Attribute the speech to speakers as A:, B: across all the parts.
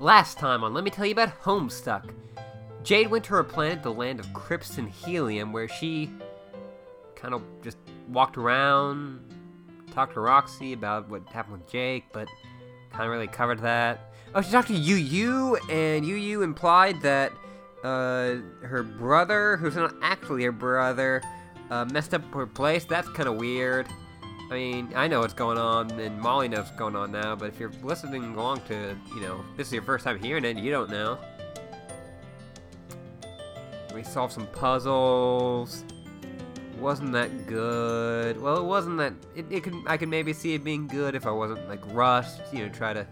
A: Last time on Let Me Tell You About Homestuck, Jade went to her planet, the land of Crypts and Helium, where she kind of just walked around, talked to Roxy about what happened with Jake, but kind of really covered that. Oh, she talked to Yu Yu, and Yu Yu implied that uh, her brother, who's not actually her brother, uh, messed up her place. That's kind of weird. I mean, I know what's going on, and Molly knows what's going on now, but if you're listening along to, you know, this is your first time hearing it, you don't know. We solved some puzzles. Wasn't that good? Well, it wasn't that. It, it could. I could maybe see it being good if I wasn't like rushed. You know, try to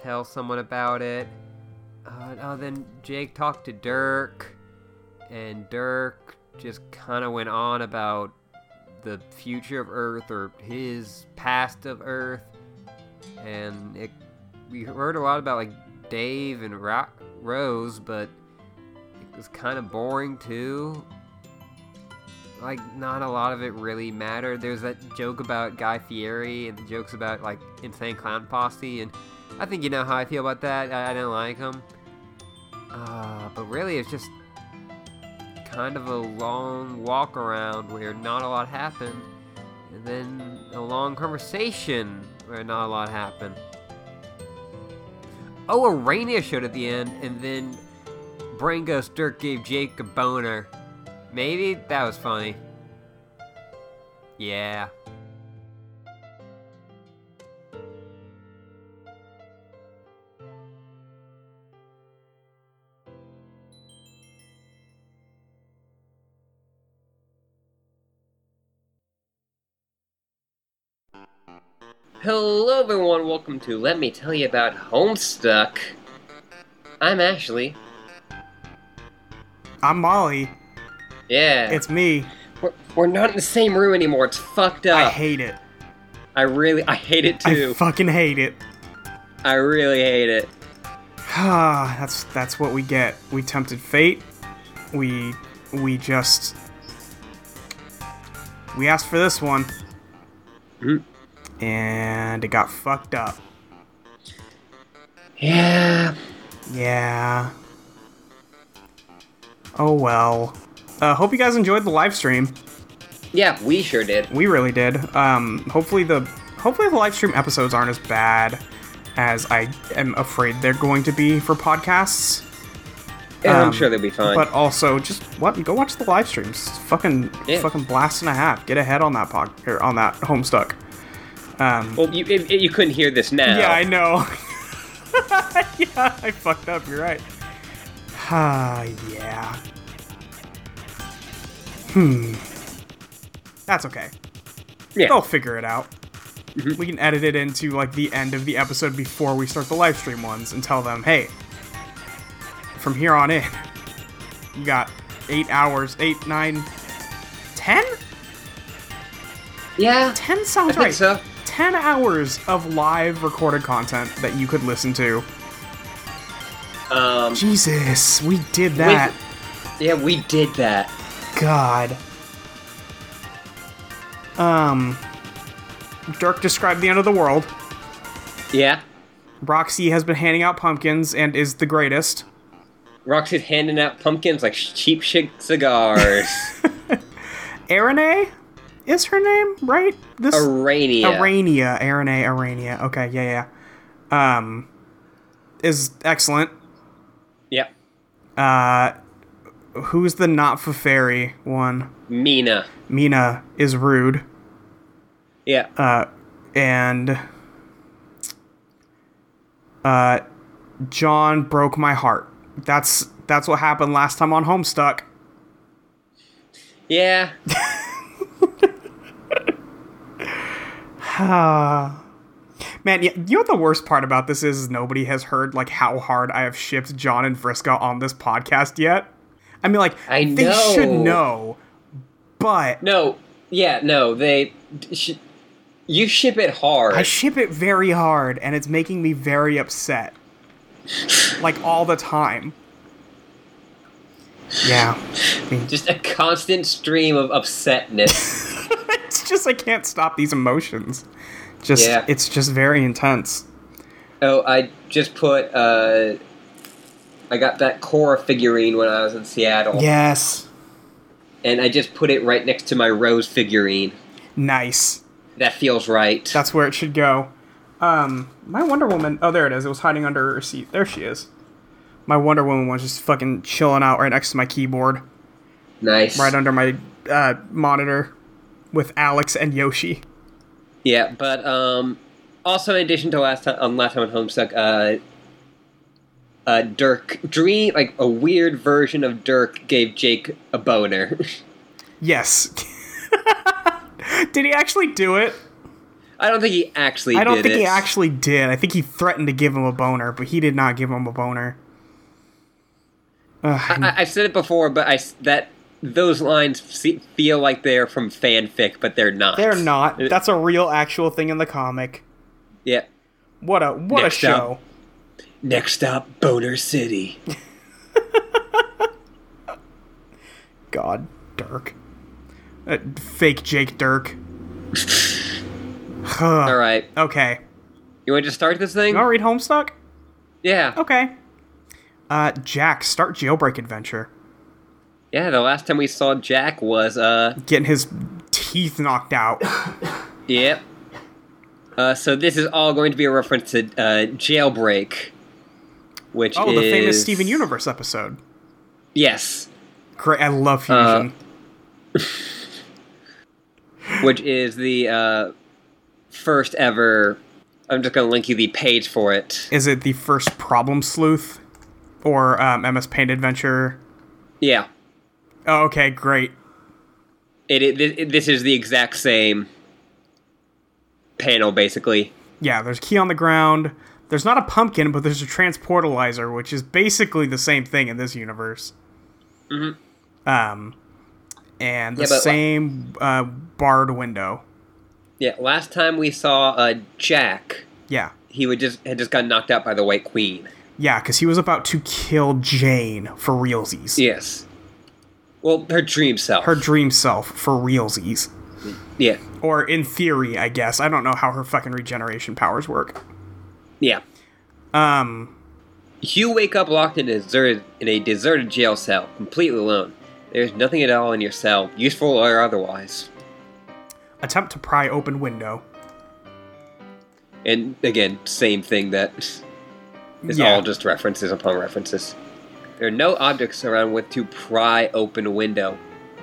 A: tell someone about it. Uh, oh, then Jake talked to Dirk, and Dirk just kind of went on about the future of Earth or his past of Earth, and it, we heard a lot about like Dave and Ro- Rose, but it was kind of boring too. Like, not a lot of it really mattered. There's that joke about Guy Fieri and the jokes about like Insane Clown Posse, and I think you know how I feel about that. I, I didn't like him. Uh, but really, it's just kind of a long walk around where not a lot happened, and then a long conversation where not a lot happened. Oh, Arania showed at the end, and then Brain Ghost Dirk gave Jake a boner. Maybe that was funny. Yeah. Hello, everyone. Welcome to Let Me Tell You About Homestuck. I'm Ashley.
B: I'm Molly.
A: Yeah,
B: It's me.
A: we're, we're not in the same room anymore. It's fucked up.
B: I hate it.
A: I really, I hate it
B: I
A: too.
B: fucking hate it.
A: I really hate it.
B: that's that's what we get. We tempted fate. We we just we asked for this one,
A: Mm.
B: and it got fucked up.
A: Yeah.
B: Yeah. Oh well. Uh, hope you guys enjoyed the live stream.
A: Yeah, we sure did.
B: We really did. Um, hopefully the hopefully the live stream episodes aren't as bad as I am afraid they're going to be for podcasts.
A: And I'm
B: Um,
A: sure they'll be fine.
B: But also, just what go watch the live streams. It's fucking
A: Yeah.
B: fucking blast and a half. Get ahead on that pod or on that homestuck. Um,
A: well, you, if, if you couldn't hear this now.
B: yeah, I know. yeah, I fucked up. You're right. Ah, yeah. Hmm. That's okay.
A: Yeah.
B: They'll figure it out.
A: Mm-hmm.
B: We can edit it into like the end of the episode before we start the live stream ones and tell them, hey, from here on in, you got eight hours, eight, nine, ten?
A: yeah.
B: Ten
A: I
B: sounds
A: think
B: right.
A: so.
B: Ten hours of live recorded content that you could listen to.
A: Um.
B: Jesus, we did that.
A: Yeah, we did that.
B: God. Um. Dirk described the end of the world.
A: Yeah.
B: Roxy has been handing out pumpkins and is the greatest.
A: Roxy's handing out pumpkins like cheap chick cigars.
B: Arane is her name, right? This
A: Arania.
B: Arania, Arane, Arania. Okay, yeah, yeah. Um, is excellent.
A: Yep.
B: Uh, who's the not for fairy one?
A: Mina.
B: Mina is rude.
A: Yeah.
B: uh, and uh, John broke my heart. That's that's what happened last time on Homestuck.
A: yeah.
B: Man, you, you know what the worst part about this is? is Nobody has heard like how hard I have shipped John and Vriska on this podcast yet. I mean, like
A: I
B: they should
A: know.
B: know, but
A: No, yeah, no, they. Sh- you ship it hard.
B: I ship it very hard, and it's making me very upset. like all the time. Yeah.
A: Just a constant stream of upsetness.
B: it's just I can't stop these emotions. Just
A: Yeah.
B: it's just very intense.
A: Oh, I just put. Uh, I got that Cora figurine when I was in Seattle,
B: Yes.
A: and I just put it right next to my Rose figurine.
B: Nice.
A: That feels right.
B: That's where it should go. Um, my Wonder Woman. Oh, there it is. It was hiding under her seat. There she is. My Wonder Woman was just fucking chilling out right next to my keyboard,
A: nice.
B: right under my uh, monitor, with Alex and Yoshi.
A: Yeah, but um, also in addition to last time on last time on Homestuck, uh, uh, Dirk Dream like a weird version of Dirk gave Jake a boner.
B: Yes. did he actually do it?
A: I don't think he actually.
B: I don't
A: did
B: think he
A: it.
B: actually did. I think he threatened to give him a boner, but he did not give him a boner. Ugh,
A: I, I- I've said it before, but I s- that those lines se- feel like they're from fanfic, but they're not.
B: they're not.
A: It-
B: That's a real, actual thing in the comic.
A: Yeah.
B: What a what a
A: Next up.
B: show.
A: Next up, Boner City.
B: God, Dirk. Uh, fake Jake Dirk. Huh.
A: All right,
B: Okay.
A: you want to start this thing?
B: You want to read Homestuck?
A: Yeah,
B: Okay. Uh, Jack, start jailbreak adventure.
A: yeah. The last time we saw Jack was uh,
B: Getting his teeth knocked out.
A: Yep. Uh, so this is all going to be a reference to uh, Jailbreak, which
B: Oh, the famous
A: is-
B: Steven Universe episode.
A: Yes,
B: Great. I love Fusion.
A: Uh, which is the uh, first ever. I'm just going to link you the page for it.
B: Is it the first Problem Sleuth or um, MS Paint Adventure?
A: Yeah,
B: Oh, okay, great.
A: it, it, thi- this is the exact same panel basically.
B: Yeah, there's a key on the ground. There's not a pumpkin, but there's a transportalizer, which is basically the same thing in this universe. Um, and the
A: Mm-hmm. Yeah, but, like-
B: same uh, barred window.
A: Yeah, last time we saw uh, Jack,
B: Yeah,
A: he would just had just gotten knocked out by the White Queen.
B: yeah, because he was about to kill Jane for realsies.
A: Yes. Well, her dream self.
B: Her dream self for realsies,
A: yeah,
B: or in theory, I guess. I don't know how her fucking regeneration powers work.
A: yeah.
B: Um,
A: You wake up locked in a deserted, in a deserted jail cell, completely alone. There's nothing at all in your cell, useful or otherwise.
B: attempt to pry open window.
A: And again, same thing that is
B: Yeah.
A: all just references upon references. There are no objects around with to pry open a window.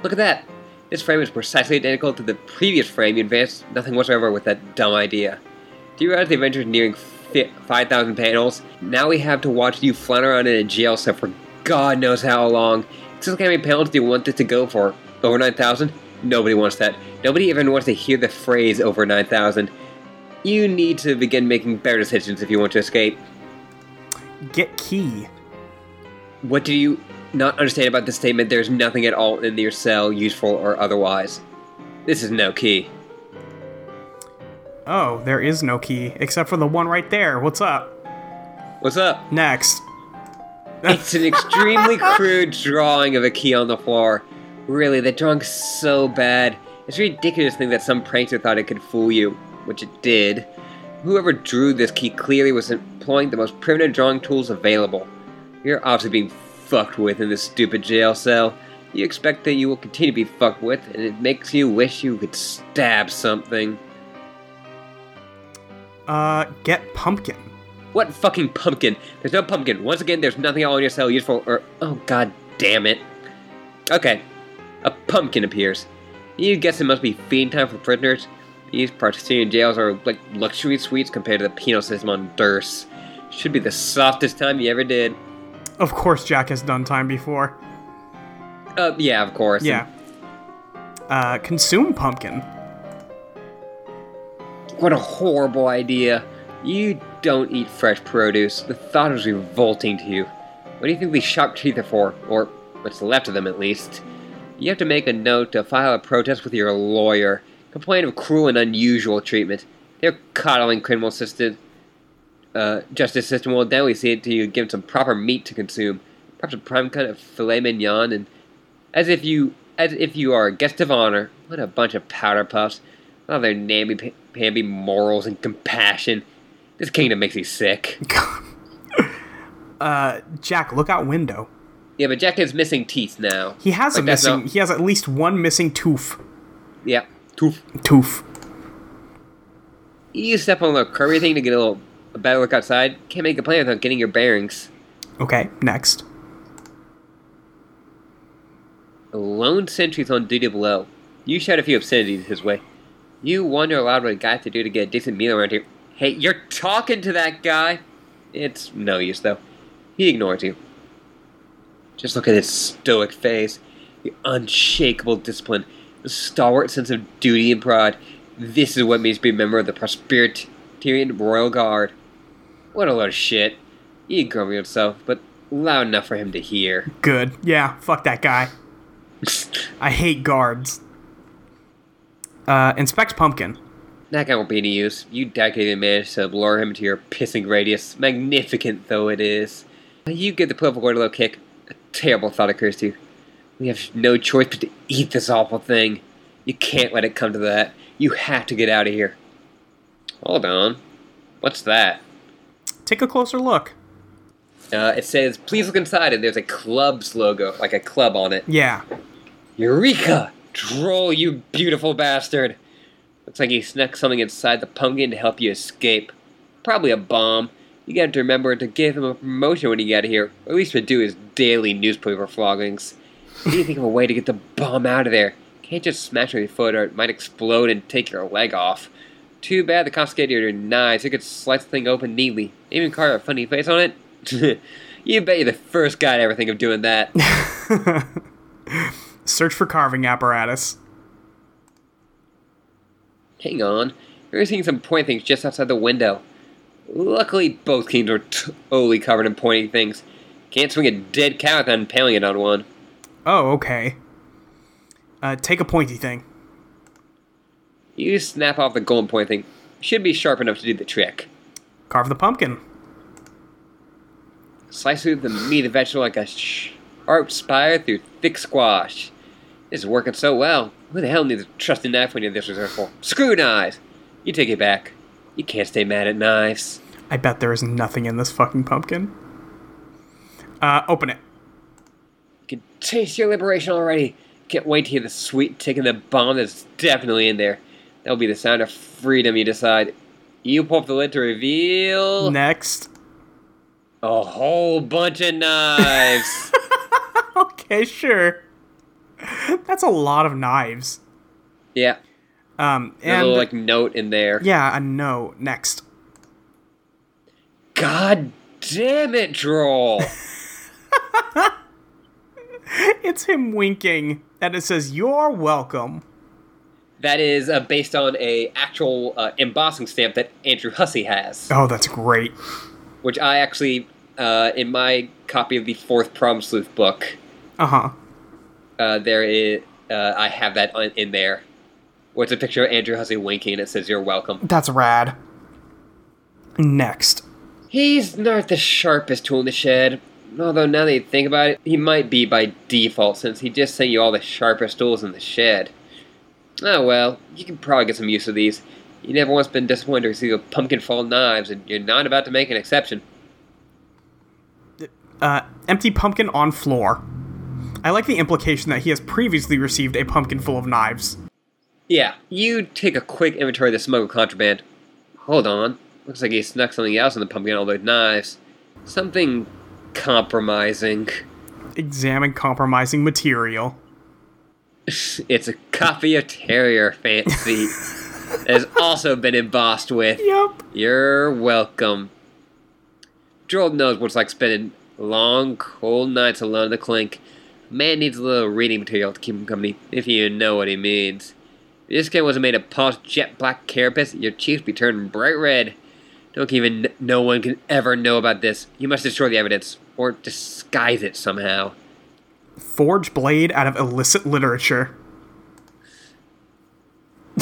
A: Look at that! This frame is precisely identical to the previous frame you advanced nothing whatsoever with that dumb idea. Do you realize the adventure is nearing fi- 5,000 panels? Now we have to watch you flounder around in a jail cell for God knows how long. Just how many panels do you want this to go for? Over 9,000? Nobody wants that. Nobody even wants to hear the phrase over 9,000. You need to begin making better decisions if you want to escape.
B: Get key.
A: What do you not understand about this statement? There's nothing at all in your cell, useful or otherwise. This is no key.
B: Oh, there is no key except for the one right there. What's up?
A: What's up?
B: Next.
A: It's an extremely crude drawing of a key on the floor. Really, the drawing's so bad. It's a ridiculous thing that some prankster thought it could fool you, which it did. Whoever drew this key clearly was employing the most primitive drawing tools available. You're obviously being fucked with in this stupid jail cell. You expect that you will continue to be fucked with, and it makes you wish you could stab something.
B: Uh, get pumpkin.
A: What fucking pumpkin? There's no pumpkin. Once again, there's nothing all in your cell useful or. Oh, god damn it. Okay. A pumpkin appears. You guess it must be feeding time for prisoners. These Partician jails are like luxury suites compared to the penal system on Durst. Should be the softest time you ever did.
B: Of course, Jack has done time before.
A: Uh, yeah, of course.
B: Yeah. Uh, consume pumpkin.
A: What a horrible idea. You don't eat fresh produce. The thought is revolting to you. What do you think these sharp teeth are for? Or what's left of them, at least? You have to make a note to file a protest with your lawyer. Complain of cruel and unusual treatment. They're coddling criminal system, uh, justice system will then we see it to you give them some proper meat to consume. Perhaps a prime cut of filet mignon and as if you as if you are a guest of honor. What a bunch of powder puffs! All their namby pamby morals and compassion. This kingdom makes me sick.
B: Uh, Jack, look out window.
A: Yeah, but Jack is missing teeth now.
B: He has
A: Like,
B: a
A: that's
B: missing.
A: not-
B: He has at least one missing tooth.
A: yeah. Tooth.
B: Tooth.
A: You step on a little curvy thing to get a little a better look outside. Can't make a plan without getting your bearings.
B: Okay, next.
A: A lone sentry's on duty below. You shout a few obscenities his way. You wonder aloud what a guy has to do to get a decent meal around here. Hey, you're talking to that guy? It's no use, though. He ignores you. Just look at his stoic face, the unshakable discipline, the stalwart sense of duty and pride. This is what means to be a member of the Presbyterian Royal Guard. What a load of shit. He grumbled himself, but loud enough for him to hear.
B: Good. Yeah, fuck that guy. I hate guards. Uh, inspect pumpkin.
A: That guy won't be any use. You doubt you even managed to lure him to your pissing radius, magnificent though it is. You give the purple gourd a low kick. A terrible thought occurs to you. We have no choice but to eat this awful thing. You can't let it come to that. You have to get out of here. Hold on. What's that?
B: Take a closer look.
A: Uh, it says, please look inside, and there's a club's logo, like a club on it.
B: Yeah.
A: Eureka! Troll, you beautiful bastard! Looks like he snuck something inside the pumpkin to help you escape. Probably a bomb. You got to remember to give him a promotion when you get here, or at least to do his daily newspaper floggings. What do you think of a way to get the bomb out of there? Can't just smash it with your foot, or it might explode and take your leg off. Too bad the confiscator are knives. They could slice the thing open neatly. Even carve a funny face on it. you bet you're the first guy to ever think of doing that.
B: Search for carving apparatus.
A: Hang on. We were seeing some pointy things just outside the window. Luckily, both kings were totally covered in pointy things. Can't swing a dead cow without impaling it on one.
B: Oh, okay. Uh, take a pointy thing.
A: You just snap off the golden pointy thing. Should be sharp enough to do the trick.
B: Carve the pumpkin.
A: Slice through the meat and vegetable like a sharp spire through thick squash. This is working so well. Who the hell needs a trusty knife when you're this resourceful? Screw knives! You take it back. You can't stay mad at knives.
B: I bet there is nothing in this fucking pumpkin. Uh, open it.
A: can taste your liberation already. Can't wait to hear the sweet tick of the bomb that's definitely in there. That'll be the sound of freedom, you decide. You pull up the lid to reveal
B: Next.
A: a whole bunch of knives.
B: Okay, sure. That's a lot of knives.
A: yeah,
B: Um,
A: there's a
B: and
A: little like note in there.
B: yeah, a no. Next.
A: God damn it, Droll!
B: It's him winking, and it says, "You're welcome."
A: that is uh, based on a actual uh, embossing stamp that Andrew Hussey has,
B: Oh, that's great.
A: which I actually, uh, in my copy of the fourth Prom Sleuth book,
B: Uh huh.
A: uh, there is uh, I have that on, in there. Where it's a picture of Andrew Hussey winking and it says you're welcome.
B: That's rad. Next.
A: He's not the sharpest tool in the shed. Although now that you think about it, he might be by default since he just sent you all the sharpest tools in the shed. Oh well, you can probably get some use of these. You never once been disappointed to see a pumpkin fall knives, and you're not about to make an exception.
B: Uh, empty pumpkin on floor. I like the implication that he has previously received a pumpkin full of knives.
A: Yeah, you take a quick inventory of the smuggled contraband. Hold on. Looks like he snuck something else in the pumpkin, all those knives. Something compromising.
B: Examine compromising material.
A: It's a copy of Terrier Fancy. that has also been embossed with.
B: Yep.
A: You're welcome. Gerald knows what it's like spending long, cold nights alone in the clink. Man needs a little reading material to keep him company, if you know what he means. If this guy wasn't made of polished jet black carapace, your cheeks be turned bright red. Don't even no one can ever know about this. You must destroy the evidence, or disguise it somehow.
B: Forge blade out of illicit literature.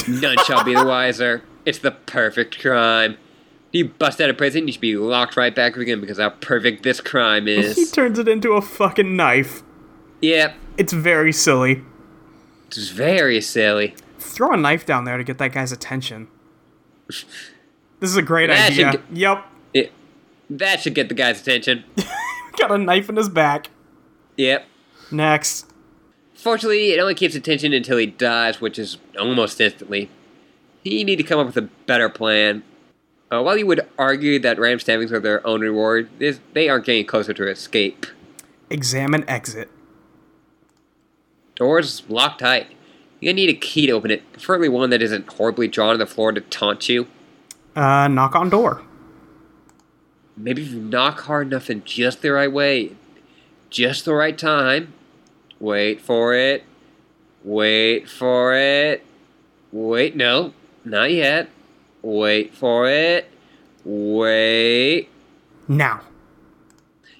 A: None shall be the wiser. It's the perfect crime. You bust out of prison, you should be locked right back again because how perfect this crime
B: He
A: is.
B: turns it into a fucking knife.
A: Yep,
B: It's very silly.
A: it's very silly.
B: Throw a knife down there to get that guy's attention. This is a great
A: That should
B: idea.
A: get-
B: Yep.
A: It, that should get the guy's attention.
B: Got a knife in his back.
A: Yep.
B: Next.
A: Fortunately, it only keeps attention until he dies, which is almost instantly. He need to come up with a better plan. Uh, while you would argue that ram stabbings are their own reward, this, they are getting closer to escape.
B: Examine exit.
A: Doors locked tight. You're gonna need a key to open it, preferably one that isn't horribly drawn to the floor to taunt you.
B: Uh, knock on door.
A: Maybe if you knock hard enough in just the right way, just the right time. Wait for it. Wait for it. Wait, no, not yet. Wait for it. Wait.
B: Now.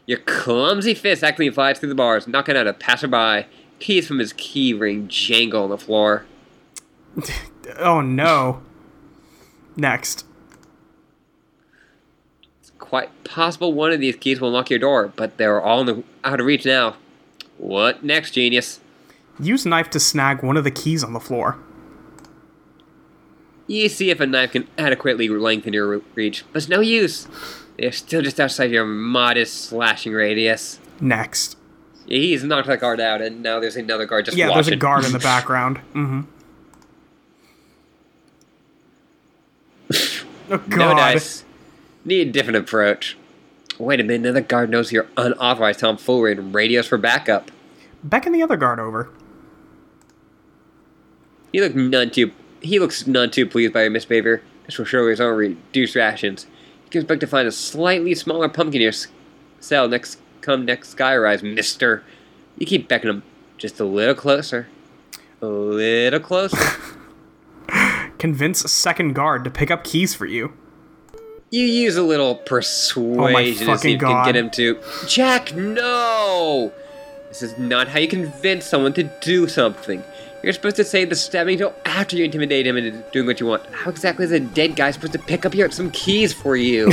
A: Your clumsy fist actually flies through the bars, knocking out a passerby. Keys from his key ring jangle on the floor.
B: Oh no. Next.
A: quite possible one of these keys will unlock your door, but they're all in the, out of reach now. What next, genius?
B: Use knife to snag one of the keys on the floor.
A: You see if a knife can adequately lengthen your re- reach, but it's no use. They're still just outside your modest slashing radius.
B: Next.
A: He's knocked that guard out, and now there's another guard just
B: Yeah,
A: watching.
B: there's a guard in the background. Mm-hmm. Oh god.
A: No dice. Need a different approach. Wait a minute, another guard knows your unauthorized tomfoolery and radios for backup.
B: Beckon the other guard over.
A: He looked none too. He looks none too pleased by your misbehavior. This will surely his own reduced rations. He comes back to find a slightly smaller pumpkin in your s- cell next come next skyrise, Mister. You keep beckoning him just a little closer, a little closer.
B: Convince second guard to pick up keys for you.
A: you use a little persuasion to
B: Oh fucking
A: see if you can
B: God.
A: get him to. Jack, no. This is not how you convince someone to do something. You're supposed to say the stabbing till after you intimidate him into doing what you want. How exactly is a dead guy supposed to pick up your some keys for you?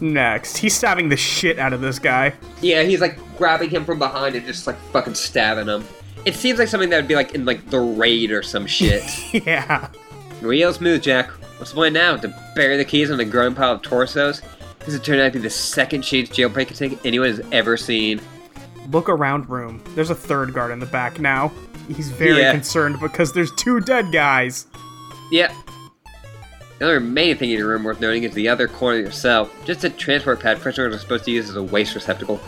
B: Next. He's stabbing the shit out of this guy.
A: yeah, he's like grabbing him from behind and just like fucking stabbing him. It seems like something that would be like in like the raid or some shit.
B: Yeah.
A: Real smooth, Jack. What's the plan now? To bury the keys in the growing pile of torsos? This has turned out to be the second Shades jailbreak attack anyone has ever seen.
B: Look around room. There's a third guard in the back now. He's very
A: Yeah.
B: concerned because there's two dead guys.
A: Yep. The only remaining thing in your room worth noting is the other corner of your cell. Just a transport pad prisoners are supposed to use as a waste receptacle.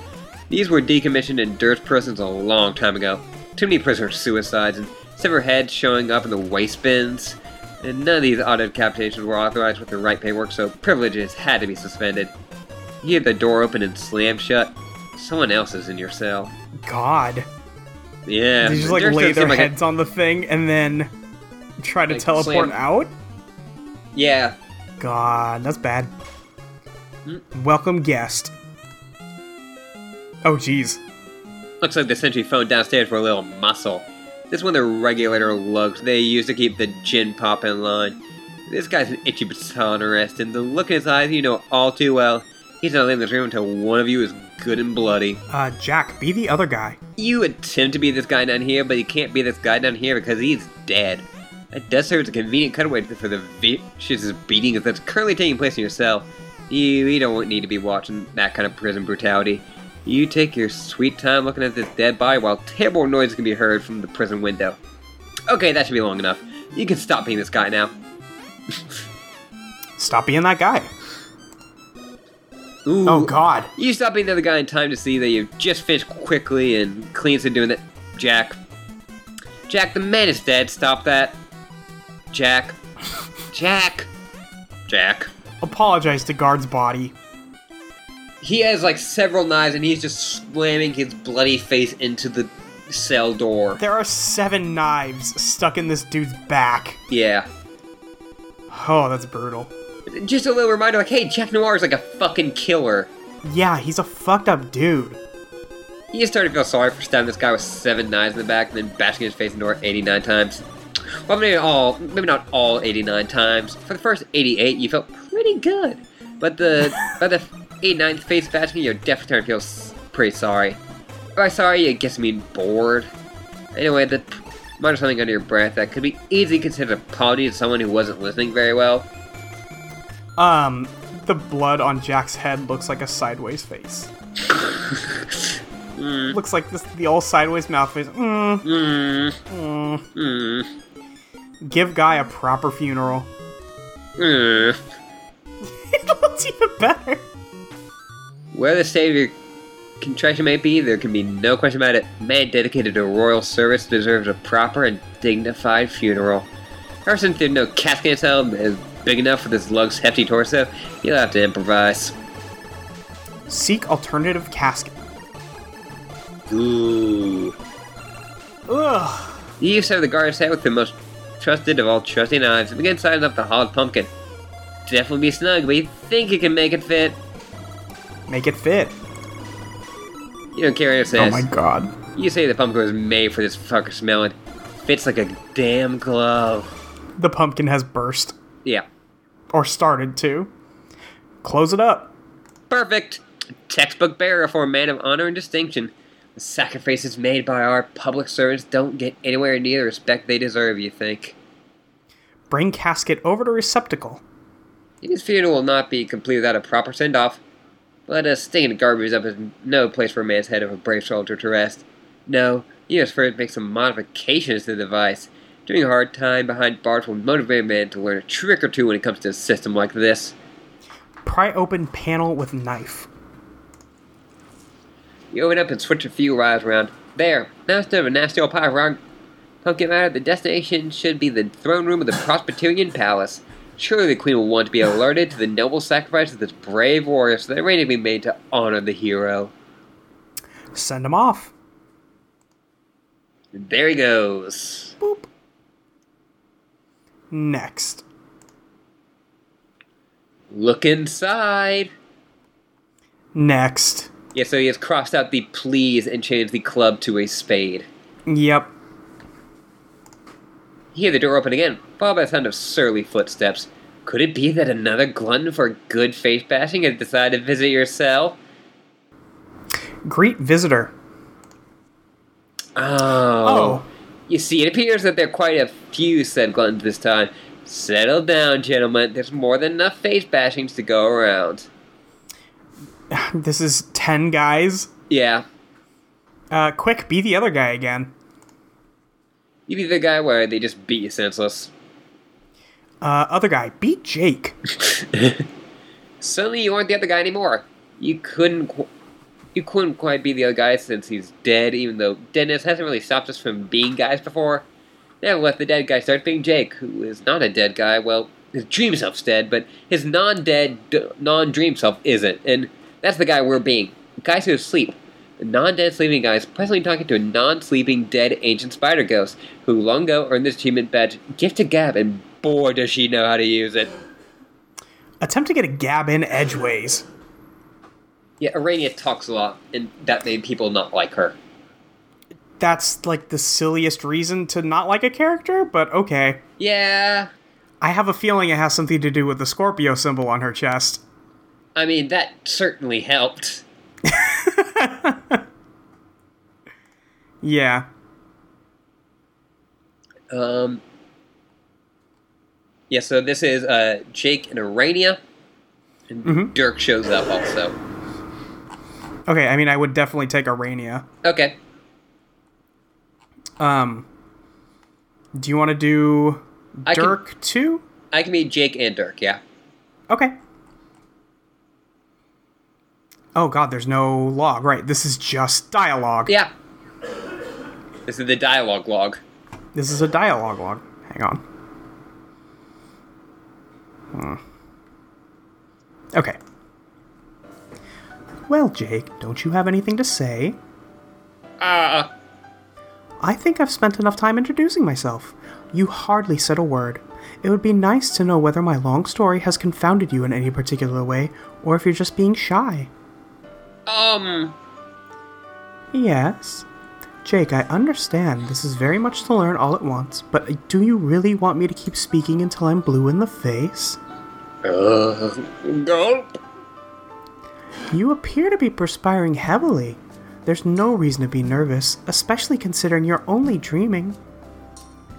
A: These were decommissioned in dirt prisons a long time ago. Too many prisoner suicides and severed heads showing up in the waste bins. And none of these auto decapitations were authorized with the right paperwork, so privileges had to be suspended. You hear the door open and slam shut. Someone else is in your cell.
B: God.
A: Yeah.
B: They just like
A: Dirk
B: lay
A: doesn't
B: their
A: seem like a-
B: heads on the thing and then try to
A: Like,
B: teleport
A: slam-
B: out?
A: yeah.
B: God, that's bad.
A: Hmm?
B: Welcome guest. Oh jeez.
A: Looks like the sentry phone downstairs were a little muscle. This is one of the regulator lugs they use to keep the gin pop in line. This guy's an itchy baton arrest, and the look in his eyes you know all too well. He's not leaving this room until one of you is good and bloody.
B: Uh Jack, be the other guy.
A: You attempt to be this guy down here, but you can't be this guy down here because he's dead. That does serve as a convenient cutaway for the vicious beating that's currently taking place in your cell. You, you don't need to be watching that kind of prison brutality. You take your sweet time looking at this dead body while terrible noises can be heard from the prison window. Okay, that should be long enough. You can stop being this guy now.
B: Stop being that guy.
A: Ooh,
B: Oh god.
A: You stop being the other guy in time to see that you've just finished quickly and cleans it doing that. Jack. Jack, the man is dead. Stop that. Jack. Jack. Jack.
B: Apologize to guard's body.
A: He has like several knives and he's just slamming his bloody face into the cell door.
B: There are seven knives stuck in this dude's back.
A: Yeah.
B: Oh, that's brutal.
A: Just a little reminder like, hey, Jack Noir is like a fucking killer.
B: Yeah, he's a fucked up dude.
A: He just started to feel sorry for stabbing this guy with seven knives in the back and then bashing his face into the door 89 times. Well, maybe all, maybe not all 89 times. For the first 88, you felt pretty good, but the by the 89th face bashing, you're definitely starting to feel s- pretty sorry. By sorry, it gets mean bored. Anyway, the mutter something under your breath that could be easily considered an apology to someone who wasn't listening very well.
B: Um, the blood on Jack's head looks like a sideways face. Looks like this the old sideways mouth face. Mm,
A: Mm,
B: mm.
A: mm,
B: Give guy a proper funeral.
A: mm.
B: it looks even better.
A: Where the savior contraction may be, there can be no question about it. Man dedicated to royal service deserves a proper and dignified funeral. Ever since there's no casket itself is big enough for this lug's hefty torso, you'll have to improvise.
B: Seek alternative casket.
A: Ooh.
B: Ugh.
A: You used to have the guard set with the most trusted of all trusty knives and began sizing up the hollowed pumpkin. Definitely be snug, but you think you can make it fit.
B: Make it fit.
A: You don't care what it says.
B: Oh my god.
A: You say the pumpkin was made for this fucker smelling. Fits like a damn glove.
B: The pumpkin has burst.
A: Yeah.
B: Or started to. Close it up.
A: Perfect! Textbook bearer for a man of honor and distinction. The sacrifices made by our public servants don't get anywhere near the respect they deserve, you think.
B: Bring casket over to receptacle.
A: His funeral will not be complete without a proper send off, but a stinking garbage up is no place for a man's head of a brave soldier to rest. No, you must first make some modifications to the device. Doing a hard time behind bars will motivate a man to learn a trick or two when it comes to a system like this.
B: Pry open panel with knife.
A: You open up and switch a few rides around. There, now instead of a nasty old pie of rock pumpkin matter, the destination should be the throne room of the Presbyterian Palace. Surely the Queen will want to be alerted to the noble sacrifice of this brave warrior so that ready to be made to honor the hero.
B: Send him off.
A: There he goes.
B: Boop. Next.
A: Look inside.
B: Next.
A: Yeah, so he has crossed out the please and changed the club to a spade.
B: Yep.
A: He heard the door open again, followed by the sound of surly footsteps. Could it be that another glutton for good face bashing had decided to visit your cell?
B: Greet visitor.
A: Oh. You see, it appears that there are quite a few said gluttons this time. Settle down, gentlemen. There's more than enough face bashings to go around.
B: This is 10 guys.
A: Yeah.
B: Uh, quick, be the other guy again.
A: You be the guy where they just beat you senseless.
B: Uh, other guy, beat Jake.
A: Suddenly, you aren't the other guy anymore. You couldn't, qu- you couldn't quite be the other guy since he's dead. Even though deadness hasn't really stopped us from being guys before. Nevertheless, the dead guy starts being Jake, who is not a dead guy. Well, his dream self's dead, but his non-dead, d- non-dream self isn't, and that's the guy we're being. Guys who sleep. The non-dead sleeping guy is presently talking to a non-sleeping dead ancient spider ghost who long ago earned this achievement badge, gift to Gab, and boy does she know how to use it.
B: Attempt to get a gab in edgeways.
A: Yeah, Arania talks a lot, and that made people not like her.
B: That's like the silliest reason to not like a character, but okay.
A: Yeah,
B: I have a feeling it has something to do with the Scorpio symbol on her chest.
A: I mean, that certainly helped.
B: Yeah.
A: Um, yeah, so this is uh, Jake and Arania, and
B: Mhm.
A: Dirk shows up also.
B: Okay, I mean, I would definitely take Arania.
A: Okay.
B: Um, do you want to do
A: I can-
B: Dirk too?
A: I can be Jake and Dirk, yeah.
B: Okay. Oh god, there's no log. Right, this is just dialogue.
A: Yeah. This is the dialogue log.
B: This is a dialogue log. Hang on. Hmm. Okay. Well, Jake, don't you have anything to say?
A: Uh,
B: I think I've spent enough time introducing myself. You hardly said a word. It would be nice to know whether my long story has confounded you in any particular way, or if you're just being shy.
A: um,
B: Yes. Jake, I understand this is very much to learn all at once, but do you really want me to keep speaking until I'm blue in the face?
A: uh, gulp.
B: You appear to be perspiring heavily. There's no reason to be nervous, especially considering you're only dreaming.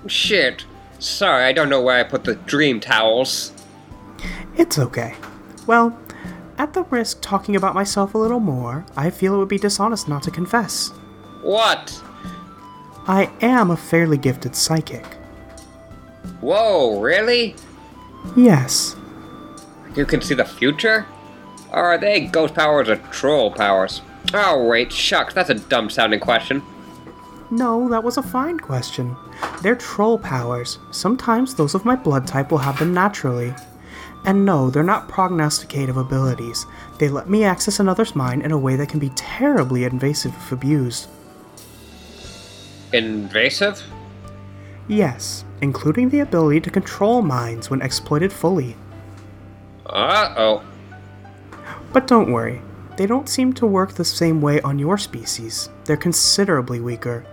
A: Shit. Sorry, I don't know where I put the dream towels.
B: It's okay. Well, at the risk talking about myself a little more, I feel it would be dishonest not to confess.
A: What?
B: I am a fairly gifted psychic.
A: Whoa, really?
B: Yes.
A: You can see the future? Or are they ghost powers or troll powers? Oh, wait, shucks, that's a dumb sounding question.
B: No, that was a fine question. They're troll powers. Sometimes those of my blood type will have them naturally. And no, they're not prognosticative abilities. They let me access another's mind in a way that can be terribly invasive if abused.
A: Invasive?
B: Yes, including the ability to control minds when exploited fully.
A: Uh oh.
B: But don't worry, they don't seem to work the same way on your species. They're considerably weaker.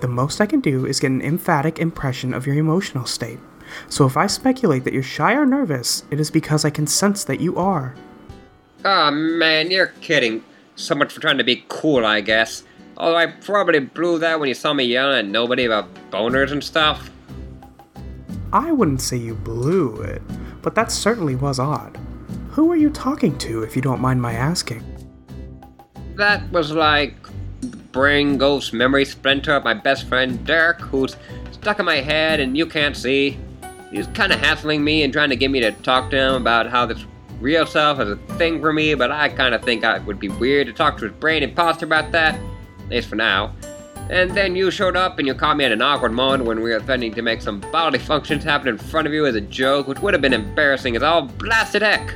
B: The most I can do is get an emphatic impression of your emotional state. So if I speculate that you're shy or nervous, it is because I can sense that you are.
A: Aw, man, you're kidding. So much for trying to be cool, I guess. Although I probably blew that when you saw me yelling at nobody about boners and stuff.
B: I wouldn't say you blew it, but that certainly was odd. Who are you talking to, if you don't mind my asking?
A: That was like brain ghost memory splinter of my best friend Derek, who's stuck in my head and you can't see. He's kind of hassling me and trying to get me to talk to him about how this real self is a thing for me, but I kind of think I would be weird to talk to his brain imposter about that, at least for now. And then you showed up and you caught me at an awkward moment when we were threatening to make some bodily functions happen in front of you as a joke, which would have been embarrassing as all blasted heck.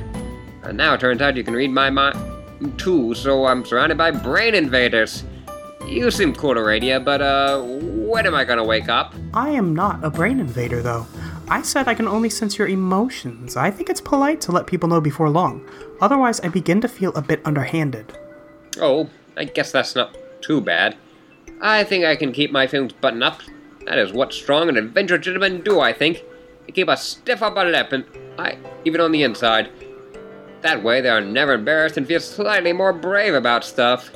A: And now it turns out you can read my mind too, so I'm surrounded by brain invaders. You seem cool, Arania, but uh, when am I gonna wake up?
B: I am not a brain invader, though. I said I can only sense your emotions. I think it's polite to let people know before long. Otherwise, I begin to feel a bit underhanded.
A: Oh, I guess that's not too bad. I think I can keep my feelings buttoned up. That is what strong and adventurous gentlemen do, I think. They keep a stiff upper lip, and I, even on the inside. That way, they are never embarrassed and feel slightly more brave about stuff.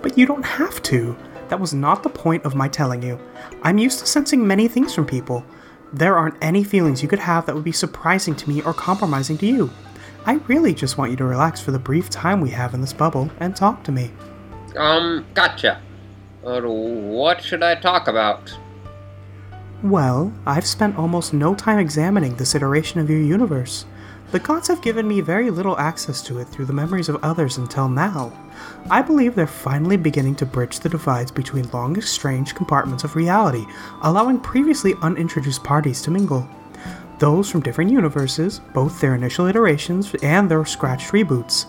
B: But you don't have to. That was not the point of my telling you. I'm used to sensing many things from people. There aren't any feelings you could have that would be surprising to me or compromising to you. I really just want you to relax for the brief time we have in this bubble and talk to me.
A: Um, gotcha. Uh, what should I talk about?
B: Well, I've spent almost no time examining this iteration of your universe. The gods have given me very little access to it through the memories of others until now. I believe they're finally beginning to bridge the divides between long estranged compartments of reality, allowing previously unintroduced parties to mingle. Those from different universes, both their initial iterations and their scratched reboots.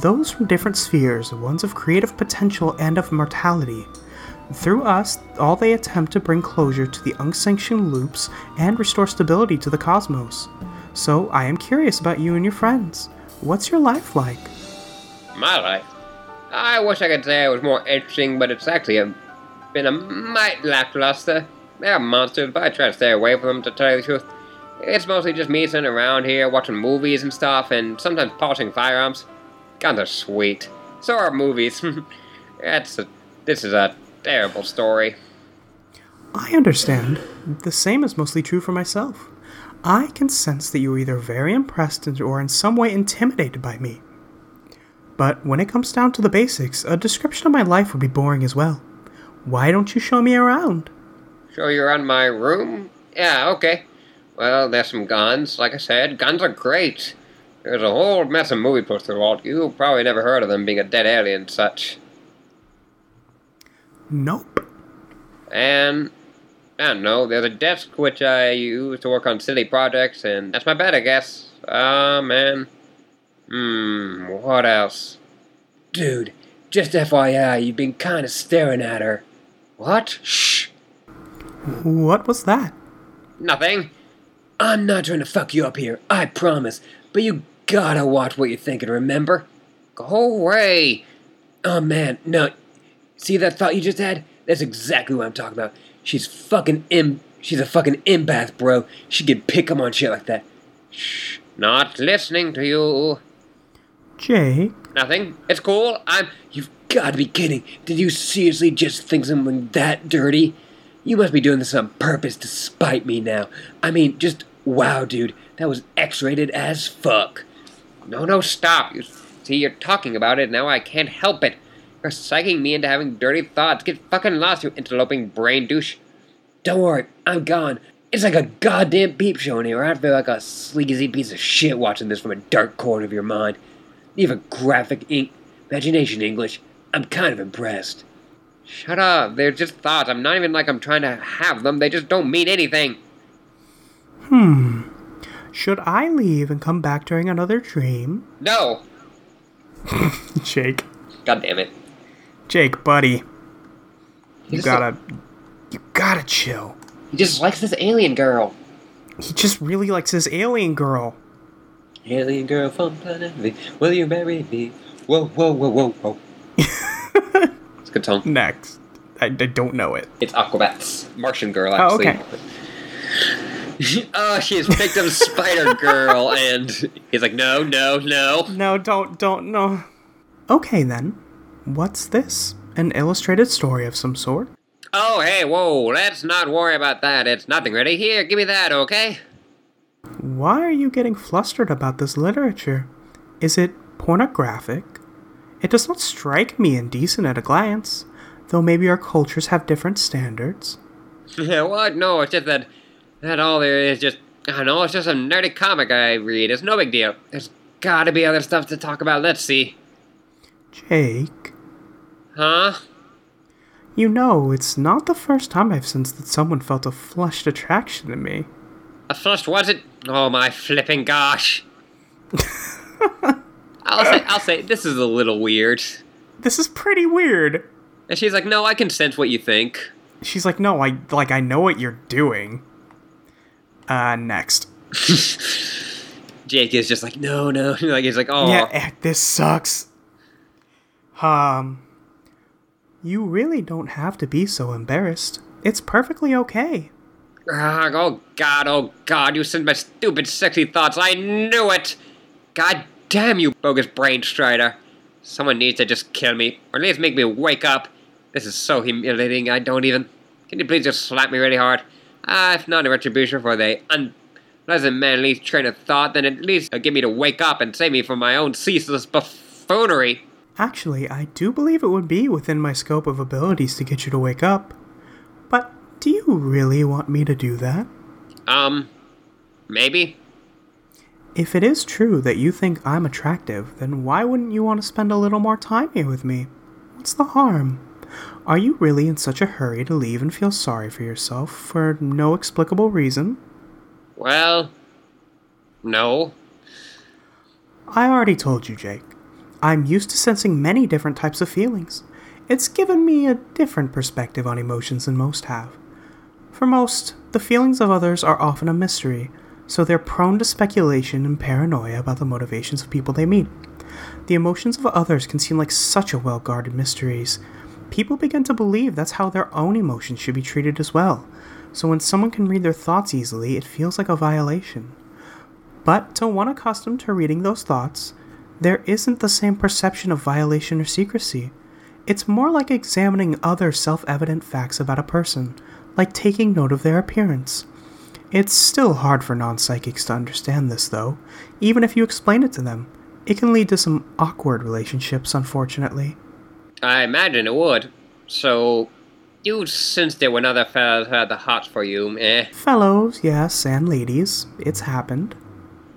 B: Those from different spheres, ones of creative potential and of mortality. Through us, all they attempt to bring closure to the unsanctioned loops and restore stability to the cosmos. So I am curious about you and your friends. What's your life like?
A: My life? I wish I could say it was more interesting, but it's actually a, been a mite lackluster. They're monsters, but I try to stay away from them to tell you the truth. It's mostly just me sitting around here watching movies and stuff, and sometimes polishing firearms. Guns are sweet. So are movies. That's a, this is a terrible story.
B: I understand. The same is mostly true for myself. I can sense that you are either very impressed or in some way intimidated by me. But when it comes down to the basics, a description of my life would be boring as well. Why don't you show me around?
A: Show you around my room? Yeah, okay. Well, there's some guns. Like I said, guns are great. There's a whole mess of movie posters, Walt. You probably never heard of them being a dead alien and such.
B: Nope.
A: And I don't know. There's a desk which I use to work on silly projects, and that's my bed, I guess. Ah, man. Hmm, what else? Dude, just FYI, you've been kind of staring at her. What? Shh.
B: What was that?
A: Nothing. I'm not trying to fuck you up here, I promise. But you gotta watch what you're thinking, remember? Go away. Oh, man, no. See that thought you just had? That's exactly what I'm talking about. She's fucking im. She's a fucking empath, bro. She could pick him on shit like that. Shh. Not listening to you.
B: Jake?
A: Nothing. It's cool. I'm. You've got to be kidding. Did you seriously just think someone that dirty? You must be doing this on purpose to spite me now. I mean, just Wow, dude, that was X-rated as fuck. No, no, stop. You see, you're talking about it now. I can't help it. You're psyching me into having dirty thoughts. Get fucking lost, you interloping brain douche. Don't worry, I'm gone. It's like a goddamn peep show in here. I feel like a sleazy piece of shit watching this from a dark corner of your mind. You have a graphic ink, imagination English. I'm kind of impressed. Shut up. They're just thoughts. I'm not even like I'm trying to have them. They just don't mean anything.
B: Hmm. Should I leave and come back during another dream?
A: No.
B: Jake.
A: God damn it.
B: Jake, buddy. You
A: He's
B: gotta. You gotta chill.
A: He just likes this alien girl.
B: He just really likes this alien girl.
A: Alien girl from planet V. Will you marry me? Whoa, whoa, whoa, whoa, whoa. it's a good song.
B: Next. I, I don't know it.
A: It's Aquabats. Martian girl,
B: Oh,
A: actually. oh, she has picked up Spider Girl, and he's like, no, no, no.
B: No, don't, don't, no. Okay then. What's this? An illustrated story of some sort?
A: Oh, hey, whoa, let's not worry about that. It's nothing ready. Here, give me that, okay?
B: Why are you getting flustered about this literature? Is it pornographic? It does not strike me indecent at a glance, though maybe our cultures have different standards.
A: Yeah, what? No, it's just that that all there is just I know it's just a nerdy comic I read. It's no big deal. There's gotta be other stuff to talk about. Let's see.
B: Jake,
A: Huh?
B: you know, it's not the first time I've sensed that someone felt a flushed attraction to me.
A: A flush was it? Oh my flipping gosh. I'll say I'll say this is a little weird.
B: This is pretty weird.
A: And she's like, No, I can sense what you think.
B: She's like, no, I like I know what you're doing. Uh next.
A: Jake is just like, No, no like he's like, Oh
B: Yeah, eh, this sucks. Um, you really don't have to be so embarrassed. It's perfectly okay.
A: Ugh, oh god, oh god, you sent my stupid sexy thoughts. I knew it! God damn you, bogus brain strider. Someone needs to just kill me, or at least make me wake up. This is so humiliating, I don't even. Can you please just slap me really hard? Ah, if not a retribution for the unpleasant manly train of thought, then at least it'll get me to wake up and save me from my own ceaseless buffoonery.
B: Actually, I do believe it would be within my scope of abilities to get you to wake up. But do you really want me to do that?
A: Um, maybe?
B: If it is true that you think I'm attractive, then why wouldn't you want to spend a little more time here with me? What's the harm? Are you really in such a hurry to leave and feel sorry for yourself for no explicable reason?
A: Well, no.
B: I already told you, Jake. I'm used to sensing many different types of feelings. It's given me a different perspective on emotions than most have. For most, the feelings of others are often a mystery, so they're prone to speculation and paranoia about the motivations of people they meet. The emotions of others can seem like such a well guarded mysteries. People begin to believe that's how their own emotions should be treated as well. So when someone can read their thoughts easily, it feels like a violation. But to one accustomed to reading those thoughts, there isn't the same perception of violation or secrecy. It's more like examining other self evident facts about a person, like taking note of their appearance. It's still hard for non psychics to understand this, though, even if you explain it to them. It can lead to some awkward relationships, unfortunately.
A: I imagine it would. So, you sensed there were another fellas who had the hearts for you, eh?
B: Fellows, yes, and ladies, it's happened.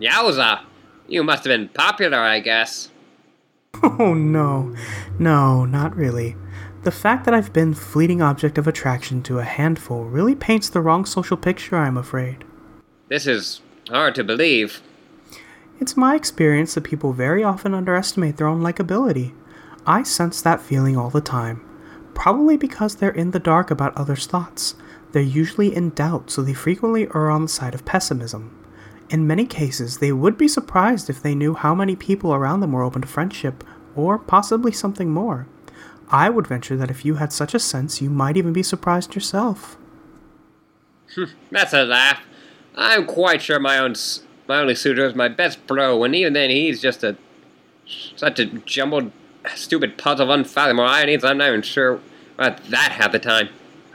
A: Yowza! You must have been popular, I guess.
B: Oh no, no, not really. The fact that I've been fleeting object of attraction to a handful really paints the wrong social picture, I'm afraid.
A: This is hard to believe.
B: It's my experience that people very often underestimate their own likability. I sense that feeling all the time. Probably because they're in the dark about others' thoughts. They're usually in doubt, so they frequently err on the side of pessimism. In many cases, they would be surprised if they knew how many people around them were open to friendship, or possibly something more. I would venture that if you had such a sense, you might even be surprised yourself.
A: That's a laugh. I'm quite sure my own, s- my only suitor is my best bro, and even then, he's just a such a jumbled, stupid puzzle of unfathomable ironies. I'm not even sure about that half the time.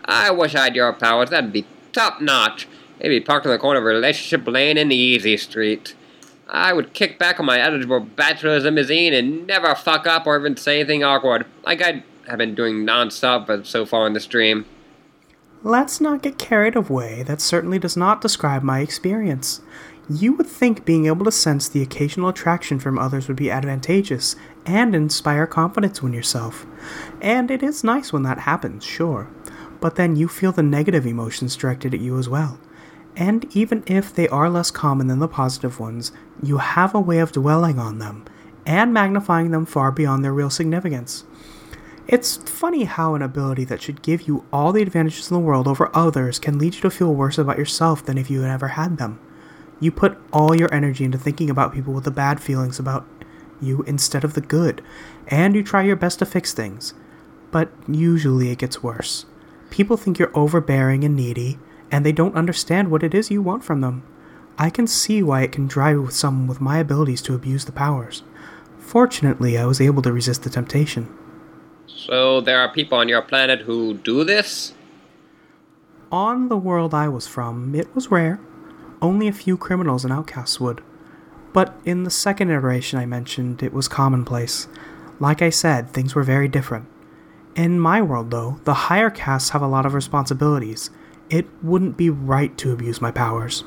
A: I wish I had your powers. That'd be top notch. They'd be parked on the corner of Relationship Lane and Easy Street. I would kick back on my eligible bachelor's limousine and never fuck up or even say anything awkward, like I have been doing nonstop but so far in this dream.
B: Let's not get carried away. That certainly does not describe my experience. You would think being able to sense the occasional attraction from others would be advantageous and inspire confidence in yourself. And it is nice when that happens, sure. But then you feel the negative emotions directed at you as well. And even if they are less common than the positive ones, you have a way of dwelling on them and magnifying them far beyond their real significance. It's funny how an ability that should give you all the advantages in the world over others can lead you to feel worse about yourself than if you had ever had them. You put all your energy into thinking about people with the bad feelings about you instead of the good, and you try your best to fix things. But usually it gets worse. People think you're overbearing and needy, and they don't understand what it is you want from them. I can see why it can drive someone with my abilities to abuse the powers. Fortunately, I was able to resist the temptation.
A: So there are people on your planet who do this?
B: On the world I was from, it was rare. Only a few criminals and outcasts would. But in the second iteration I mentioned, it was commonplace. Like I said, things were very different. In my world, though, the higher castes have a lot of responsibilities. It wouldn't be right to abuse my powers.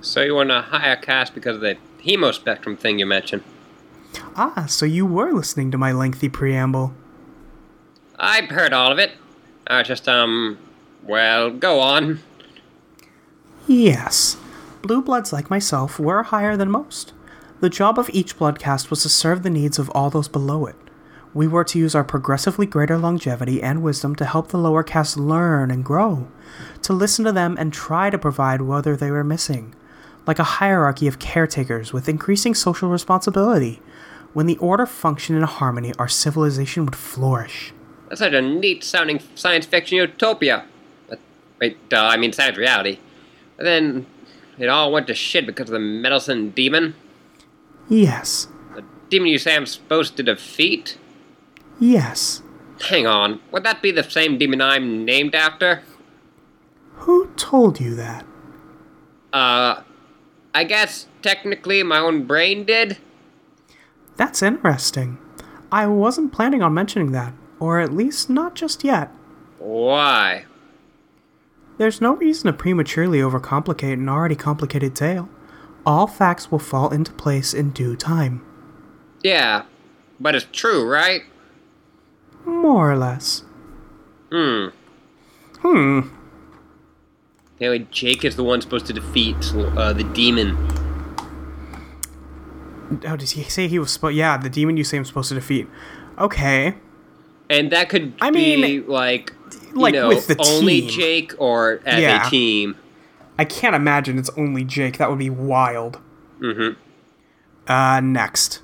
A: So you were in a higher caste because of the hemospectrum thing you mentioned.
B: Ah, so you were listening to my lengthy preamble.
A: I've heard all of it. I was just, um, well, go on.
B: Yes. Blue bloods like myself were higher than most. The job of each blood caste was to serve the needs of all those below it. We were to use our progressively greater longevity and wisdom to help the lower caste learn and grow, to listen to them and try to provide whether they were missing, like a hierarchy of caretakers with increasing social responsibility. When the order functioned in harmony, our civilization would flourish.
A: That's such a neat sounding science fiction utopia. But wait, uh, I mean science reality. But then it all went to shit because of the meddlesome demon.
B: Yes,
A: The demon you say I'm supposed to defeat?
B: yes.
A: Hang on, would that be the same demon I'm named after?
B: Who told you that?
A: Uh, I guess technically my own brain did?
B: That's interesting. I wasn't planning on mentioning that, or at least not just yet.
A: Why?
B: There's no reason to prematurely overcomplicate an already complicated tale. All facts will fall into place in due time.
A: Yeah, but it's true, right?
B: More or less.
A: Hmm.
B: Hmm.
A: Anyway, Jake is the one supposed to defeat uh, the demon.
B: Oh, does he say he was supposed? Yeah, the demon you say I'm supposed to defeat. Okay.
A: And that could
B: I
A: be
B: mean,
A: like,
B: like,
A: you know,
B: with the
A: only
B: team.
A: Jake or as
B: Yeah.
A: a team.
B: I can't imagine it's only Jake. That would be wild.
A: Mm-hmm.
B: Uh, next.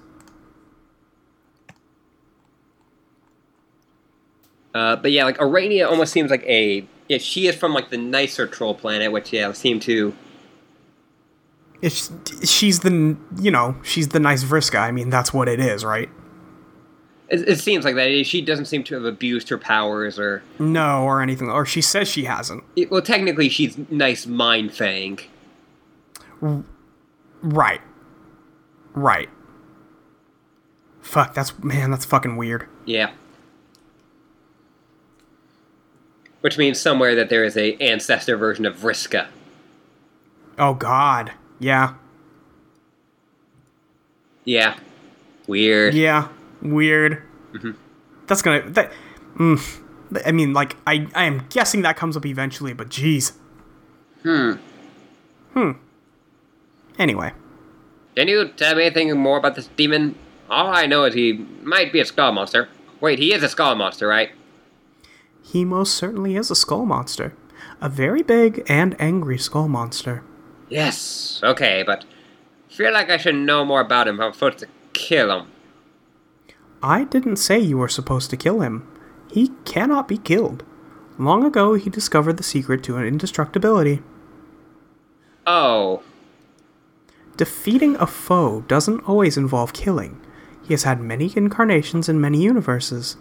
A: Uh, but yeah, like Arania almost seems like a yeah. She is from like the nicer troll planet, which yeah, seem to
B: It's, she's the, n- you know, she's the nice Vriska. I mean, that's what it is, right?
A: it, it seems like that. She doesn't seem to have abused her powers or
B: No, or anything. Or she says she hasn't.
A: it- well, technically she's nice mind fang.
B: Right. Right. Fuck, that's, man, that's fucking weird.
A: Yeah. Which means somewhere that there is a ancestor version of Vriska.
B: Oh, God. Yeah.
A: Yeah. Weird.
B: Yeah. Weird. That's gonna, that, mm, I mean, like, I, I am guessing that comes up eventually, but jeez. Hmm.
A: Hmm.
B: Anyway.
A: Can you tell me anything more about this demon? All I know is he might be a skull monster. Wait, he is a skull monster, right?
B: He most certainly is a skull monster. A very big and angry skull monster.
A: Yes. Okay, but I feel like I should know more about him if I'm supposed to kill him.
B: I didn't say you were supposed to kill him. He cannot be killed. Long ago, he discovered the secret to indestructibility.
A: Oh.
B: Defeating a foe doesn't always involve killing. He has had many incarnations in many universes.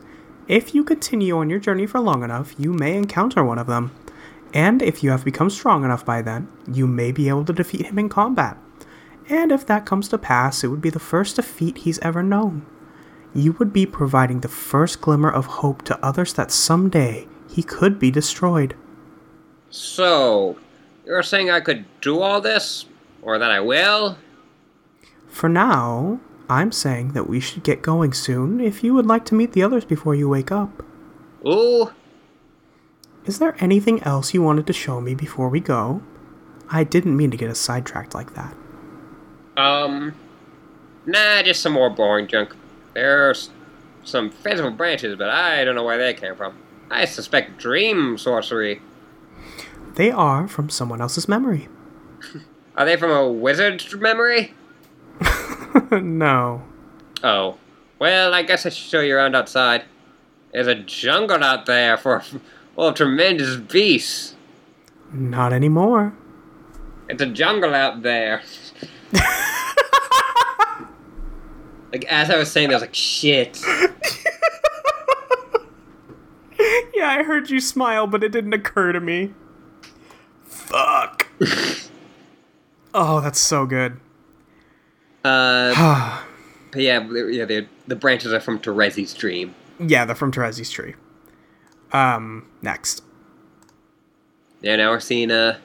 B: If you continue on your journey for long enough, you may encounter one of them. And if you have become strong enough by then, you may be able to defeat him in combat. And if that comes to pass, it would be the first defeat he's ever known. You would be providing the first glimmer of hope to others that someday he could be destroyed.
A: So, you're saying I could do all this? Or that I will?
B: For now, I'm saying that we should get going soon if you would like to meet the others before you wake up.
A: Ooh,
B: Is there anything else you wanted to show me before we go? I didn't mean to get us sidetracked like that.
A: um. Nah, just some more boring junk. There's some fanciful branches, but I don't know where they came from. I suspect dream sorcery.
B: They are from someone else's memory.
A: Are they from a wizard's memory?
B: no.
A: Oh. Well, I guess I should show you around outside. There's a jungle out there for full of tremendous beasts.
B: Not anymore.
A: It's a jungle out there. like as I was saying, I was like, shit.
B: Yeah, I heard you smile, but it didn't occur to me. Fuck. oh, that's so good.
A: Uh,
B: Ah,
A: but yeah, yeah, the the branches are from Terezi's dream.
B: yeah, they're from Terezi's tree. Um, next.
A: Yeah, now we're seeing uh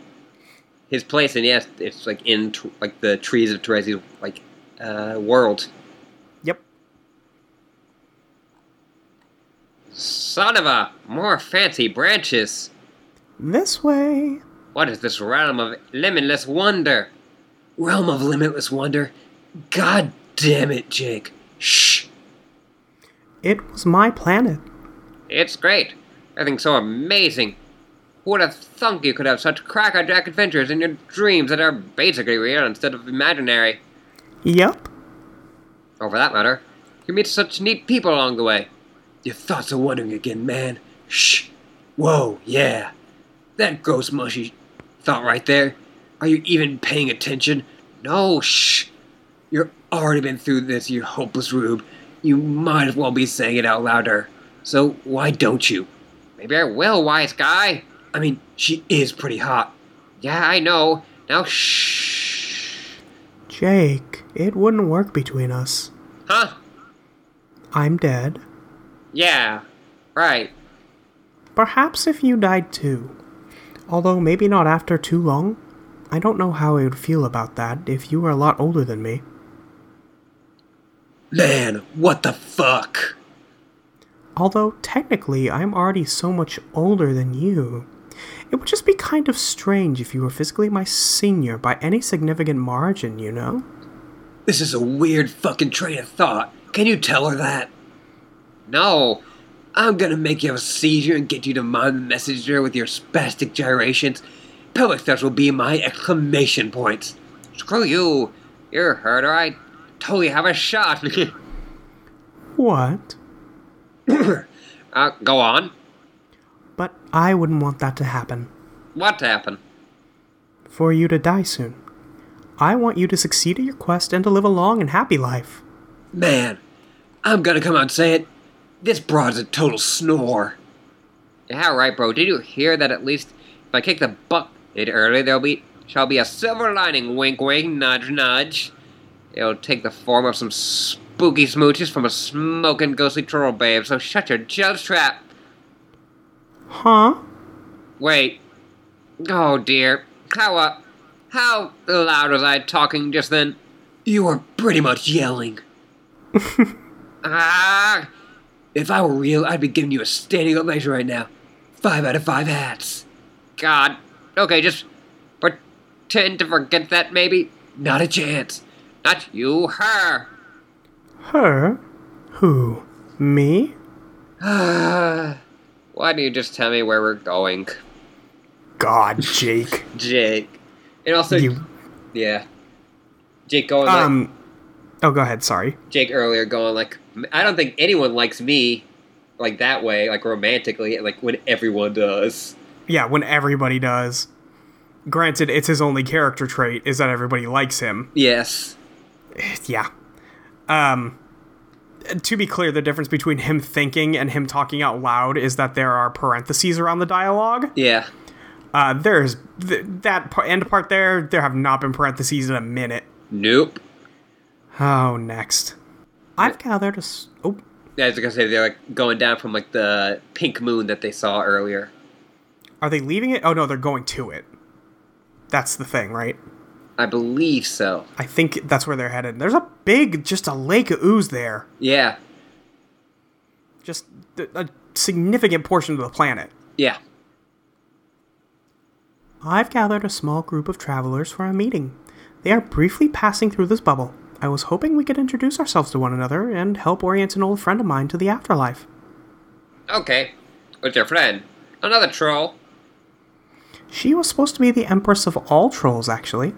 A: his place, and yes, it's like in t- like the trees of Terezi's like uh world.
B: Yep.
A: Son of a more fancy branches.
B: This way.
A: What is this realm of limitless wonder? Realm of limitless wonder? God damn it, Jake. Shh.
B: It was my planet.
A: It's great. Everything's so amazing. Who would have thunk you could have such crackerjack adventures in your dreams that are basically real instead of imaginary?
B: Yep.
A: Or Oh, for that matter, you meet such neat people along the way. Your thoughts are wandering again, man. Shh. Whoa, yeah. That gross mushy thought right there. Are you even paying attention? No, shh. You've already been through this, you hopeless rube. You might as well be saying it out louder. So why don't you? Maybe I will, wise guy. I mean, she is pretty hot. Yeah, I know. Now shh.
B: Jake, it wouldn't work between us.
A: Huh?
B: I'm dead.
A: Yeah. Right.
B: Perhaps if you died too. Although maybe not after too long. I don't know how I would feel about that if you were a lot older than me.
A: Man, what the fuck?
B: Although technically I'm already so much older than you. It would just be kind of strange if you were physically my senior by any significant margin, you know?
A: This is a weird fucking train of thought. Can you tell her that? No. I'm gonna make you have a seizure and get you to mind the messenger with your spastic gyrations. Pelvic thrusts will be my exclamation points. Screw you. You're hurt, or I totally have a shot.
B: What?
A: uh, go on.
B: But I wouldn't want that to happen.
A: What happened?
B: For you to die soon. I want you to succeed at your quest and to live a long and happy life.
A: Man, I'm gonna come out and say it. This broad's a total snore. Yeah, right, bro. Did you hear that? At least if I kick the bucket early, there'll be shall be a silver lining. Wink, wink. Nudge, nudge. It'll take the form of some spooky smooches from a smoking ghostly turtle babe. So shut your jealous trap.
B: Huh?
A: Wait. Oh dear. How up? How loud was I talking just then? You were pretty much yelling. ah! If I were real, I'd be giving you a standing ovation right now. Five out of five hats. God. Okay, just pretend to forget that, maybe. Not a chance. Not you, her.
B: Her? Who? Me?
A: Why don't you just tell me where we're going,
B: God, Jake.
A: Jake? And also,
B: you.
A: yeah, Jake going like,
B: Um. Oh, go ahead. Sorry.
A: Jake earlier going like I don't think anyone likes me like that way, like romantically, like when everyone does.
B: Yeah, when everybody does. Granted, it's his only character trait is that everybody likes him.
A: Yes.
B: Yeah. Um. To be clear, the difference between him thinking and him talking out loud is that there are parentheses around the dialogue.
A: Yeah.
B: Uh, there's th- that par- end part there. There have not been parentheses in a minute.
A: Nope.
B: Oh, next. I've gathered a. S- oh,
A: Yeah, I was gonna say they're like going down from like the pink moon that they saw earlier.
B: are they leaving it? Oh no, they're going to it. That's the thing, right?
A: I believe so.
B: I think that's where they're headed. There's a big, just a lake of ooze there.
A: Yeah.
B: Just th- a significant portion of the planet.
A: Yeah.
B: I've gathered a small group of travelers for a meeting. They are briefly passing through this bubble. I was hoping we could introduce ourselves to one another and help orient an old friend of mine to the afterlife.
A: Okay. What's your friend? Another troll.
B: She was supposed to be the empress of all trolls, actually.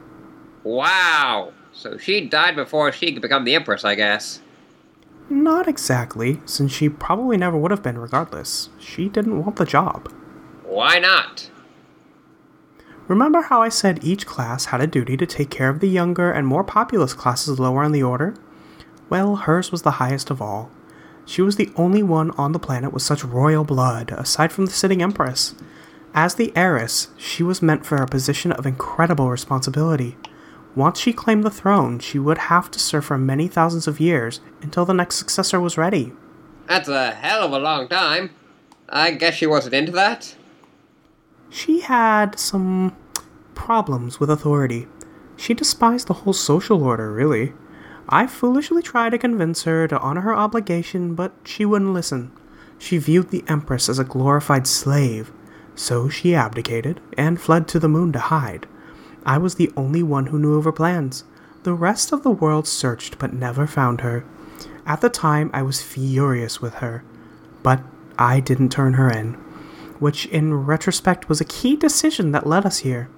A: Wow. So she died before she could become the empress, I guess.
B: Not exactly, since she probably never would have been regardless. She didn't want the job.
A: Why not?
B: Remember how I said each class had a duty to take care of the younger and more populous classes lower in the order? Well, hers was the highest of all. She was the only one on the planet with such royal blood, aside from the sitting empress. As the heiress, she was meant for a position of incredible responsibility. Once she claimed the throne, she would have to serve for many thousands of years until the next successor was ready.
A: That's a hell of a long time. I guess she wasn't into that.
B: She had some problems with authority. She despised the whole social order, really. I foolishly tried to convince her to honor her obligation, but she wouldn't listen. She viewed the Empress as a glorified slave, so she abdicated and fled to the moon to hide. I was the only one who knew of her plans. The rest of the world searched but never found her. At the time, I was furious with her, but I didn't turn her in which in retrospect was a key decision that led us here.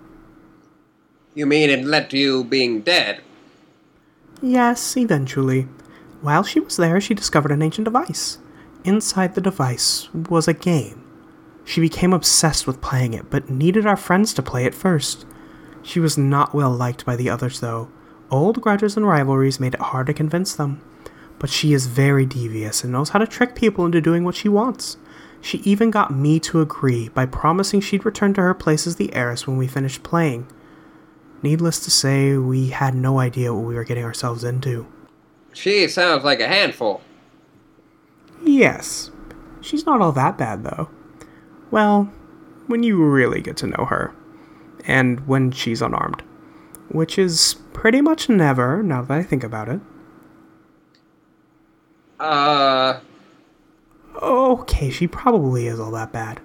A: You mean it led to you being dead?
B: Yes, eventually. While she was there, she discovered an ancient device. Inside the device was a game. She became obsessed with playing it, but needed our friends to play it first. She was not well liked by the others, though. Old grudges and rivalries made it hard to convince them. But she is very devious and knows how to trick people into doing what she wants. She even got me to agree by promising she'd return to her place as the heiress when we finished playing. Needless to say, we had no idea what we were getting ourselves into.
A: She sounds like a handful.
B: Yes. She's not all that bad, though. Well, when you really get to know her. And when she's unarmed. Which is pretty much never, now that I think about it.
A: Uh,
B: Okay, she probably is all that bad.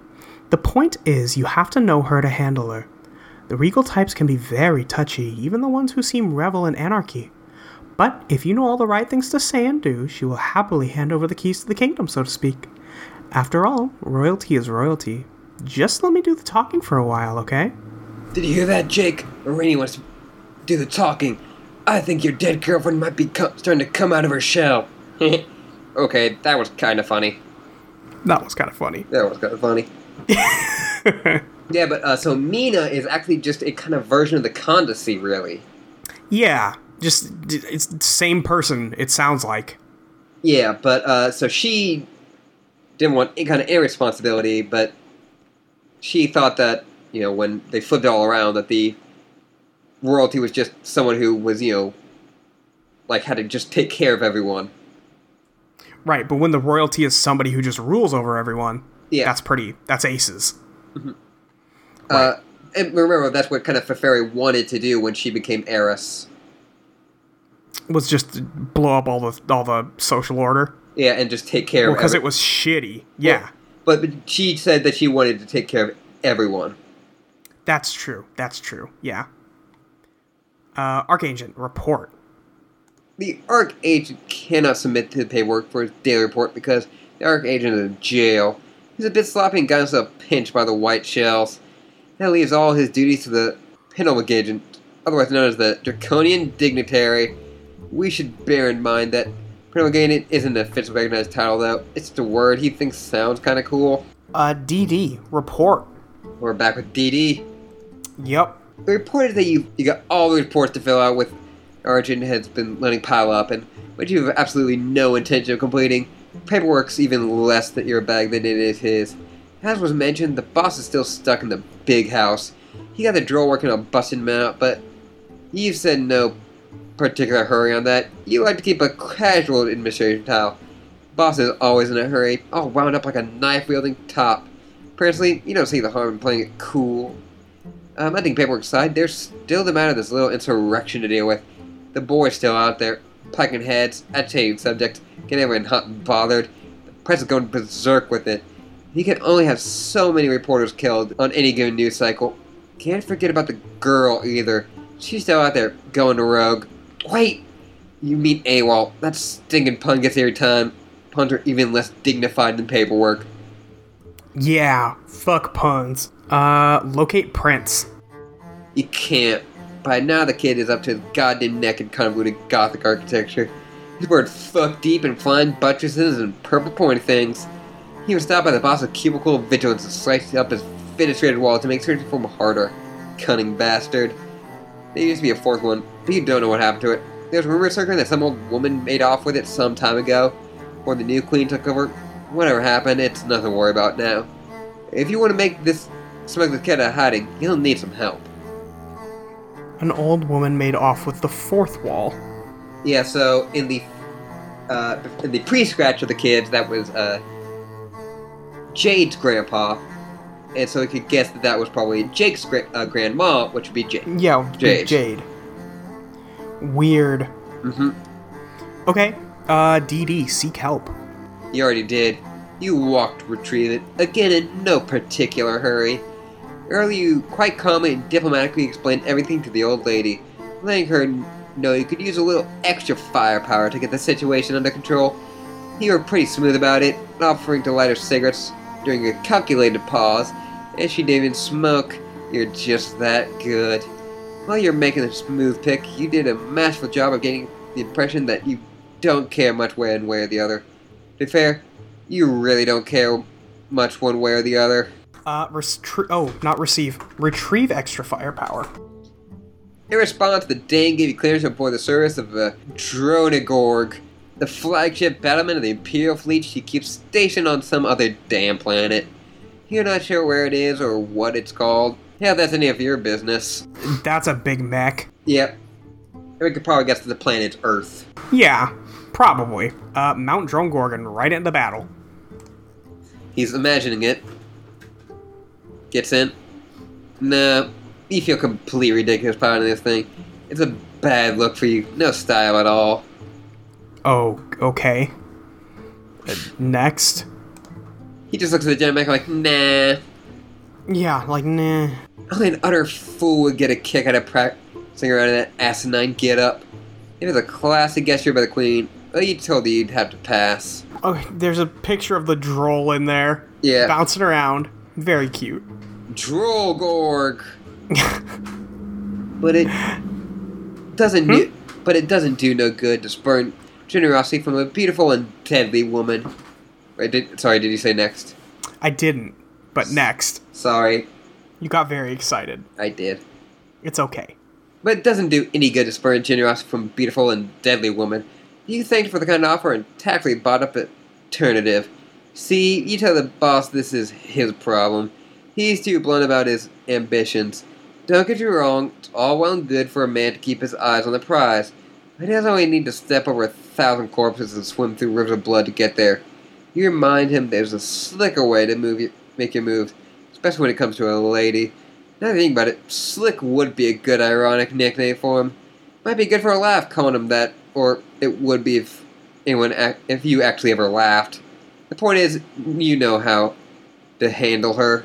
B: The point is, you have to know her to handle her. The regal types can be very touchy, even the ones who seem revel in anarchy. But if you know all the right things to say and do, she will happily hand over the keys to the kingdom, so to speak. After all, royalty is royalty. Just let me do the talking for a while, okay?
A: did you hear that, Jake? Marini wants to do the talking. I think your dead girlfriend might be co- starting to come out of her shell. okay, that was kind of funny.
B: That was kind of funny.
A: That was kind of funny. yeah, but uh, so Mina is actually just a kind of version of the Condesi, really.
B: Yeah, just it's the same person, it sounds like.
A: Yeah, but uh, so she didn't want any kind of any responsibility, but she thought that you know when they flipped it all around that the royalty was just someone who was you know like had to just take care of everyone.
B: Right, but when the royalty is somebody who just rules over everyone,
A: Yeah.
B: that's pretty. That's aces.
A: Uh, and remember that's what kind of Feferi wanted to do when she became heiress.
B: Was just to blow up all the all the social order
A: Yeah, and just take care of
B: because
A: every-
B: it was shitty. Yeah,
A: But, but she said that she wanted to take care of everyone.
B: that's true. That's true. Yeah. Uh, Archangent report.
A: The Arc Agent cannot submit to the paperwork for his daily report because the Arc Agent is in jail. He's a bit sloppy and got himself pinched by the White Shells. That leaves all his duties to the Penultimate Agent, otherwise known as the Draconian Dignitary. We should bear in mind that Penultimate Agent isn't an official recognized title, though. It's the word he thinks sounds kind of cool.
B: Uh, DD report.
A: We're back with DD.
B: Yep.
A: It reported that you you got all the reports to fill out with Origin has been letting pile up and which you have absolutely no intention of completing. Paperwork's even less that your bag than it is his. As was mentioned, the boss is still stuck in the big house. He got the drill working on busting men out, but Eve said no particular hurry on that. You like to keep a casual administration style. Boss is always in a hurry, all wound up like a knife wielding top. Personally, you don't see the harm in playing it cool. Um, I think paperwork aside, there's still the matter of this little insurrection to deal with. The boy's still out there, packing heads, I change subject, getting everyone hot and bothered. The press is going berserk with it. He can only have so many reporters killed on any given news cycle. Can't forget about the girl either. She's still out there going rogue. Wait! You mean AWOL. That stinking pun gets every time. Puns are even less dignified than paperwork.
B: Yeah, fuck puns. Uh, locate Prince.
A: You can't. By now, the kid is up to his goddamn neck in convoluted gothic architecture. He's wearing fuck deep and flying buttresses and purple pointy things. He was stopped by the boss of Cubicle Vigilance and sliced up his fenestrated wall to make surgery form harder. Cunning bastard. There used to be a fourth one, but you don't know what happened to it. There's rumors circling that some old woman made off with it some time ago, or the new queen took over. Whatever happened, it's nothing to worry about now. If you want to make this smuggler kid out of hiding, you'll need some help.
B: An old woman made off with the fourth wall.
A: Yeah, so in the uh, in the pre-scratch of the kids, that was uh, Jade's grandpa, and so we could guess that that was probably Jake's gra- uh, grandma, which would be Jake.
B: Yeah, it would be
A: Jade.
B: Jade. Weird.
A: hmm
B: Okay, uh, DD, seek help.
A: You already did. You walked to retrieve it, again in no particular hurry. Earlier, you quite calmly and diplomatically explained everything to the old lady, letting her know you could use a little extra firepower to get the situation under control. You were pretty smooth about it, offering to light her cigarettes during a calculated pause, and she didn't even smoke. You're just that good. While you're making the smooth pick, you did a masterful job of getting the impression that you don't care much one way or the other. To be fair, you really don't care much one way or the other.
B: Uh, restri- oh, not receive. Retrieve extra firepower.
A: In response, the Dane gave you clearance to board the service of uh, Dronegorg, the flagship battleman of the Imperial fleet she keeps stationed on some other damn planet. You're not sure where it is or what it's called. Yeah, that's any of your business.
B: That's a big mech.
A: Yep. We could probably guess that the planet's Earth.
B: Yeah, probably. Uh, Mount Drongorgon right into battle.
A: He's imagining it. Gets in. Nah, you feel completely ridiculous piloting this thing. It's a bad look for you. No style at all.
B: Oh, okay. Uh, next.
A: He just looks at the giant mech like, nah.
B: Yeah, like, nah.
A: Only an utter fool would get a kick out of practicing around in that asinine get up. It was a classic gesture by the queen. Well, you told her you'd have to pass.
B: Oh, there's a picture of the droll in there.
A: Yeah.
B: Bouncing around. Very cute.
A: Droll Gorg. but it doesn't do, but it doesn't do no good to spurn generosity from a beautiful and deadly woman. Wait, did, sorry, did you say next?
B: I didn't, but next.
A: Sorry,
B: You got very excited.
A: I did.
B: It's okay.
A: But it doesn't do any good to spurn generosity from a beautiful and deadly woman. You thanked for the kind offer and tactfully bought up an alternative. See, you tell the boss this is his problem. He's too blunt about his ambitions. Don't get you wrong, it's all well and good for a man to keep his eyes on the prize, but he doesn't really need to step over a thousand corpses and swim through rivers of blood to get there. You remind him there's a slicker way to move your, make your move, especially when it comes to a lady. Now that I think about it, Slick would be a good ironic nickname for him. Might be good for a laugh calling him that, or it would be if anyone ac- if you actually ever laughed. The point is, you know how to handle her.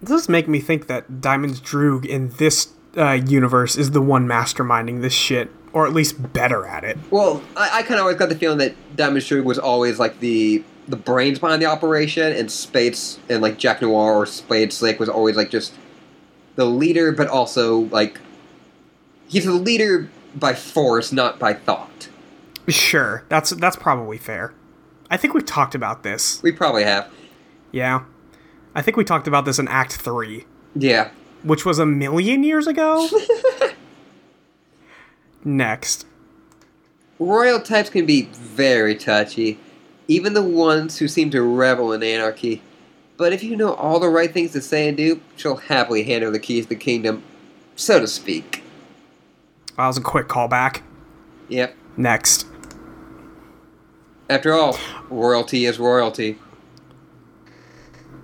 B: This does make me think that Diamond's Droog in this uh, universe is the one masterminding this shit, or at least better at it.
A: Well, I, I kind of always got the feeling that Diamond Shug was always like the the brains behind the operation, and Spades and like Jack Noir or Spade Slick was always like just the leader, but also like he's the leader by force, not by thought.
B: Sure, that's that's probably fair. I think we talked about this.
A: We probably have,
B: Yeah, I think we talked about this in Act Three,
A: yeah.
B: which was a million years ago. Next,
A: Royal types can be very touchy. even the ones who seem to revel in anarchy. But if you know all the right things to say and do, she'll happily hand over the keys to the kingdom, so to speak.
B: Wow, that was a quick callback.
A: Yep.
B: Next.
A: After all, royalty is royalty.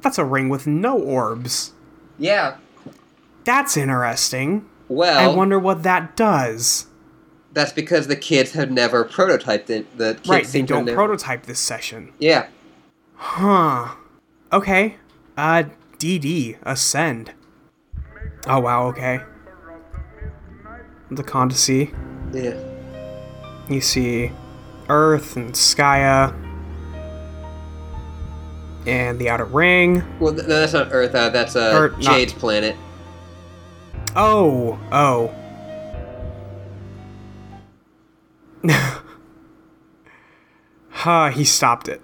B: That's a ring with no orbs.
A: Yeah.
B: That's interesting.
A: Well,
B: I wonder what that does.
A: that's because the kids have never prototyped it. The kids
B: right, they
A: seem to
B: don't
A: never-
B: prototype this session.
A: Yeah.
B: Huh. Okay. Uh, DD, ascend. Oh, wow, okay. The Condesi.
A: Yeah.
B: You see Earth and Skya. And the Outer Ring.
A: Well, th- no, that's not Earth. Uh, that's uh,
B: Or not-
A: Jade's planet.
B: Oh, oh. huh, he stopped it.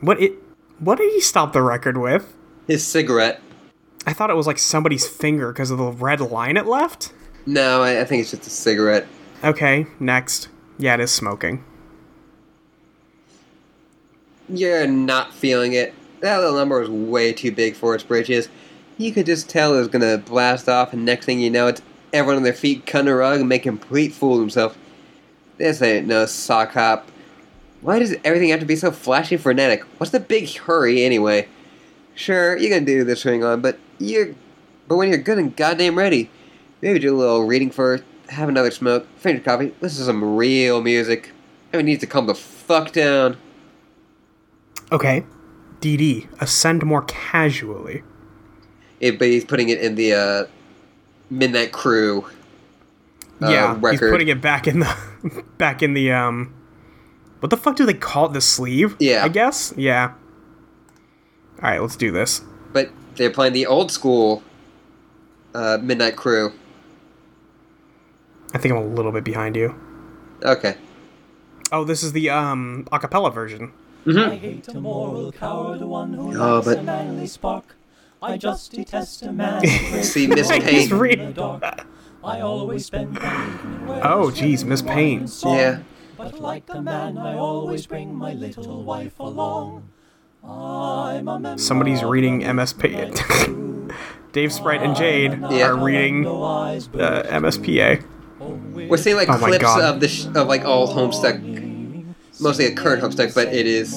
B: What it what did he stop the record with?
A: His cigarette.
B: I thought it was like somebody's finger because of the red line it left.
A: No, I, I think it's just a cigarette.
B: Okay, next. Yeah, it is smoking.
A: You're not feeling it. That little number was way too big for its britches. You could just tell it was gonna blast off, and next thing you know, it's everyone on their feet cutting a rug and making a complete fool of himself. This ain't no sock hop. Why does everything have to be so flashy and frenetic? What's the big hurry anyway? Sure, you can do this ring on, but you're, but when you're good and goddamn ready, maybe do a little reading first, have another smoke, finish your coffee, listen to some real music. Everyone needs to calm the fuck down.
B: Okay. DD, ascend more casually.
A: it, but he's putting it in the uh, Midnight Crew. Uh,
B: yeah, he's
A: record.
B: putting it back in the back in the um What the fuck do they call it the sleeve?
A: Yeah.
B: I guess? Yeah. All right, let's do this.
A: But they're playing the old school uh, Midnight Crew.
B: I think I'm a little bit behind you.
A: Okay.
B: Oh, this is the um acapella version.
C: I hate a moral coward, one who
A: Oh,
C: lacks
A: but-
C: a manly spark. I just detest a man. who
A: See, Miss
C: breaks the law
A: Payne.
C: in
B: Read-
C: the dark. I always spend my evening where
B: Oh,
C: I swim
B: geez,
C: in
B: Miss
C: wine
B: Payne.
C: and song.
A: Yeah.
C: But like the man, I always bring my little wife along. I'm a member
B: Somebody's
C: of
B: reading
C: the
B: MSP. Dave Sprite and Jade
A: Yeah.
B: are reading
C: No eyes, but
B: uh, MSPA.
A: We're seeing like
B: Oh my
A: clips
B: God.
A: of the sh- of like all Homestuck, mostly a current Homestuck, but it is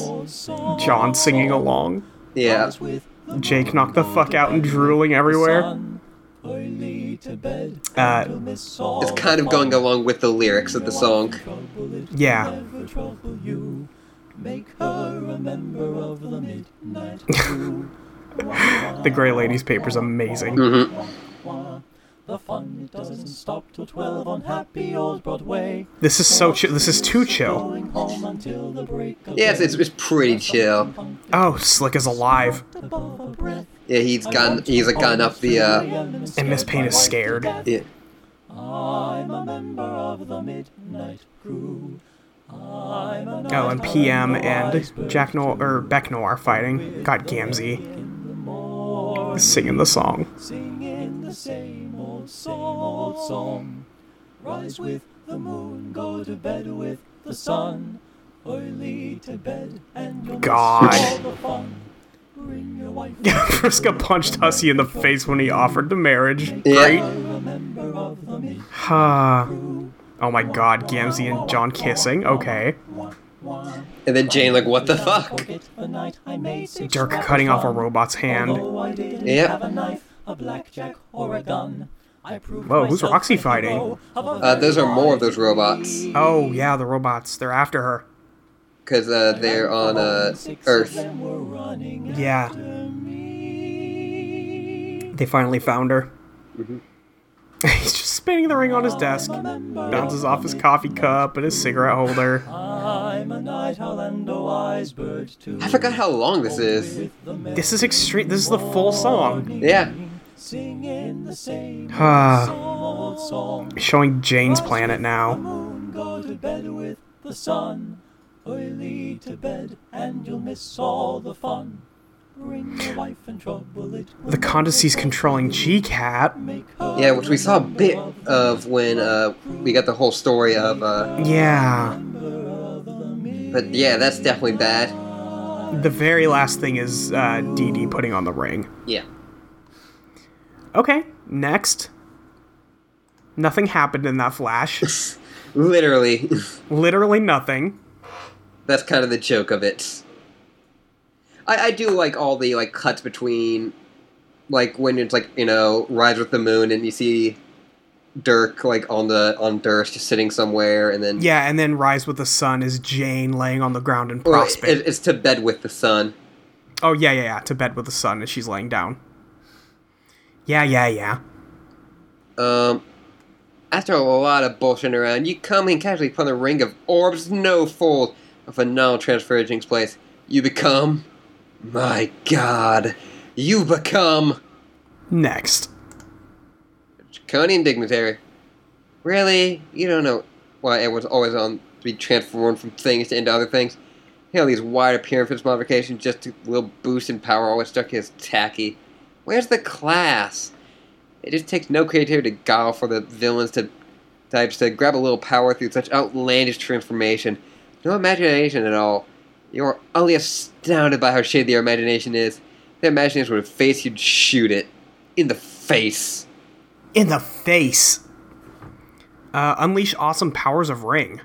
B: John singing along.
A: yeah.
C: with the
B: Jake knocked the fuck out and drooling everywhere.
C: sun. Early to bed.
B: Uh,
C: to miss all
A: It's kind of going along with the lyrics of the song.
C: trouble it
B: Yeah.
C: never trouble you. Make her a member of the midnight crew.
B: The Grey Lady's paper's amazing.
C: the fun it doesn't stop till twelve on happy old Broadway.
B: This is so chill. This is too chill.
C: Going home until the break of
A: Yeah, it's, it's, it's pretty chill.
B: Oh, Slick is alive.
C: above a breath.
A: Yeah, he's gone. He's like gone up the. Uh,
B: And Miss Payne is scared.
A: yeah.
C: I'm a member of the midnight crew. I'm a
B: Oh,
C: night
B: and PM and Jack Noel or Beck Noel are fighting. Got Gamzee
C: in the morning.
B: singing the song.
C: Singing the same old, same old song. Rise with the moon, go to bed with the sun. Early to bed and you'll miss
B: God.
C: all the fun. Bring your wife,
B: Friska punched Hussey in the face when he offered to marriage.
A: Yeah.
C: a member of the midnight
B: Ha. oh my god, Gamzee and John kissing? Okay.
A: And then Jane like, what the fuck?
C: Forget the night I made six
B: Dirk
C: rappers
B: cutting off a
C: fun.
B: robot's hand.
C: Although I didn't
A: Yep.
C: have a knife, a blackjack, or a gun. I proved
B: Whoa, who's
C: myself
B: Roxy
C: a hero of a
A: Uh, those are
C: very
A: more of those robots
B: Oh, yeah, the robots. They're after her.
A: because uh, they're on uh, Earth.
C: Them were running
B: Yeah.
C: after me.
B: They finally found her. He's just spinning the ring on his desk. Bounces off his coffee cup and his cigarette holder.
C: I'm a night owl and a wise bird too.
A: I forgot how long this is.
B: This is extreme. This is the full song.
A: Yeah.
C: Singing the same
B: Ah,
C: old song.
B: showing Jane's planet now.
C: Moon, go to bed with the sun. Early to bed and you'll miss all the fun. Bring your wife and trouble it will
B: The Condice's controlling G-Cat.
C: make her
A: Yeah, which we saw a bit of when uh, we got the whole story of uh,
B: Yeah.
C: member of the midnight
A: But yeah, that's definitely bad.
B: The very last thing is uh, Dee Dee putting on the ring.
A: Yeah.
B: Okay, next. Nothing happened in that flash.
A: Literally.
B: Literally nothing.
A: that's kind of the joke of it. I, I do like all the like cuts between like when it's like, you know, Rise with the Moon and you see Dirk like on the on Durst just sitting somewhere and then
B: Yeah, and then Rise with the Sun is Jane laying on the ground in
A: Well,
B: Prospect.
A: it, it's to bed with the sun.
B: oh, yeah, yeah, yeah. To bed with the sun as she's laying down. Yeah, yeah, yeah.
A: Um, after a lot of bullshitting around, you come and casually upon the ring of orbs, no fold of a non transfer takes place. You become. My god. You become.
B: Next.
A: Draconian Dignitary. Really? You don't know why everyone's always on to be transformed from things to into other things? You know, these wide appearance modifications just a little boost in power always stuck is tacky. Where's the class? It just takes no creativity to guile for the villains to types to grab a little power through such outlandish transformation. No imagination at all. You're only astounded by how shady their imagination is. If their imagination would face you'd shoot it. In the face.
B: In the face. Uh, unleash awesome powers of ring.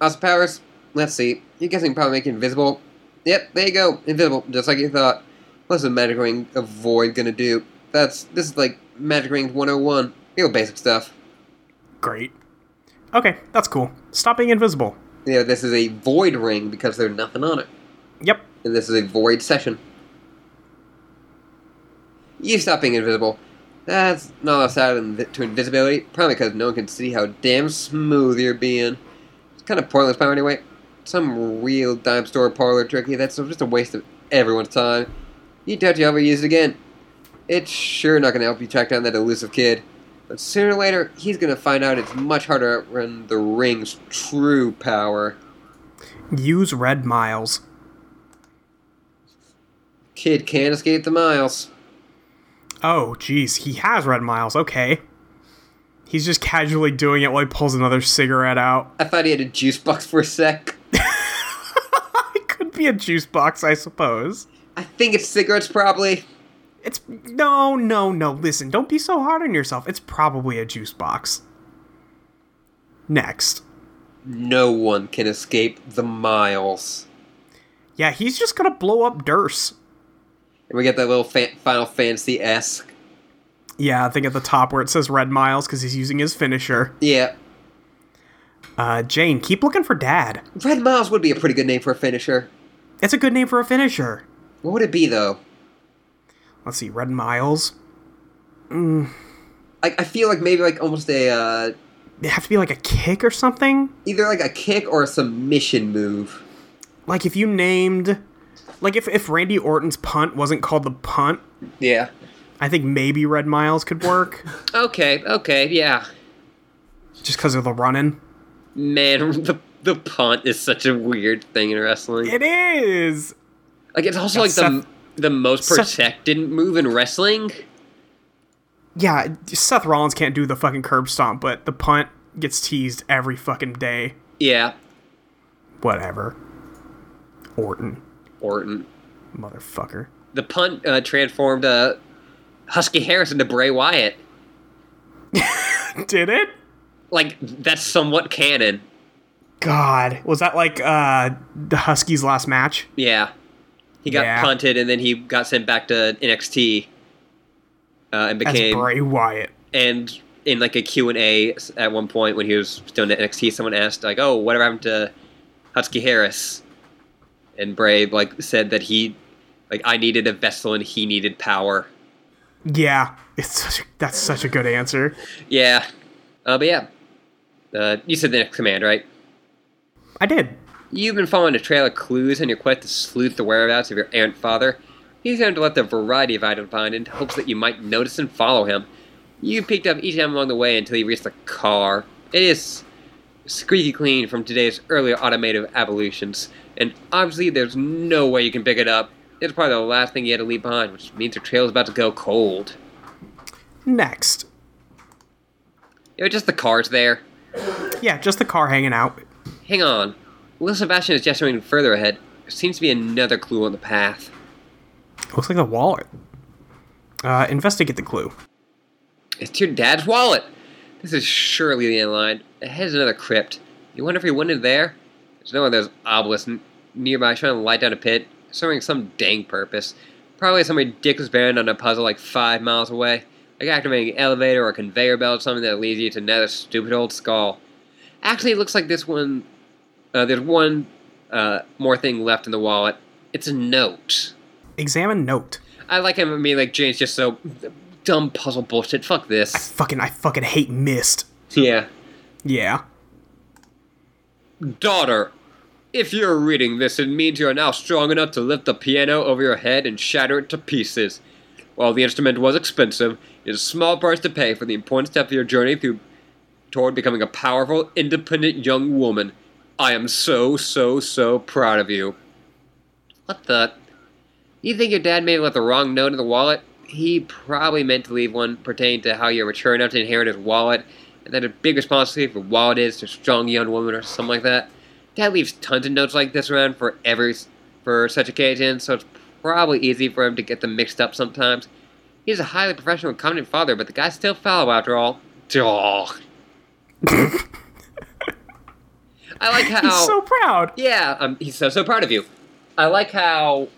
A: Awesome powers. Let's see. You're guessing probably make it invisible. Yep, there you go. Invisible, just like you thought. What's the magic ring of void gonna do? That's this is like magic ring 101. Real basic stuff.
B: Great. Okay, that's cool. Stop being invisible.
A: You know, this is a void ring because there's nothing on it,
B: Yep.
A: and this is a void session. You stop being invisible. That's not outside invi- to invisibility, probably because no one can see how damn smooth you're being. It's kind of pointless power anyway. Some real dime store parlor tricky. That's just a waste of everyone's time. You doubt you ever use it again. It's sure not going to help you track down that elusive kid. But sooner or later, he's going to find out it's much harder to outrun the ring's true power.
B: Use red miles.
A: Kid can't escape the miles.
B: Oh, jeez, he has red miles. Okay. He's just casually doing it while he pulls another cigarette out.
A: I thought he had a juice box for a sec.
B: it could be a juice box, I suppose.
A: I think it's cigarettes, probably.
B: It's no, no, no. Listen, don't be so hard on yourself. It's probably a juice box. Next.
A: No one can escape the miles.
B: Yeah, he's just gonna blow up Durst.
A: And we get that little fa- Final Fantasy esque.
B: Yeah, I think at the top where it says Red Miles because he's using his finisher.
A: Yeah.
B: Uh, Jane, keep looking for Dad.
A: Red Miles would be a pretty good name for a finisher.
B: It's a good name for a finisher.
A: What would it be, though?
B: Let's see, Red Miles.
A: I, I feel like maybe like almost a uh,
B: It have to be like a kick or something.
A: either like a kick or a submission move.
B: Like if you named, like if if Randy Orton's punt wasn't called the punt,
A: Yeah.
B: I think maybe Red Miles could work
A: Okay. Okay. Yeah.
B: just because of the running.
A: Man, the the punt is such a weird thing in wrestling.
B: It is.
A: like it's also
B: Yeah,
A: like
B: Seth-
A: the the most
B: Seth-
A: protected move in wrestling.
B: Yeah, Seth Rollins can't do the fucking curb stomp, but the punt gets teased every fucking day.
A: Yeah.
B: Whatever. Orton,
A: Orton.
B: motherfucker.
A: The punt uh, transformed uh, Husky Harris into Bray Wyatt.
B: Did it?
A: Like that's somewhat canon.
B: God, was that like uh the Huskies' last match?
A: Yeah. He got
B: Yeah.
A: punted and then he got sent back to NXT uh, and
B: As
A: became
B: Bray Wyatt.
A: and in like a Q&A s- at one point when he was still in NXT someone asked like, "Oh, whatever happened to Husky Harris?" And Bray like said that he like I needed a vessel and he needed power.
B: Yeah, it's such a, that's such a good answer.
A: Yeah. Uh, but yeah. Uh, you said the next command, right?
B: I did.
A: You've been following a trail of clues on your quest to sleuth the whereabouts of your errant father. He's going to left a variety of items behind in hopes that you might notice and follow him. You picked up each item along the way until you reached the car. It is squeaky clean from today's earlier automated evolutions, and obviously there's no way you can pick it up. It's probably the last thing you had to leave behind, which means your trail's about to go cold.
B: Next.
A: You know, just the car's there.
B: Yeah, just the car hanging out.
A: Hang on. Little Sebastian is gesturing further ahead. There seems to be another clue on the path.
D: Looks like the wallet. Uh, investigate the clue.
A: It's your dad's wallet! This is surely the end line. Ahead is another crypt. You wonder if he went in there? There's no one there's obelisk n- nearby trying to light down a pit, serving some dang purpose. Probably some ridiculous bearing on a puzzle like five miles away. Like activating an elevator or a conveyor belt or something that leads you to another stupid old skull. Actually, it looks like this one. Uh, there's one uh, more thing left in the wallet. It's a note.
D: Examine note.
A: I like him. I mean, like Jane's just so dumb puzzle bullshit. Fuck
D: I
A: this.
D: fucking I fucking hate mist.
A: Yeah.
D: Yeah.
A: Daughter, if you're reading this, it means you are now strong enough to lift the piano over your head and shatter it to pieces. While the instrument was expensive, it is a small price to pay for the important step of your journey through toward becoming a powerful, independent young woman. I am so, so, so proud of you. What the? You think your dad may have left the wrong note in the wallet? He probably meant to leave one pertaining to how you're mature enough to inherit his wallet, and that a big responsibility for wallet is to a strong young woman or something like that. Dad leaves tons of notes like this around for every for such occasions, so it's probably easy for him to get them mixed up sometimes. He's a highly professional and competent father, but the guy's still fallow after all. Dog. I like how
D: He's so proud.
A: yeah, um, he's so so proud of you. I like how,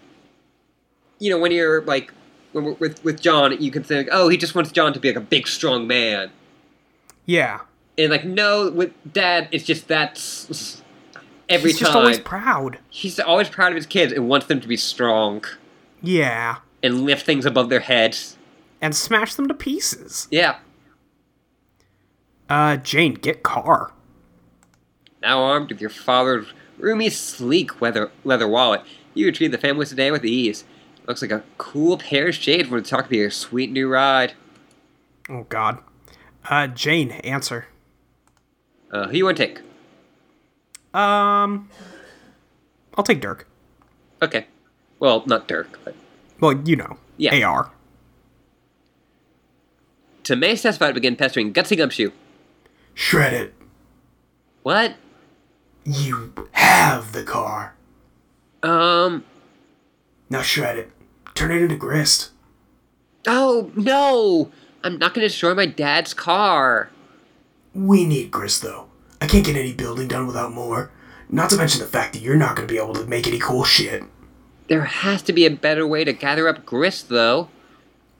A: you know, when you're like when we're, with with John, you can think, oh, he just wants John to be like a big, strong man,
D: Yeah.
A: and like no, with Dad, it's just that's every
D: He's
A: time
D: just always proud.
A: he's always proud of his kids and wants them to be strong
D: Yeah.
A: and lift things above their heads.
D: And smash them to pieces.
A: Yeah.
D: Uh, Jane, get car.
A: Now armed with your father's roomy, sleek leather, leather wallet, you retrieve the family sedan with ease. Looks like a cool pair of shades when talking about your sweet new ride.
D: Oh God. Uh, Jane, answer.
A: Uh, who you want to take?
D: Um, I'll take Dirk.
A: Okay. Well, not Dirk, but
D: Well, you know,
A: Yeah.
D: AR.
A: to May satisfied begin pestering Gutsy Gumshoe.
B: Shred it.
A: What?
B: You have the car.
A: Um.
B: Now shred it. Turn it into grist.
A: Oh no! I'm not gonna destroy my dad's car.
B: We need grist, though. I can't get any building done without more. Not to mention the fact that you're not going to be able to make any cool shit.
A: There has to be a better way to gather up grist, though.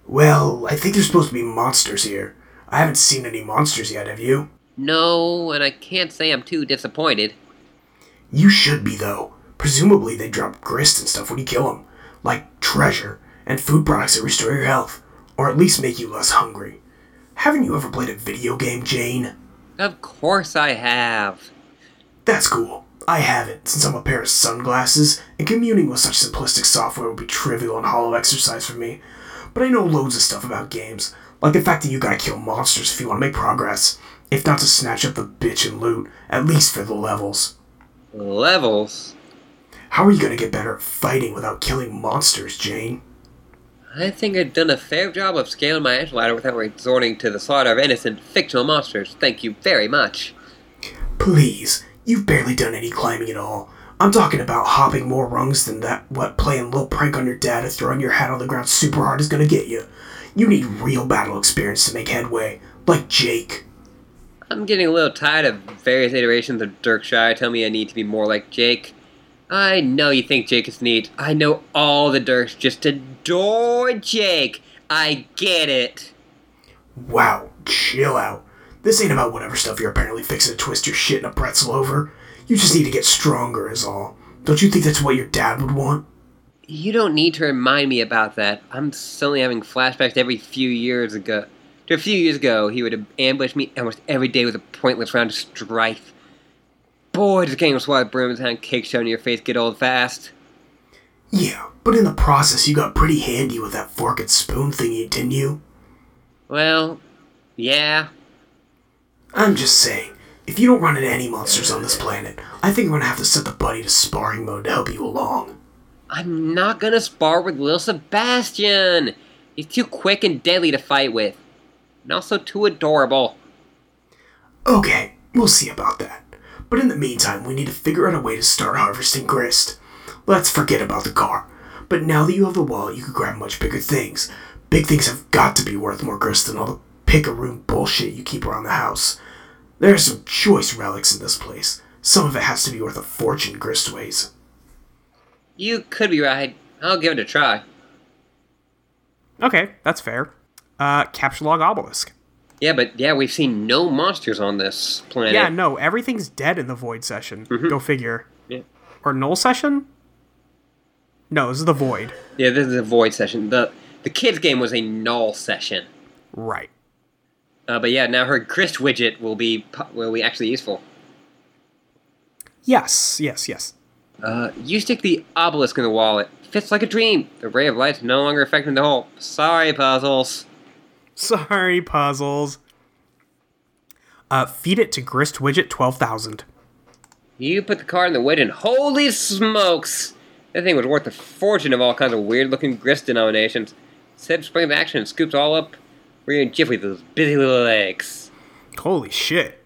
B: Well, I think there's supposed to be monsters here. I haven't seen any monsters yet, have you?
A: No, and I can't say I'm too disappointed.
B: You should be, though. Presumably, they drop grist and stuff when you kill them, like treasure and food products that restore your health, or at least make you less hungry. Haven't you ever played a video game, Jane?
A: Of course I have.
B: That's cool. I haven't, since I'm a pair of sunglasses, and communing with such simplistic software would be trivial and hollow exercise for me. But I know loads of stuff about games, like the fact that you gotta kill monsters if you wanna make progress, if not to snatch up the bitch and loot, at least for the levels.
A: Levels.
B: How are you gonna get better at fighting without killing monsters, Jane?
A: I think I've done a fair job of scaling my edge ladder without resorting to the slaughter of innocent fictional monsters. Thank you very much.
B: Please, you've barely done any climbing at all. I'm talking about hopping more rungs than that what playing little prank on your dad or throwing your hat on the ground super hard is gonna get you. You need real battle experience to make headway, like Jake.
A: I'm getting a little tired of various iterations of Dirk Shire tell me I need to be more like Jake. I know you think Jake is neat. I know all the Dirks just adore Jake. I get it.
B: Wow, chill out. This ain't about whatever stuff you're apparently fixing to twist your shit in a pretzel over. You just need to get stronger, is all. Don't you think that's what your dad would want?
A: You don't need to remind me about that. I'm suddenly having flashbacks to every few years ago. To a few years ago, he would ambush me almost every day with a pointless round of strife. Boy, does a game of swat brooms and cake shoved in your face get old fast.
B: Yeah, but in the process, you got pretty handy with that fork and spoon thingy, didn't you?
A: Well, yeah.
B: I'm just saying, if you don't run into any monsters on this planet, I think we're gonna have to set the buddy to sparring mode to help you along.
A: I'm not gonna spar with Lil Sebastian! He's too quick and deadly to fight with. And also too adorable.
B: Okay, we'll see about that. But in the meantime, we need to figure out a way to start harvesting grist. Let's forget about the car. But now that you have the wallet, you can grab much bigger things. Big things have got to be worth more grist than all the pick-a-room bullshit you keep around the house. There are some choice relics in this place. Some of it has to be worth a fortune grist weighs.
A: You could be right. I'll give it a try.
E: Okay, that's fair. Uh, capture log obelisk.
A: Yeah, but yeah, we've seen no monsters on this planet.
E: Yeah, no, everything's dead in the void session. Go figure.
A: Yeah.
E: Or null session? No, this is the void.
A: Yeah, this is a void session. The the kids game was a null session.
E: Right.
A: Uh, but yeah, now her grist widget will be po- will be actually useful.
E: Yes, yes, yes.
A: Uh, you stick the obelisk in the wallet. Fits like a dream. The ray of light's no longer affecting the hole. Sorry, puzzles.
E: Sorry, puzzles. Uh, feed it to Grist Widget 12,000.
A: You put the car in the wood, and holy smokes! That thing was worth a fortune of all kinds of weird looking grist denominations. Seb springs to action and scoops all up. We're in jiffy with those busy little legs.
E: Holy shit.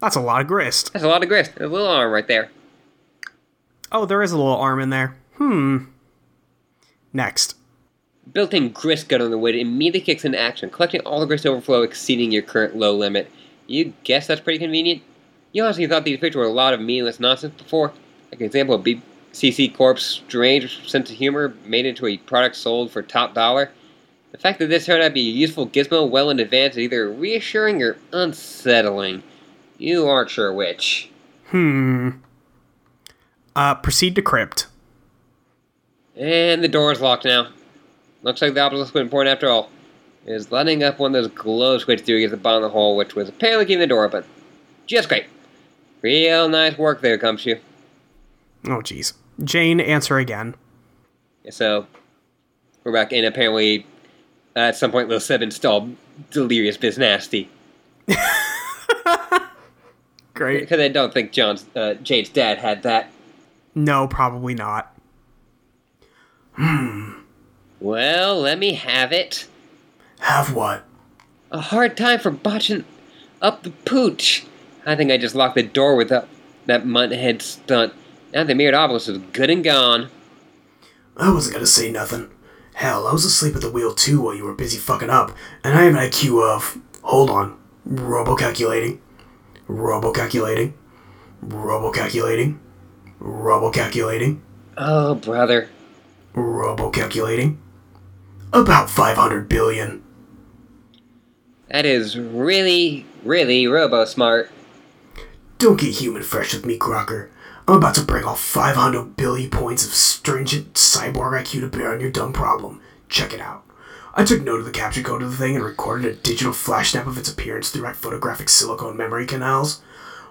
E: That's a lot of grist.
A: That's a lot of grist. There's a little arm right there.
E: Oh, there is a little arm in there. Hmm. Next.
A: Built in grist gun on the wood immediately kicks into action, collecting all the grist overflow exceeding your current low limit. You guess that's pretty convenient? You honestly thought these pictures were a lot of meaningless nonsense before? Like an example of BCC Corp's strange sense of humor made into a product sold for top dollar? The fact that this turned out to be a useful gizmo well in advance is either reassuring or unsettling. You aren't sure which.
E: Hmm. Uh, proceed to crypt.
A: And the door is locked now. Looks like the obelisk was important after all. It is lighting up one of those glow switches through against the bottom of the hole, which was apparently keeping the door open. Just great. Real nice work there, Gumshoe.
E: Oh, jeez. Jane, answer again.
A: So, we're back, and apparently, uh, at some point, Lil Seb installed Delirious Biz Nasty.
E: Great.
A: Because I don't think John's, uh, Jane's dad had that.
E: No, probably not.
A: Well, let me have it.
B: Have what?
A: A hard time for botching up the pooch. I think I just locked the door with that, that mutt head stunt. Now the mirrored obelisk is good and gone.
B: I wasn't gonna say nothing. Hell, I was asleep at the wheel too while you were busy fucking up, and I have an IQ of. Hold on. Robo calculating. Robo calculating. Robo calculating. Robo calculating.
A: Oh, brother.
B: Robo calculating. About 500 billion.
A: That is really, really robo smart.
B: Don't get human fresh with me, Crocker. I'm about to bring all 500 billion points of stringent cyborg IQ to bear on your dumb problem. Check it out. I took note of the capture code of the thing and recorded a digital flash snap of its appearance through my photographic silicone memory canals.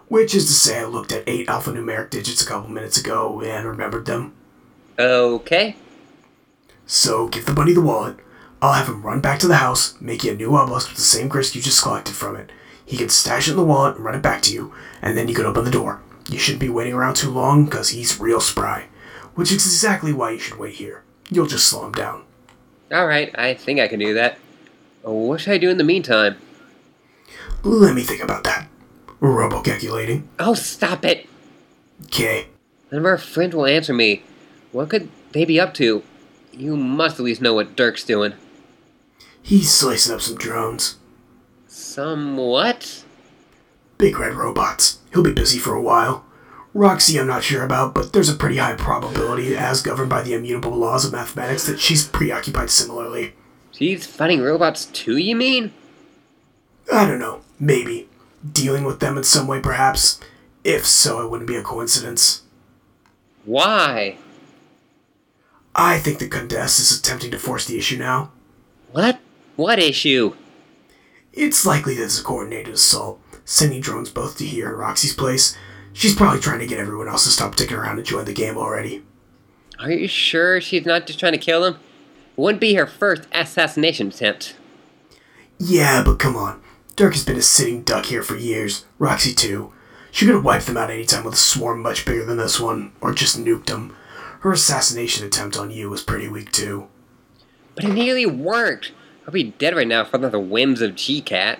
B: Which is to say, I looked at eight alphanumeric digits a couple minutes ago and remembered them.
A: Okay.
B: So give the bunny the wallet. I'll have him run back to the house, make you a new obelisk with the same grist you just collected from it. He can stash it in the wallet and run it back to you, and then you can open the door. You shouldn't be waiting around too long, because he's real spry. Which is exactly why you should wait here. You'll just slow him down.
A: Alright, I think I can do that. Oh, What should I do in the meantime?
B: Let me think about that. Robo calculating.
A: Oh, stop it!
B: Okay.
A: None of our friends will answer me. What could they be up to? You must at least know what Dirk's doing.
B: He's slicing up some drones.
A: Somewhat?
B: Big red robots. He'll be busy for a while. Roxy, I'm not sure about, but there's a pretty high probability, as governed by the immutable laws of mathematics, that she's preoccupied similarly.
A: She's fighting robots too, you mean?
B: I don't know. Maybe. Dealing with them in some way, perhaps. If so, it wouldn't be a coincidence.
A: Why?
B: I think the Condess is attempting to force the issue now.
A: What? What issue?
B: It's likely that it's a coordinated assault, sending drones both to here and Roxy's place. She's probably trying to get everyone else to stop dicking around and join the game already.
A: Are you sure she's not just trying to kill him? It wouldn't be her first assassination attempt.
B: Yeah, but come on. Dirk has been a sitting duck here for years. Roxy too. She could have wiped them out anytime with a swarm much bigger than this one, or just nuked them. Her assassination attempt on you was pretty weak too.
A: But it nearly worked. I'll be dead right now if not for the whims of G-Cat.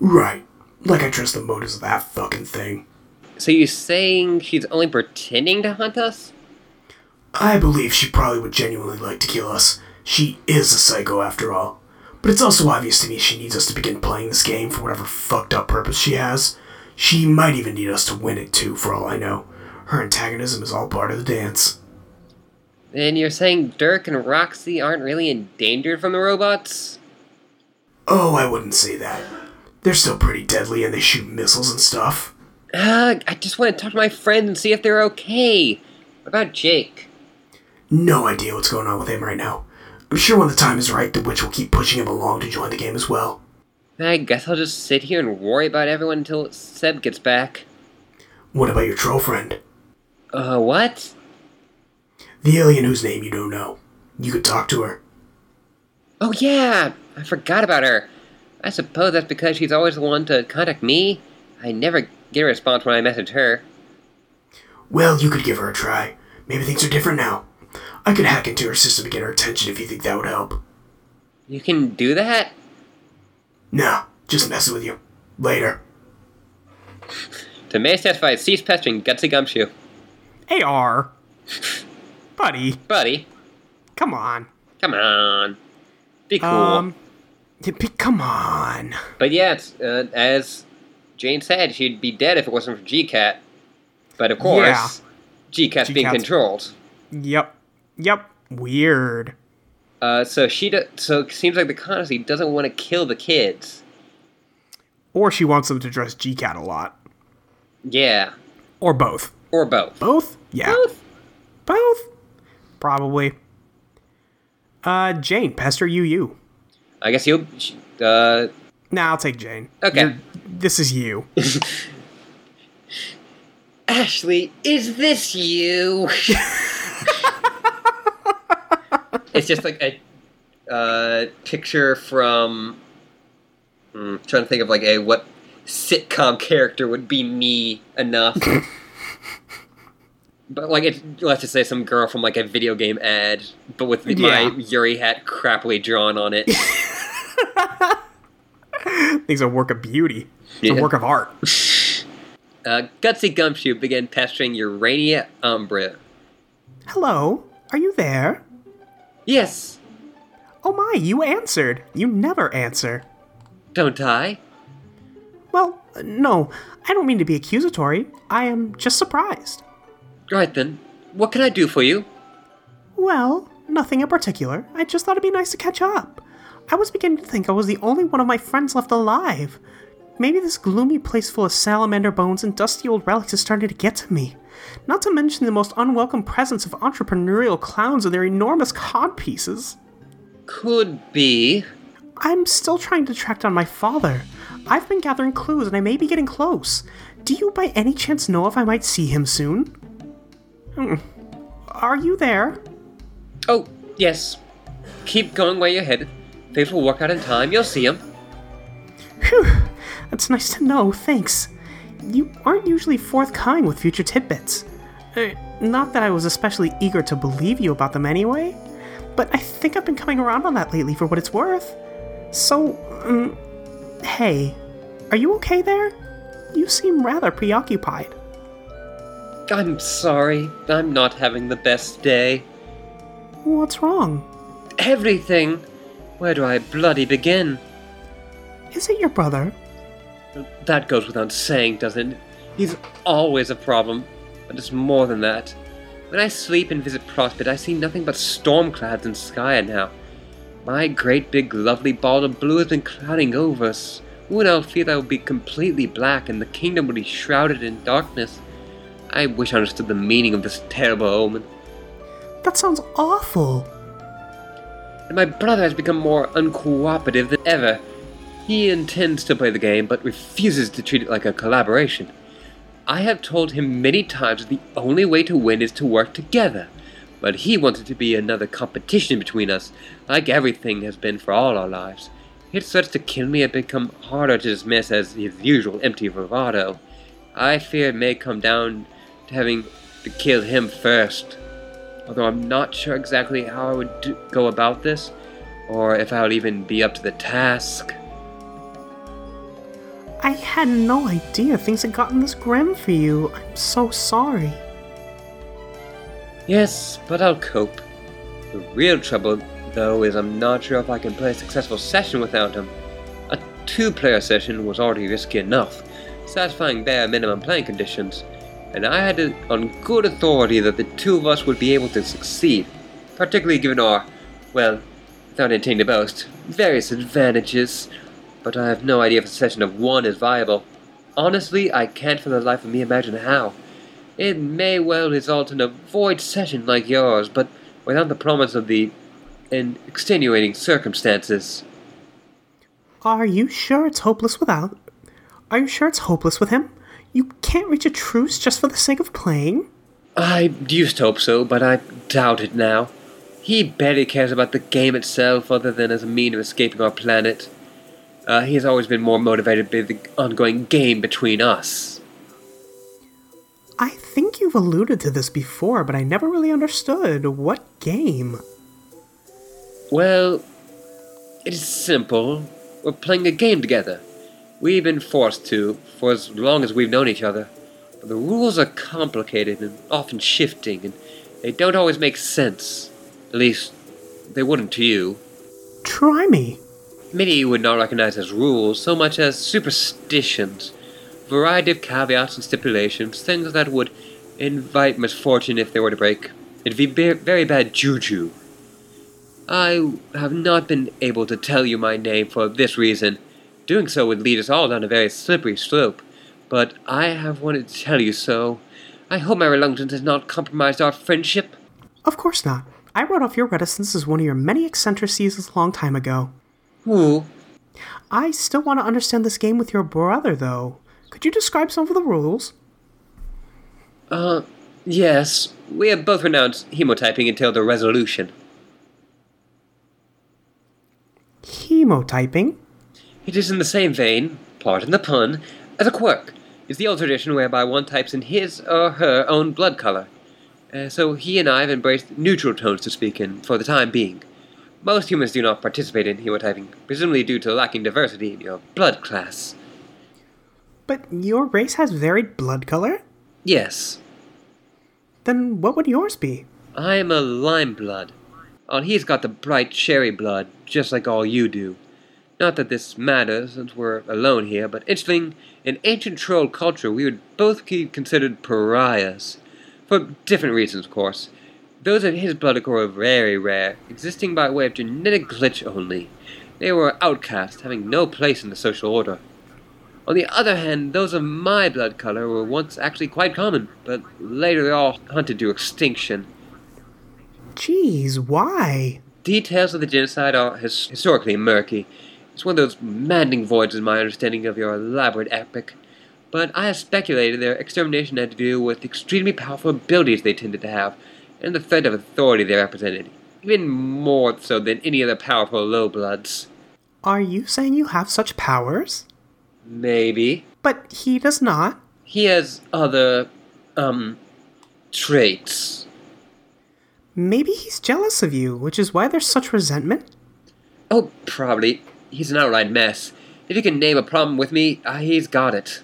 B: Right. Like I trust the motives of that fucking thing.
A: So you're saying she's only pretending to hunt us?
F: I believe she probably would genuinely like to kill us. She is a psycho after all. But it's also obvious to me she needs us to begin playing this game for whatever fucked up purpose she has. She might even need us to win it too, for all I know. Her antagonism is all part of the dance.
A: And you're saying Dirk and Roxy aren't really endangered from the robots?
F: Oh, I wouldn't say that. They're still pretty deadly and they shoot missiles and stuff.
A: Uh, I just want to talk to my friends and see if they're okay. What about Jake?
F: No idea what's going on with him right now. I'm sure when the time is right, the witch will keep pushing him along to join the game as well.
A: I guess I'll just sit here and worry about everyone until Seb gets back.
F: What about your troll friend?
A: Uh, what?
F: The alien whose name you don't know. You could talk to her.
A: Oh, yeah! I forgot about her. I suppose that's because she's always the one to contact me. I never get a response when I message her.
F: Well, you could give her a try. Maybe things are different now. I could hack into her system to get her attention if you think that would help.
A: You can do that?
F: No, just messing with you. Later.
A: To May satisfied, cease pestering Gutsy Gumshoe.
B: AR. Buddy,
A: Buddy,
B: come on.
A: come on. Be cool.
B: Um, yeah, be- come on.
A: But yeah, it's, uh, as Jane said, she'd be dead if it wasn't for GCAT. But of course, GCAT's being
B: GCAT's
A: controlled.
B: Yep. Yep. Weird.
A: Uh, so she do- so it seems like the Connoisseur doesn't want to kill the kids.
B: Or she wants them to dress GCAT a lot.
A: Yeah,
B: Or both.
A: or both.
B: Both? Yeah.
A: Both.
B: Both? Probably. Uh, Jane, pester you, you.
A: I guess you'll. sh- Uh,
B: Nah, I'll take Jane.
A: Okay.
B: This is you.
A: Ashley, is this you? it's just like a uh, picture from. Mm, trying to think of like a what sitcom character would be me enough. but like it's let's just say some girl from like a video game ad, but with
B: Yeah.
A: my Yuri hat crappily drawn on it.
B: Things a work of beauty.
A: Yeah.
B: It's a work of art.
A: Uh, Gutsy Gumshoe began pestering Urania Umbra.
B: Hello, are you there?
A: Yes,
B: Oh my, you answered. You never answer.
A: don't I?
B: Well, uh, no, I don't mean to be accusatory. I am just surprised.
A: Right then, what can I do for you?
B: Well, nothing in particular. I just thought it'd be nice to catch up. I was beginning to think I was the only one of my friends left alive. Maybe this gloomy place full of salamander bones and dusty old relics is starting to get to me. Not to mention the most unwelcome presence of entrepreneurial clowns and their enormous cod pieces.
A: Could be.
B: I'm still trying to track down my father. I've been gathering clues and I may be getting close. Do you by any chance know if I might see him soon? Hmm. Are you there?
A: Oh, yes. Keep going where you're headed. Things will work out in time. You'll see him.
B: Phew, that's nice to know, thanks. You aren't usually forthcoming with future tidbits. Uh, not that I was especially eager to believe you about them anyway, but I think I've been coming around on that lately for what it's worth. So, um, hey, are you okay there? You seem rather preoccupied.
A: I'm sorry. I'm not having the best day.
B: What's wrong?
A: Everything. Where do I bloody begin?
B: Is it your brother?
A: That goes without saying, doesn't it? He's always a problem. But it's more than that. When I sleep and visit Prospect, I see nothing but storm clouds and sky now. My great big lovely ball of blue has been clouding over us. Soon I'll feel I will be completely black and the kingdom will be shrouded in darkness. I wish I understood the meaning of this terrible omen.
B: That sounds awful.
A: And my brother has become more uncooperative than ever. He intends to play the game, but refuses to treat it like a collaboration. I have told him many times the only way to win is to work together, but he wants it to be another competition between us, like everything has been for all our lives. His threats to kill me have become harder to dismiss as his usual empty bravado. I fear it may come down to having to kill him first although I'm not sure exactly how I would do, go about this, or if I would even be up to the task.
B: I I had no idea things had gotten this grim for you. I'm so sorry.
A: Yes, but I'll cope. The real trouble, though, is I'm not sure if I can play a successful session without him. A two player session was already risky enough, satisfying bare minimum playing conditions, and I had it on good authority that the two of us would be able to succeed, particularly given our, well, without intending to boast, various advantages. But I have no idea if a session of one is viable. Honestly, I can't for the life of me imagine how. It may well result in a void session like yours, but without the promise of the and extenuating circumstances.
B: Are you sure it's hopeless without? Are you sure it's hopeless with him? You can't reach a truce just for the sake of playing?
A: I used to hope so, but I doubt it now. He barely cares about the game itself other than as a means of escaping our planet. Uh, he has always been more motivated by the ongoing game between us.
B: I think you've alluded to this before, but I never really understood. What game?
A: Well, it is simple. We're playing a game together. We've been forced to for as long as we've known each other. But the rules are complicated and often shifting, and they don't always make sense. At least, they wouldn't to you.
B: Try me.
A: Many you would not recognize as rules so much as superstitions, variety of caveats and stipulations, things that would invite misfortune if they were to break. It'd be be- very bad juju. I have not been able to tell you my name for this reason. Doing so would lead us all down a very slippery slope, but I have wanted to tell you so. I hope my reluctance has not compromised our friendship.
B: Of course not. I wrote off your reticence as one of your many eccentricities a long time ago.
A: Ooh,
B: I still want to understand this game with your brother, though. Could you describe some of the rules?
A: uh, yes, we have both renounced hemotyping until the resolution.
B: Hemotyping.
A: It is in the same vein, pardon the pun, as a quirk. It's the old tradition whereby one types in his or her own blood color. Uh, so he and I have embraced neutral tones to speak in for the time being. Most humans do not participate in hemotyping, presumably due to lacking diversity in your blood class.
B: But your race has varied blood color?
A: Yes,
B: Then what would yours be?
A: I am a lime blood. Oh, he's got the bright cherry blood, just like all you do. Not that this matters, since we're alone here, but interesting, in ancient troll culture, we would both be considered pariahs. For different reasons, of course. Those of his blood core are very rare, existing by way of genetic glitch only. They were outcasts, having no place in the social order. On the other hand, those of my blood color were once actually quite common, but later they all hunted to extinction.
B: Geez, why?
A: Details of the genocide are his- historically murky. It's one of those maddening voids in my understanding of your elaborate epic. But I have speculated their extermination had to do with the extremely powerful abilities they tended to have, and the threat of authority they represented, even more so than any other powerful low bloods.
B: Are you saying you have such powers?
A: Maybe.
B: But he does not.
A: He has other, um, traits.
B: Maybe he's jealous of you, which is why there's such resentment?
A: Oh, probably. He's an outright mess. If he can name a problem with me, uh, he's got it.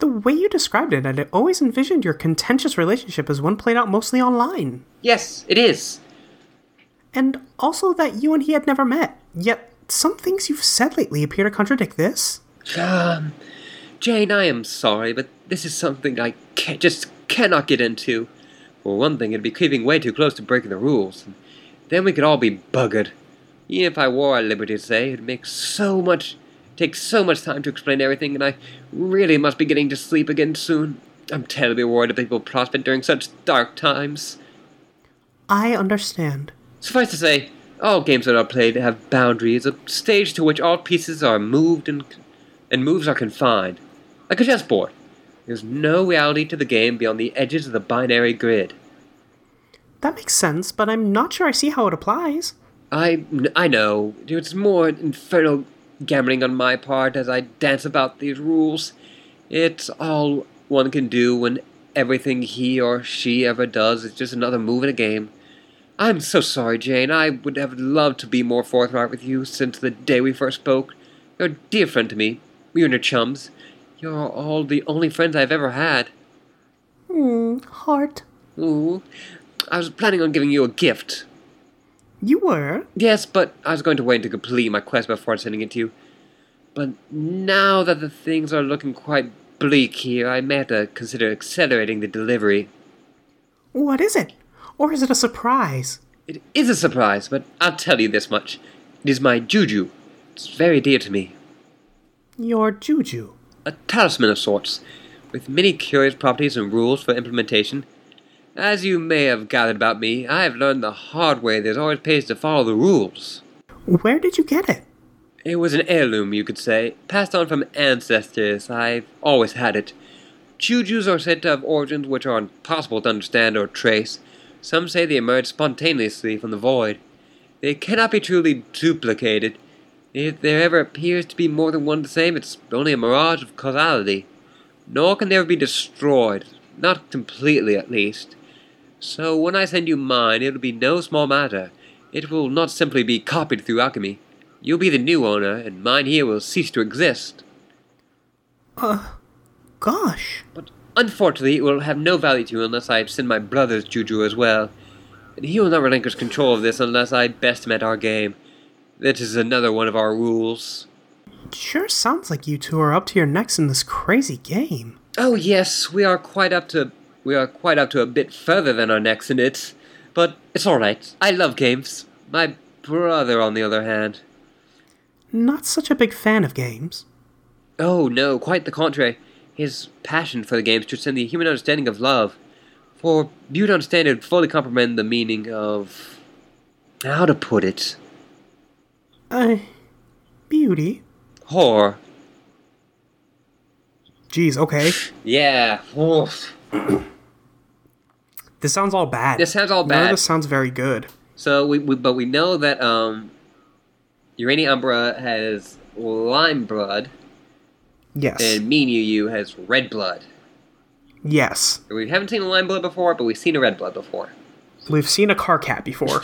B: The way you described it, I'd always envisioned your contentious relationship as one played out mostly online.
A: Yes, it is.
B: And also that you and he had never met. Yet, some things you've said lately appear to contradict this.
A: Um, Jane, I am sorry, but this is something I ca just cannot get into. For one thing, it'd be creeping way too close to breaking the rules. And then we could all be buggered. Even if I were at liberty to say, it'd make so much, take so much time to explain everything, and I really must be getting to sleep again soon. I'm terribly worried about people prospect during such dark times.
B: I understand.
A: Suffice to say, all games that are played have boundaries, a stage to which all pieces are moved and, and moves are confined. Like a chessboard, there's no reality to the game beyond the edges of the binary grid.
B: That makes sense, but I'm not sure I see how it applies.
A: I, I know, it's more infernal gambling on my part as I dance about these rules. It's all one can do when everything he or she ever does is just another move in a game. I'm so sorry, Jane. I would have loved to be more forthright with you since the day we first spoke. You're a dear friend to me, you and your chums, You're all the only friends I've ever had.
B: Hmm, Heart.
A: Ooh. I was planning on giving you a gift.
B: You were?
A: Yes, but I was going to wait to complete my quest before sending it to you. But now that the things are looking quite bleak here, I may have to consider accelerating the delivery.
B: What is it? Or is it a surprise?
A: It is a surprise, but I'll tell you this much. It is my juju. It's very dear to me.
B: Your juju.
A: A talisman of sorts, with many curious properties and rules for implementation. As you may have gathered about me, I have learned the hard way that it always pays to follow the rules.
B: Where did you get it?
A: It was an heirloom, you could say, passed on from ancestors. I've always had it. Jujus are said to have origins which are impossible to understand or trace. Some say they emerged spontaneously from the void. They cannot be truly duplicated. If there ever appears to be more than one the same, it's only a mirage of causality. Nor can they ever be destroyed, not completely at least. So when I send you mine, it'll be no small matter. It will not simply be copied through alchemy. You'll be the new owner, and mine here will cease to exist.
B: Uh, Gosh.
A: But unfortunately, it will have no value to you unless I send my brother's juju as well. And he will not relinquish control of this unless I best him at our game. That is another one of our rules.
B: Sure sounds like you two are up to your necks in this crazy game.
A: Oh yes, we are quite up to we are quite up to a bit further than our necks in it. But it's all right. I love games. My brother, on the other hand.
B: Not such a big fan of games.
A: Oh no, quite the contrary. His passion for the games transcends the human understanding of love. For you to understand it would fully comprehend the meaning of how to put it.
B: Uh, beauty.
A: Horror.
B: Jeez, okay.
A: Yeah. Oof.
B: This sounds all bad.
A: This sounds all
B: None of
A: bad.
B: this sounds very good.
A: So we, we but we know that um Urania Umbra has lime blood
B: Yes.
A: and Mean Yu Yu has red blood.
B: yes.
A: We haven't seen a lime blood before, but we've seen a red blood before.
B: We've seen a car cat before.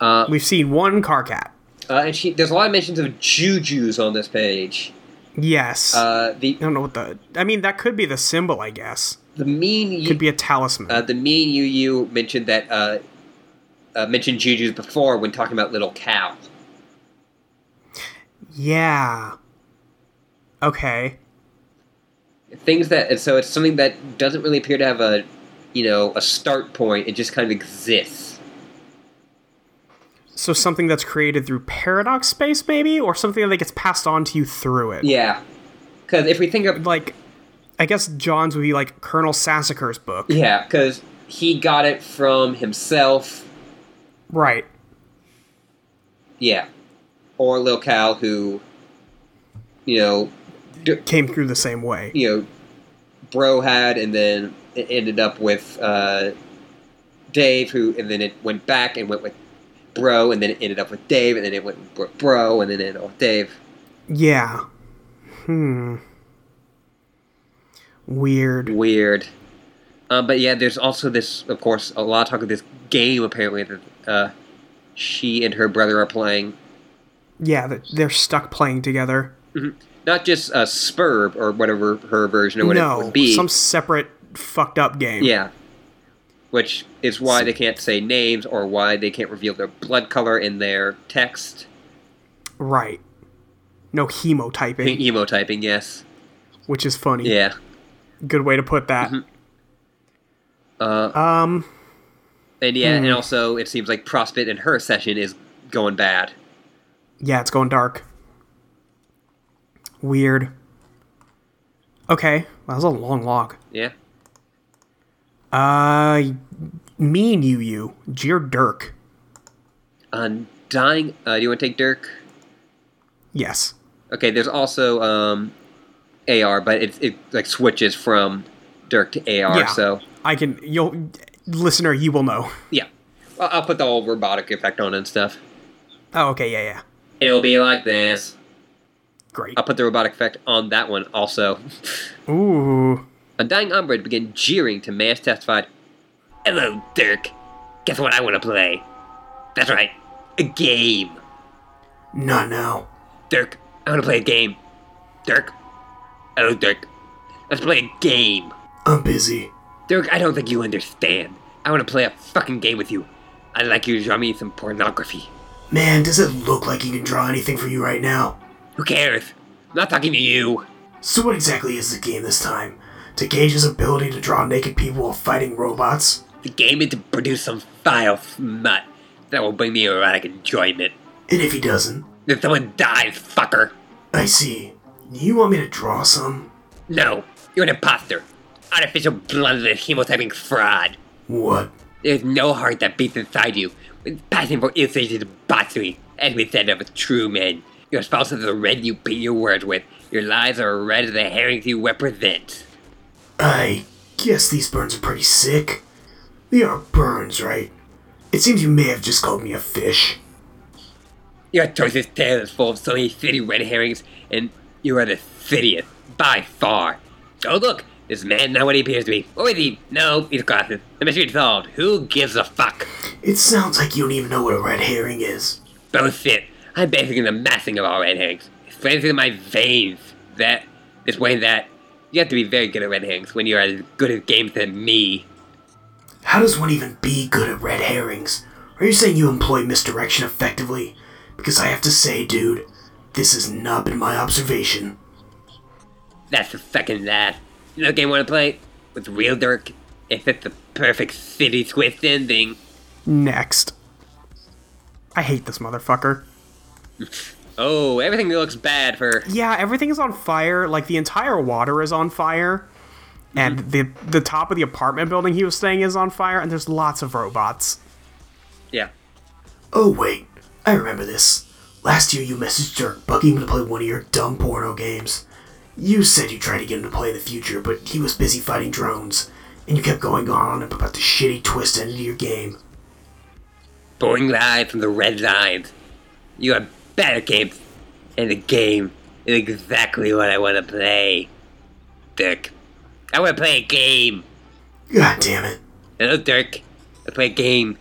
A: Uh,
B: We've seen one car cat.
A: uh, and she, there's a lot of mentions of jujus on this page.
B: Yes.
A: Uh, the
B: I don't know what the. I mean, that could be the symbol, I guess.
A: the mean Yu-
B: Could be a talisman.
A: uh, the mean Yu Yu mentioned that uh, uh, mentioned jujus before when talking about little cow.
B: yeah. Okay.
A: things that and so it's something that doesn't really appear to have a you know a start point it just kind of exists
B: So something that's created through paradox space, maybe, or something that gets passed on to you through it.
A: yeah because if we think of
B: Like, I guess John's would be like Colonel Sassaker's book.
A: yeah because he got it from himself
B: Right.
A: yeah or lil cal who you know d-
B: Came through the same way.
A: you know bro had and then it ended up with uh dave who and then it went back and went with bro and then it ended up with dave and then it went with Bro- bro and then it ended up with dave
B: Yeah. Hmm. Weird.
A: weird. Um, but yeah, there's also this, of course, a lot of talk of this game apparently that uh, she and her brother are playing.
B: Yeah, th- they're stuck playing together.
A: Not just uh, Spurb or whatever her version or what it
B: No,
A: would be.
B: some separate fucked up game.
A: yeah. Which is why they can't say names or why they can't reveal their blood color in their text.
B: Right. No hemotyping,
A: Hemotyping, yes.
B: which is funny.
A: Yeah. Mm-hmm.
B: Good way to put that.
A: Uh,
B: Um,
A: and yeah, and also it seems like Prospect and her session is going bad.
B: yeah, it's going dark. Weird. Okay, well, that was a long log.
A: Yeah.
B: Uh, mean you, you, jeer Dirk.
A: Undying. Uh, do you want to take Dirk?
B: Yes.
A: Okay, there's also um, AR, but it, it like switches from Dirk to AR.
B: Yeah.
A: So
B: I can. You'll, listener, you will know.
A: yeah, well, I'll put the whole robotic effect on and stuff.
B: Oh, okay, yeah, yeah,
A: It'll be like this.
B: great.
A: I'll put the robotic effect on that one also.
B: Ooh,
A: Undying Umbridge began jeering to Mass testified. Hello, Dirk. Guess what I want to play? That's right, a game.
F: Not now.
A: Dirk, I want to play a game. Dirk, I don't think. Let's play a game.
B: I'm busy.
A: Dirk, I don't think you understand. I want to play a fucking game with you. I'd like you to draw me some pornography.
B: Man, does it look like you can draw anything for you right now?
A: Who cares? I'm not talking to you.
B: So, what exactly is the game this time? To gauge his ability to draw naked people while fighting robots?
A: The game is to produce some vile smut that will bring me erotic enjoyment.
B: And if he doesn't?
A: If someone dies, fucker.
B: I see. You want me to draw some?
A: No, you're an imposter. Artificial bloodless hemotyping fraud.
B: What?
A: There's no heart that beats inside you, with passion for insatiable debauchery, as we said of a true man. Your spouse is the red you paint your words with. Your lies are red as the herrings you represent.
B: I guess these burns are pretty sick. They are burns, right? It seems you may have just called me a fish.
A: Your choices tale is full of so many city red herrings, and you are the cityest by far. Oh look, this man now what he appears to be. What is he? No, he's glasses. The mystery solved. Who gives a fuck?
B: It sounds like you don't even know what a red herring is.
A: Bullshit. I'm basically the massing of all red herrings. It's flowing through my veins. That this way that you have to be very good at red herrings when you're as good at games than me.
B: How does one even be good at red herrings? Are you saying you employ misdirection effectively? Because I have to say, dude, this has not been my observation.
A: That's the fucking that. You know what game I wanna play? With real Dirk. If it's the perfect city swift ending.
G: Next. I hate this motherfucker.
A: Oh, everything looks bad for
G: Yeah, everything is on fire. Like the entire water is on fire. And
B: Mm-hmm.
G: the the top of the apartment building he was staying is on fire, and there's lots of robots.
A: Yeah.
B: Oh, wait. I remember this. Last year you messaged Dirk bugging him to play one of your dumb porno games. You said you tried to get him to play in the future, but he was busy fighting drones, and you kept going on about the shitty twist end of your game.
A: Boring live from the red lines. You are better games. And the game is exactly what I wanna play. Dirk. I wanna play a game.
B: God damn it.
A: Hello, Dirk. I play a game.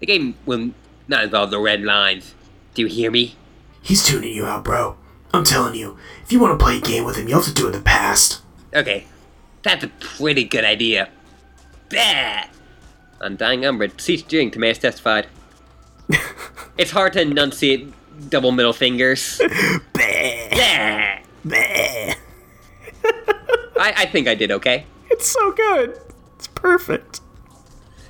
A: The game will not involve the red lines. Do you hear me?
B: He's tuning you out, bro. I'm telling you, if you want to play a game with him, you'll have to do it in the past.
A: Okay, that's a pretty good idea. Bah! Undying Umbridge ceased doing to as testified. it's hard to enunciate double middle fingers.
G: Bleh,
A: Bah!
G: bleh.
A: I, I think I did okay.
G: It's so good. It's perfect.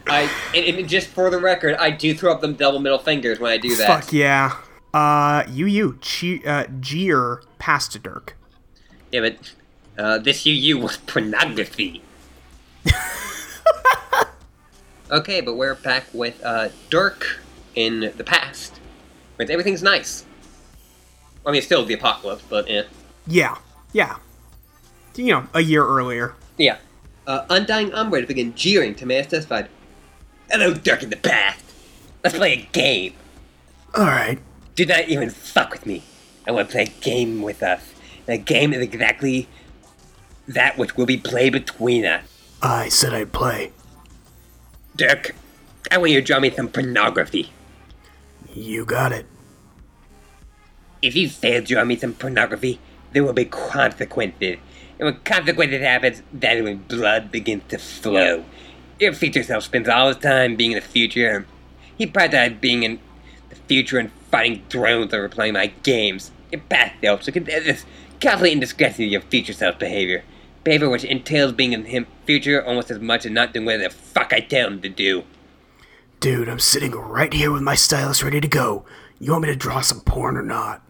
A: I and, and just for the record, I do throw up them double middle fingers when I do that.
G: Fuck yeah. Uh, you you che- uh, jeer past to Dirk.
A: Yeah, but uh, this UU was pornography. okay, but we're back with uh, Dirk in the past. With everything's nice. I mean, it's still the apocalypse, but eh.
G: Yeah, yeah. You know, a year earlier.
A: Yeah. Uh, Undying Umbridge began jeering to Mass Testified. Hello, Dirk in the past. Let's play a game.
B: Alright.
A: Do not even fuck with me. I want to play a game with us. And a game is exactly that which will be played between us.
B: I said I'd play.
A: Dirk, I want you to draw me some pornography.
B: You got it.
A: If you fail to draw me some pornography, there will be consequences. And when consequences happens, that is when blood begins to flow. Your future self spends all his time being in the future. He prioritized being in the future and fighting drones over playing my games. Your past self so condemns this constantly indiscretion of your future self's behavior. Behavior which entails being in the future almost as much as not doing what the fuck I tell him to do.
B: Dude, I'm sitting right here with my stylus ready to go. You want me to draw some porn or not?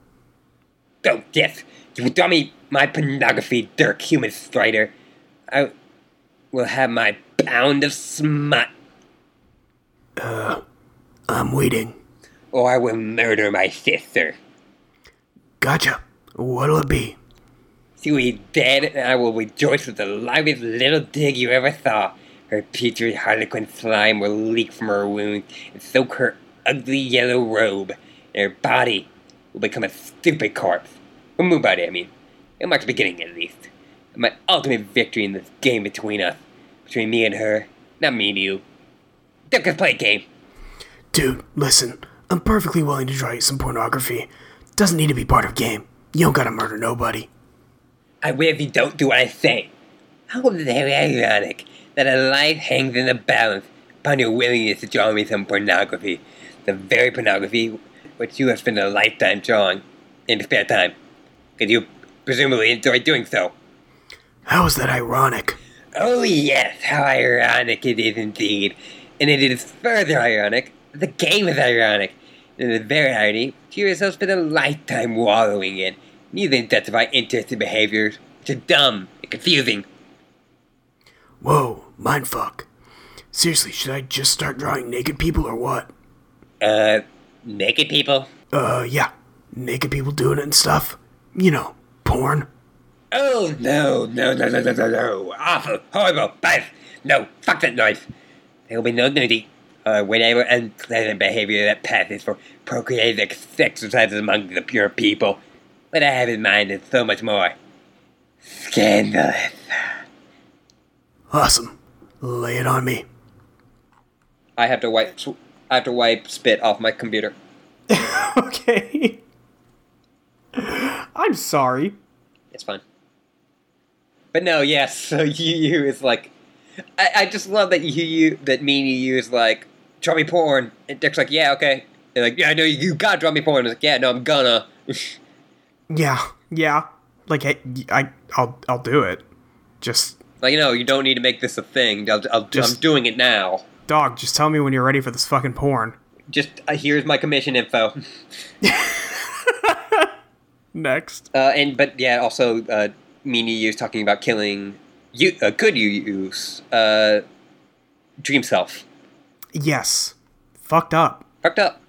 A: Go death! You will draw me my pornography, Dirk Human Strider. I will have my pound of smut,
B: I'm waiting.
A: or I will murder my sister.
B: Gotcha. What'll it be?
A: She will be dead, and I will rejoice with the liveliest little dig you ever saw. Her putrid harlequin slime will leak from her wound and soak her ugly yellow robe, and her body will become a stupid corpse. A moon body, I mean. It marks the beginning, at least. of My ultimate victory in this game between us. Between me and her. Not me and you. Don't just play a game.
B: Dude, listen. I'm perfectly willing to draw you some pornography. Doesn't need to be part of game. You don't gotta murder nobody.
A: I really don't do what I say. How very ironic that a life hangs in the balance upon your willingness to draw me some pornography. The very pornography which you have spent a lifetime drawing in spare time. Because you presumably enjoy doing so.
F: How is that ironic?
A: Oh, yes, how ironic it is indeed. And it is further ironic. that The game is ironic. And the very irony, you yourself spent a lifetime wallowing in. And you then justify interests and behaviors to dumb and confusing.
F: Whoa, mindfuck. Seriously, should I just start drawing naked people or what?
A: Uh, naked people.
F: Uh, yeah. Naked people doing it and stuff. You know, porn.
A: Oh, no, no, no, no, no, no, no. Awful, horrible, bad. No, fuck that noise. There will be no nudity uh, or whatever unpleasant behavior that passes for procreative exercises among the pure people. What I have in mind is so much more. Scandalous.
F: Awesome. Lay it on me.
A: I have to wipe. sw- I have to wipe spit off my computer.
B: okay. I'm sorry.
A: It's fine. But no, yes. So you you is like, I, I just love that you you that me and you is like draw me porn. And Dick's like, yeah, okay. And like, yeah, I know you gotta draw me porn. I was like, yeah, no, I'm gonna.
B: Yeah, yeah. Like I, I, I'll, I'll do it. Just,
A: like, no, you don't need to make this a thing. I'll, I'll, I'm
B: Just-
A: doing it now.
B: dog. Just tell me when you're ready for this fucking porn.
A: Just uh, here's my commission info.
B: Next.
A: Uh, and but yeah, also uh, Mini Yu's talking about killing you. Uh, good you use uh, dream self.
B: Yes. Fucked up.
A: Fucked up.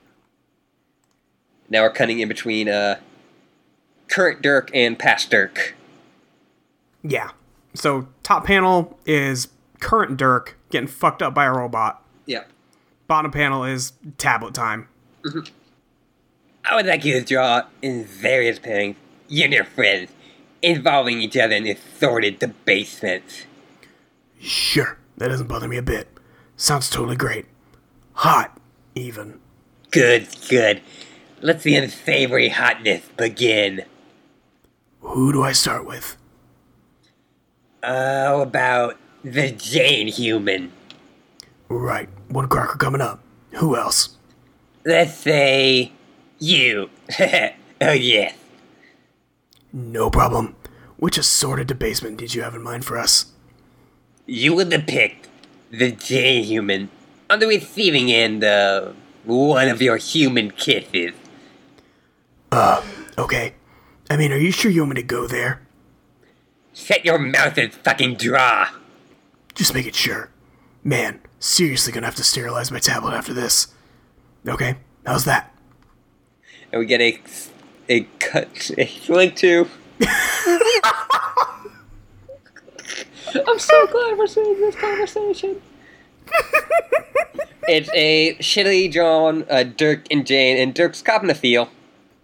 A: Now we're cutting in between uh, current Dirk and past Dirk.
B: Yeah. So top panel is current Dirk getting fucked up by a robot.
A: Yeah.
B: Bottom panel is tablet time.
A: I would like you to draw in various pairings, you and your friends, involving each other in this sordid debasement.
F: Sure, that doesn't bother me a bit. Sounds totally great. Hot, even.
A: Good, good. Let the unsavory hotness begin.
F: Who do I start with?
A: Uh, how about the Jane human?
F: Right, one cracker coming up. Who else?
A: Let's say you. oh yes.
F: No problem. Which assorted debasement did you have in mind for us?
A: You will depict the J human on the receiving end of one of your human kisses.
F: Okay. I mean, are you sure you want me to go there?
A: Shut your mouth and fucking draw.
F: Just make it sure. Man, seriously gonna have to sterilize my tablet after this. Okay, how's that?
A: And we get a a cut a link to. I'm so glad we're seeing this conversation. it's a shittily drawn uh, Dirk and Jane, and Dirk's copping a feel.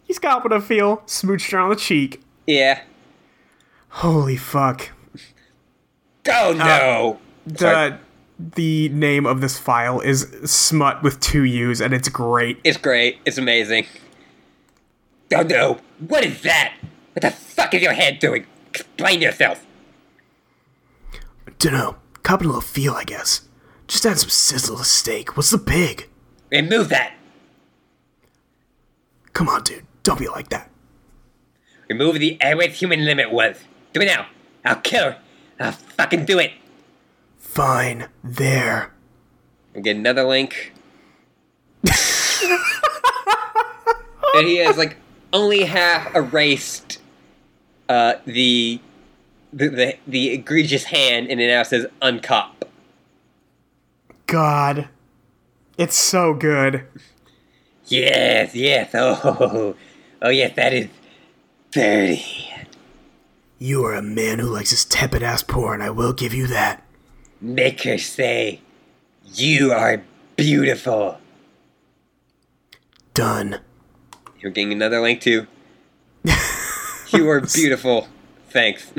B: He's got what I feel. Smooched her on the cheek.
A: Yeah.
B: Holy fuck.
A: Oh no. Sorry.
B: The the name of this file is smut with two U's and it's great.
A: It's great. It's amazing. Oh no! What is that? What the fuck is your head doing? Explain yourself.
F: Dunno. Cop it a little feel, I guess. Just add some sizzle to steak. What's the pig?
A: Remove that.
F: Come on, dude. Don't be like that.
A: Remove the airway's human limit once. Do it now. I'll kill her. I'll fucking do it.
F: Fine. There.
A: We get another link. and he has like only half erased uh, the, the the the egregious hand, and it now says uncop.
B: God. It's so good.
A: Yes, yes. Oh, oh yes, that is dirty.
F: You are a man who likes his tepid ass porn, I will give you that.
A: Make her say, "You are beautiful."
F: Done.
A: You're getting another link too. you are beautiful. Thanks.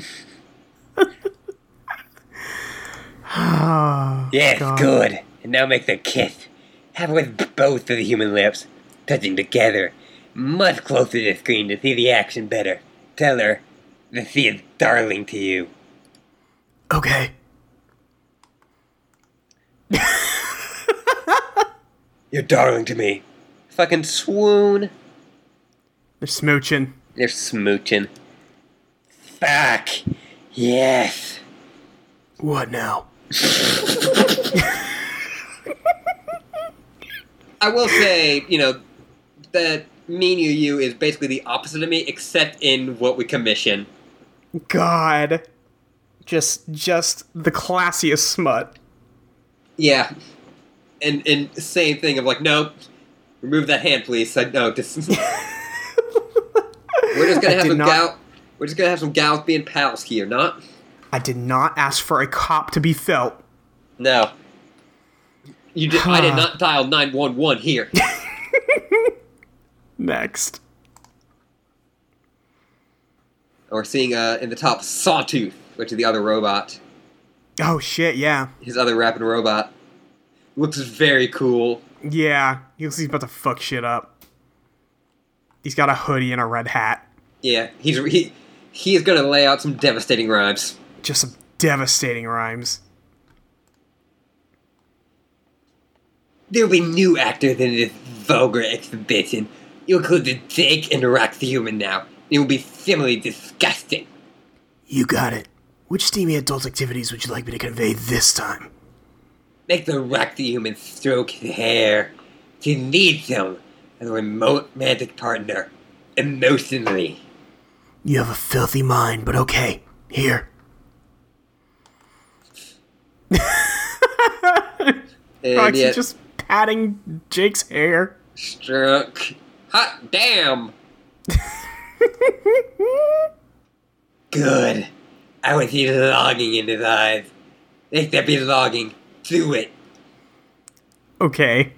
B: Ah.
A: yes, good. And now make the kiss. Have it with both of the human lips, touching together, much closer to the screen to see the action better. Tell her The sea is darling to you.
F: Okay.
A: You're darling to me. Fucking swoon.
B: They're smooching.
A: They're smooching. Fuck. Yes.
F: What now?
A: I will say, you know, that Me New You is basically the opposite of me, except in what we commission.
B: God. Just just the classiest smut.
A: Yeah. And and same thing of like, nope, remove that hand, please. I no, just we're just gonna
B: I
A: have
B: did
A: some
B: not-
A: gal. We're just gonna have some gals being pals here, not
B: I did not ask for a cop to be felt.
A: no. You did, I did not dial nine one one here.
B: Next.
A: We're seeing uh, in the top Sawtooth, which is the other robot.
B: Oh shit, yeah.
A: His other rapid robot looks very cool.
B: Yeah. He looks like he's about to fuck shit up. He's got a hoodie and a red hat.
A: Yeah, he's he he is gonna lay out some devastating rhymes.
B: Just some devastating rhymes.
A: There'll be new actors in this vulgar exhibition. You include the Jake and Rock the Human now. It will be similarly disgusting.
F: You got it. Which steamy adult activities would you like me to convey this time?
A: Make the Rock the Human stroke his hair. She needs him as a remote romantic partner, emotionally.
F: You have a filthy mind, but okay. Here.
A: And
B: Roxy
A: yet,
B: Oh, just patting Jake's hair.
A: struck. Hot damn! Good. I would see logging in his eyes. Let there be logging. Do it.
B: Okay.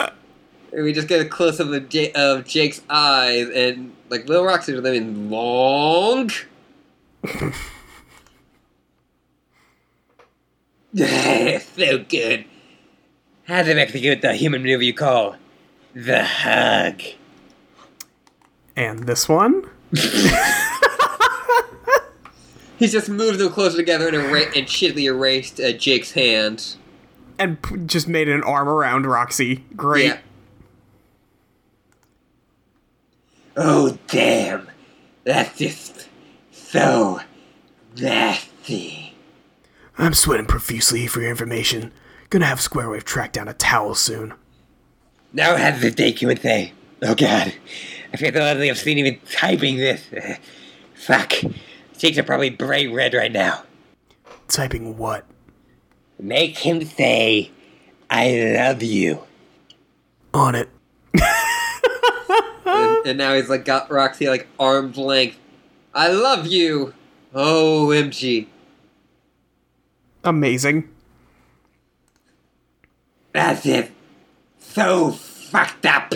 A: And we just get a close up of, J- of Jake's eyes, and like Little Rock's are living long. so good. How do they execute the human maneuver you call the hug?
B: And this one?
A: He just moved them closer together and, era- and shittily erased uh, Jake's hand.
B: And p- just made an arm around Roxy. Great.
A: Yeah. Oh, damn. That's just so nasty.
F: I'm sweating profusely for your information. Gonna have Squarewave track down a towel soon.
A: Now has the day you would say, oh god, I feel utterly obscene even typing this. Fuck. Cheeks are probably bright red right now.
F: Typing what?
A: Make him say, I love you.
F: On it.
A: And, and now he's like got Roxy like arm's length. I love you. OMG.
B: Amazing.
A: That's it. So fucked up.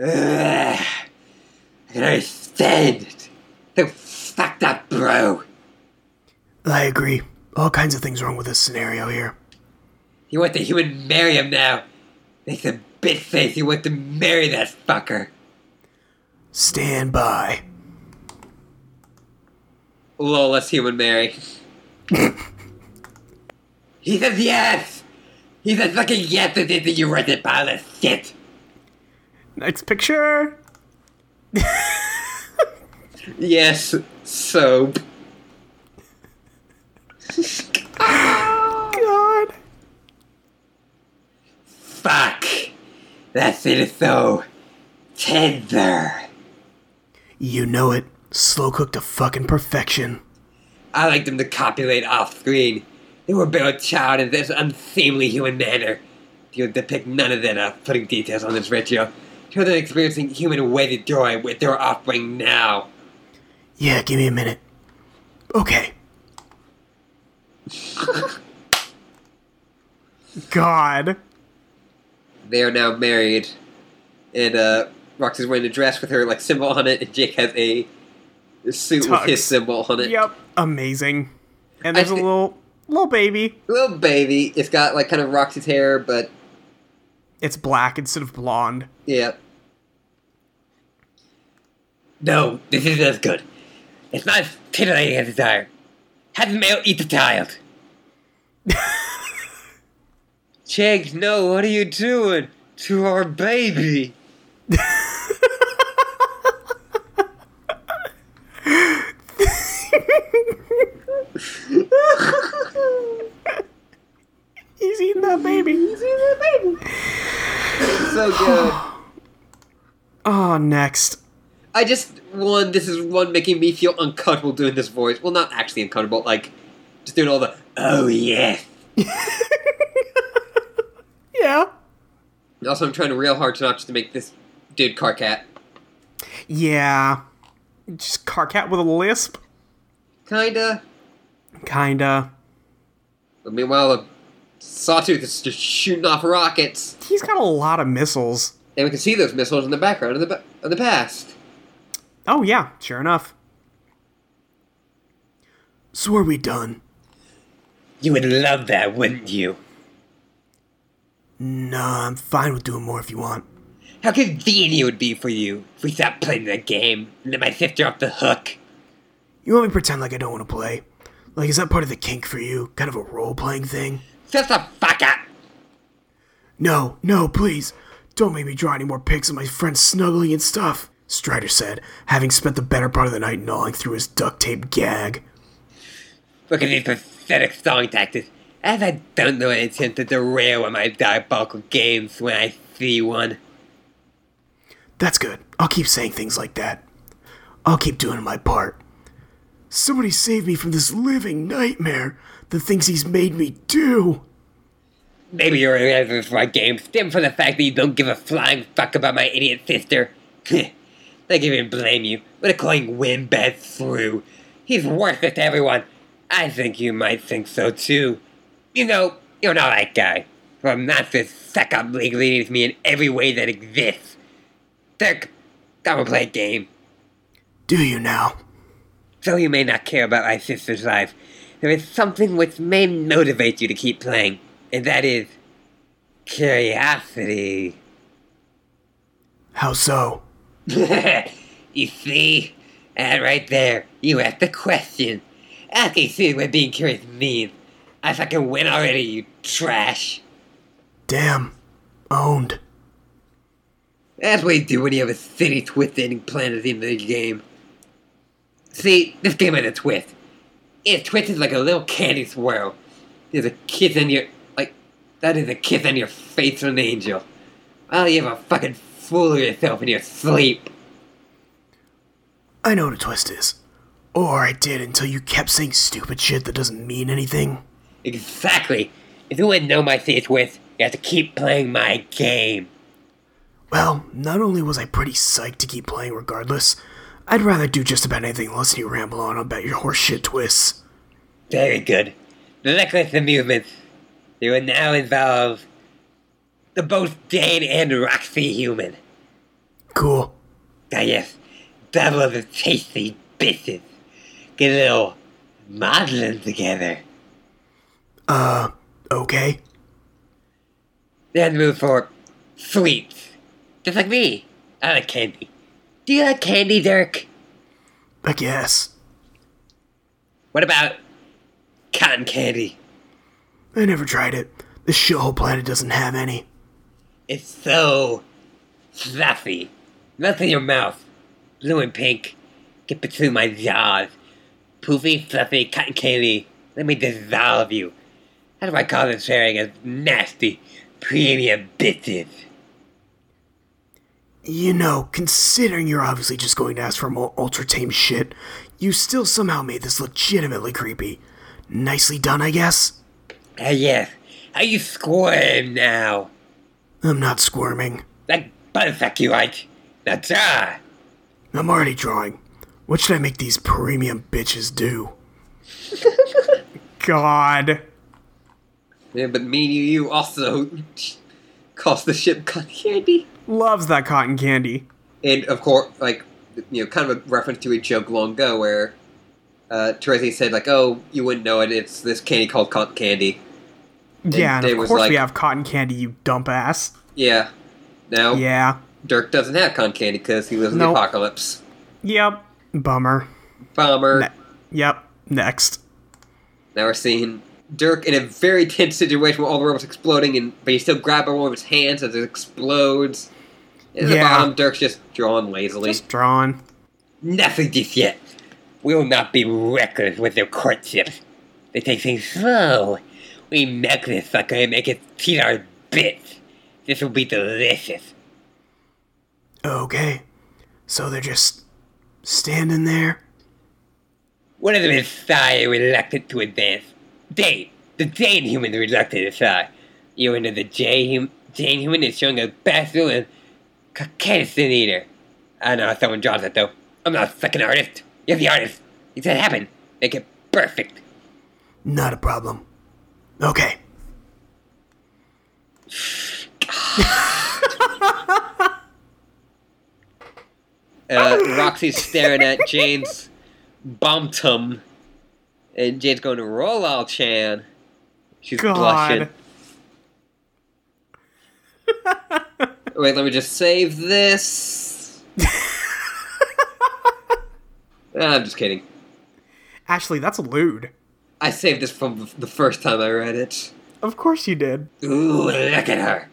A: Ugh. I can understand it. So fucked up, bro.
F: I agree. All kinds of things wrong with this scenario here.
A: He wants to human marry him now. Makes a bitch face. He wants to marry that fucker.
F: Stand by.
A: Lol, let's human marry. he says yes. He says fucking yes to this, and you write that pile of shit.
B: Next picture.
A: Yes, soap.
B: God.
A: Fuck. That shit is so tender.
F: You know it. Slow cooked to fucking perfection.
A: I like them to copulate off screen. They were built child in this unseemly human manner. You depict none of that off putting details on this ritual. Children experiencing human wedded joy with their offspring now.
F: Yeah, give me a minute. Okay.
B: God.
A: They are now married. And uh Roxy's wearing a dress with her like symbol on it, and Jake has a suit with
B: Tux.
A: his symbol on it.
B: Yep. Amazing. And there's a
A: thi-
B: little little baby.
A: Little baby. It's got like kind of Roxy's hair, but
B: It's black instead of blonde.
A: yeah. No, this isn't as good. It's not as titillating as desired. Have the male eat the child. Chig, no, what are you doing to our baby?
H: He's eating that baby. He's eating that baby.
A: So good.
H: Oh, next.
A: I just one. This is one making me feel uncomfortable doing this voice. Well, not actually uncomfortable. Like just doing all the oh yeah.
H: Yeah.
A: And Also, I'm trying real hard to not just to make this dude car cat.
H: Yeah. Just Carcat with a lisp.
A: Kinda.
H: Kinda.
A: But meanwhile, the sawtooth is just shooting off rockets,
H: He's got a lot of missiles.
A: and we can see those missiles in the background of the ba- of the past.
H: Oh, yeah, sure enough.
B: So are we done?
A: You would love that, wouldn't you?
B: Nah, I'm fine with doing more if you want.
A: How convenient it would be for you if we stopped playing that game and let my sister off the hook.
B: You want me to pretend like I don't want to play? Like, is that part of the kink for you? Kind of a role playing thing?
A: Shut the fuck up.
B: No, no, please. Don't make me draw any more pics of my friends snuggling and stuff. Strider said, having spent the better part of the night gnawing through his duct tape gag.
A: Look at these pathetic song tactics. As I don't know an intent to derail one of my diabolical games when I see one.
B: That's good. I'll keep saying things like that. I'll keep doing my part. Somebody save me from this living nightmare. The things he's made me do.
A: Maybe your reasons for my game stem from the fact that you don't give a flying fuck about my idiot sister. I can't even blame you. What a calling Winbad through. He's worthless to everyone. I think you might think so too. You know, you're not that guy. From not this suck up league leading to me in every way that exists. Dirk, I'm gonna play a game.
B: Do you now?
A: Though you may not care about my sister's life, there is something which may motivate you to keep playing, and that is curiosity.
B: How so?
A: you see? And right there, you asked the question. Asking see what being curious means. I fucking win already, you trash.
B: Damn. Owned.
A: That's what you do when you have a city twist ending plan at the end of the game. See, this game had a twist. It twisted like a little candy swirl. There's a kiss on your like that is a kiss on your face from an angel. Well you have a fucking fool of yourself in your sleep.
B: I know what a twist is. Or I did until you kept saying stupid shit that doesn't mean anything.
A: Exactly. If you wouldn't know my city twist, you have to keep playing my game.
B: Well, not only was I pretty psyched to keep playing regardless, I'd rather do just about anything than listen to you ramble on about your horseshit twists.
A: Very good. The necklace and movements. They will now involve the both Jane and Roxy human.
B: Cool.
A: Ah, yes. Double of the tasty bitches. Get a little modeling together.
B: Uh, okay.
A: Then move for sweets. Just like me. I like candy. Do you like candy, Dirk?
B: I guess.
A: What about cotton candy?
B: I never tried it. This shithole planet doesn't have any.
A: It's so fluffy. Melts in your mouth. Blue and pink. Get between my jaws. Poofy, fluffy, cotton candy. Let me dissolve you. That's why Colin sharing is nasty, premium bitches.
B: You know, considering you're obviously just going to ask for more ultra tame shit, you still somehow made this legitimately creepy. Nicely done, I guess?
A: Ah, yes. How you squirm now?
B: I'm not squirming.
A: Like butterfuck you like. Now draw.
B: I'm already drawing. What should I make these premium bitches do?
H: God.
A: Yeah, but me and you also cost the ship cotton candy.
H: Loves that cotton candy.
A: and of course, like you know, kind of a reference to a joke long ago where uh, Teresi said like, "Oh, you wouldn't know it. It's this candy called cotton candy."
H: yeah, and
A: they
H: of
A: was
H: course
A: like-
H: we have cotton candy, you dump ass.
A: Yeah. Now
H: Yeah.
A: Oh. Dirk doesn't have cotton candy because he lives in
H: Nope.
A: the apocalypse.
B: Yep. Bummer.
A: Bomber.
B: Ne- yep. Next.
A: Now we're seeing Dirk in a very tense situation where all the robots exploding, and but you still grab by one of its hands as it explodes. At the
B: Yeah.
A: bottom, Dirk's just drawn lazily.
B: Just drawn.
A: Nothing just yet. We will not be reckless with their courtship. They take things slow. We milk this sucker and make it eat our bits. This will be delicious.
F: Okay. So they're just standing there.
A: One of them is shy and reluctant to advance. Jane, the Jane human is reluctant to shy. Even though the Jane, hum- Jane human is showing a bachelor and cacassin eater. I know how someone draws it though. I'm not a fucking artist. You're the artist. It that happen. Make it perfect.
F: Not a problem. Okay.
A: Uh, Roxy's staring at Jane's tum, and Jane's going to roll out Chan. She's
B: God.
A: blushing. Wait, let me just save this. Ah, I'm just kidding.
B: Ashley, that's lewd.
A: I saved this from the first time I read it.
B: Of course you did.
A: Ooh, look at her.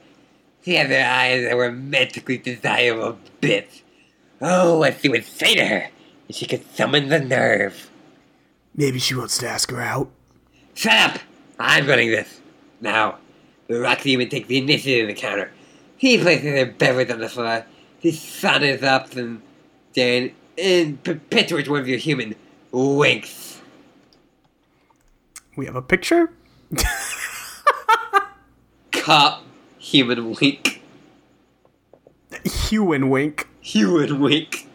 A: She has her eyes that were romantically desirable bits. Oh, what she would say to her if she could summon the nerve.
F: Maybe she wants to ask her out.
A: Shut up! I'm running this. Now, the Roxy even takes the initiative encounter. He places their beverage on the floor. He solders up and then and perpetuates one of your human winks.
B: We have a picture.
A: Cop human wink.
B: Hue and wink.
A: Human wink.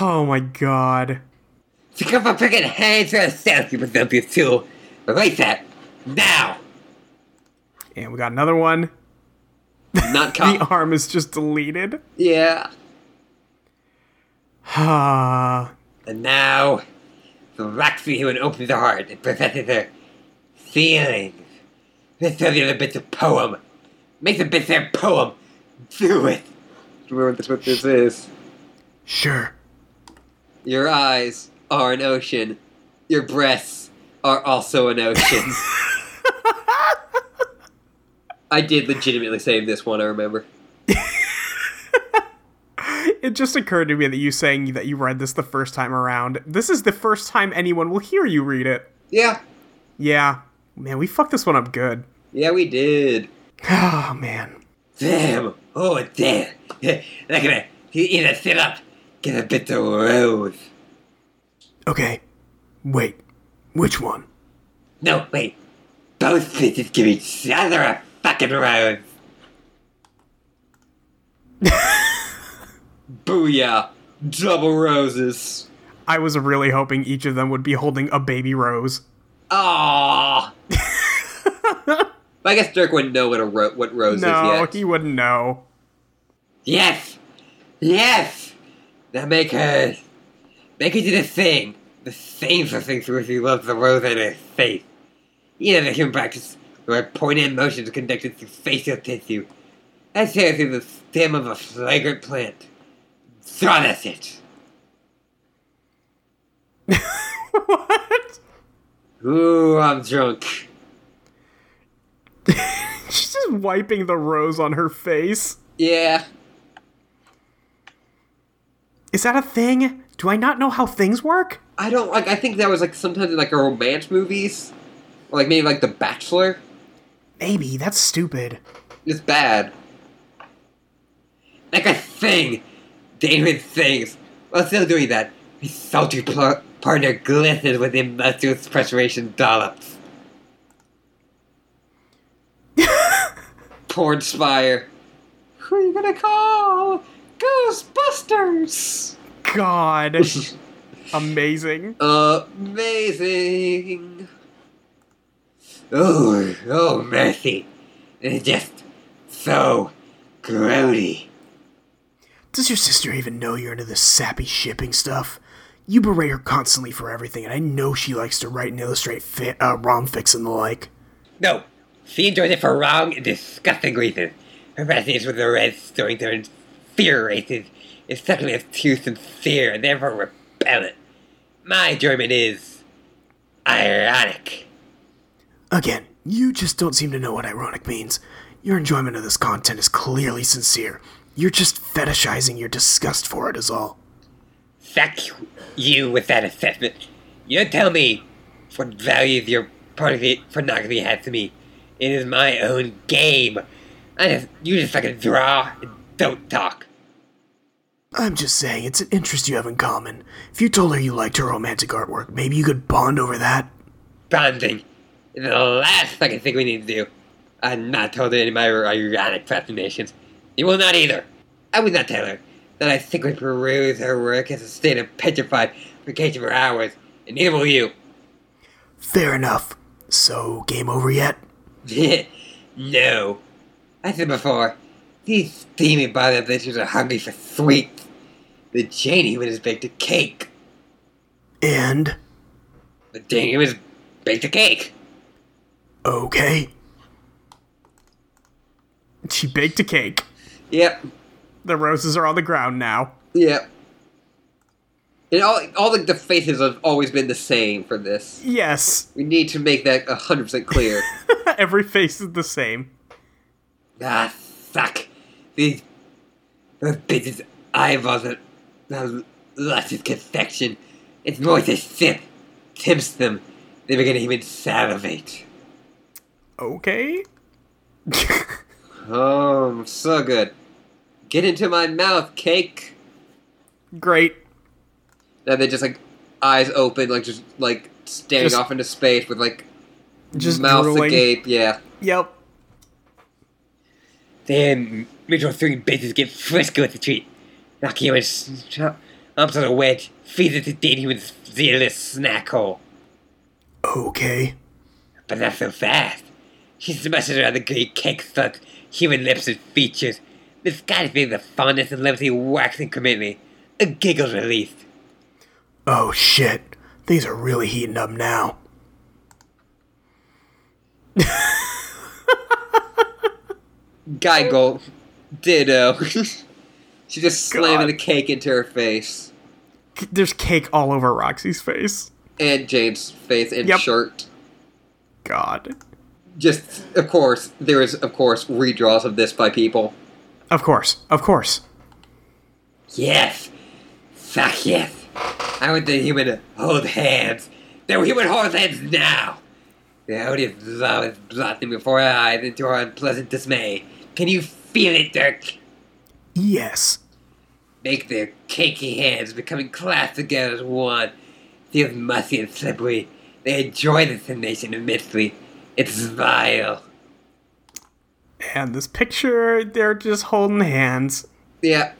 B: Oh my god.
A: To come for picking hands for a selfie with them, you two. Erase that. Now!
B: And we got another one.
A: Not
B: The
A: cop.
B: arm is just deleted.
A: yeah.
B: Ah.
A: And now, the Roxy human opens her heart and professes her feelings. Let's tell the other bits of poem. Make the bits their poem. Do it. Remember that's what this is.
F: Sure.
A: Your eyes are an ocean. Your breasts are also an ocean. I did legitimately save this one, I remember.
B: It just occurred to me that you saying that you read this the first time around. This is the first time anyone will hear you read it.
A: Yeah.
B: Yeah. Man, we fucked this one up good.
A: Yeah, we did.
B: Oh, man.
A: Damn! Oh, damn! Look at that! He either sit up, get a bit of rose.
F: Okay. Wait. Which one?
A: No, wait. Both bitches give each other a fucking rose. Booyah! Double roses.
B: I was really hoping each of them would be holding a baby rose.
A: Aww. I guess Dirk wouldn't know what a ro- what rose is
B: No,
A: yet.
B: he wouldn't know.
A: Yes! Yes! Now make her. Make her do the thing. The shameful thing for which she loves the rose in her face. You know the human practice where poignant motions are conducted through facial tissue. That's here through the stem of a fragrant plant. Draw that's it.
B: what?
A: Ooh, I'm drunk.
B: She's just wiping the rose on her face.
A: Yeah.
B: Is that a thing? Do I not know how things work?
A: I don't like. I think that was like sometimes in like a romance movies, or, like maybe like The Bachelor.
B: Maybe. That's stupid.
A: It's bad. Like a thing, David things. While still doing that, his salty pl- partner glistens with immaculate perspiration dollops. Porn spire. Who are you gonna call? Ghostbusters.
B: God. Amazing.
A: Amazing. Oh, oh, mercy. It's just so grody.
F: Does your sister even know you're into this sappy shipping stuff? You berate her constantly for everything, and I know she likes to write and illustrate fi- uh, rom fics and the like.
A: No, she enjoys it for wrong and disgusting reasons. Her fascination with the red stories her inferior races is secondly of truth and fear, and therefore repel it. My German is ironic.
F: Again, you just don't seem to know what ironic means. Your enjoyment of this content is clearly sincere. You're just fetishizing your disgust for it, is all.
A: Fuck you with that assessment. You don't tell me what values your pornography, pornography has to me. It is my own game. I just you just fucking draw and don't talk.
F: I'm just saying, it's an interest you have in common. If you told her you liked her romantic artwork, maybe you could bond over that.
A: Bonding is the last fucking thing we need to do. I'm not told her any of my ironic fascinations. You will not either. I would not tell her that I think we peruse her work as a state of petrified vacation for hours, and neither will you.
F: Fair enough. So, game over yet?
A: no. I said before, these steamy bothered bitches are hungry for sweets. The Janie was baked a cake.
F: And.
A: The Janie was baked a cake.
F: Okay.
B: She baked a cake.
A: Yep,
B: The roses are on the ground now.
A: yep. And all, all the, the faces have always been the same for this.
B: Yes,
A: We need to make that 100% clear.
B: every face is the same.
A: ah, fuck. These, those bitches' eyeballs are the luscious confection. It's moist as sip. Tips them. They begin to even salivate.
B: Okay.
A: Oh, so good. Get into my mouth, cake.
B: Great.
A: Now they just like eyes open, like just like staring
B: Just-
A: off into space with like
B: Just
A: mouth
B: drooling.
A: agape. Yeah.
B: Yep.
A: Then Mitchell three bitches get frisky with the treat. Knock him and arms on a wedge, feed it to Danny with zealous snack hole.
F: Okay.
A: But not so fast. She smashes around the great cake stuck, human lips and features. This guy's being the fondest and lovely waxing commitment. A giggle's released.
F: Oh shit. Things are really heating up now.
B: Oh.
A: Geigel, ditto. she just slamming
B: God.
A: the cake into her face
B: C- There's cake all over Roxy's face.
A: and James' face and
B: Yep.
A: shirt.
B: God.
A: Just, of course, there is, of course, redraws of this by people.
B: Of course. Of course.
A: Yes, fuck yes. I want the human hold hands. The human hold hands now. The odious love is blossoming before our eyes into our unpleasant dismay. Can you feel it, Dirk?
F: Yes.
A: make their cakey hands becoming clasped together as one. Feels musty and slippery. They enjoy the sensation immensely. It's vile.
B: And this picture, they're just holding hands.
A: Yeah,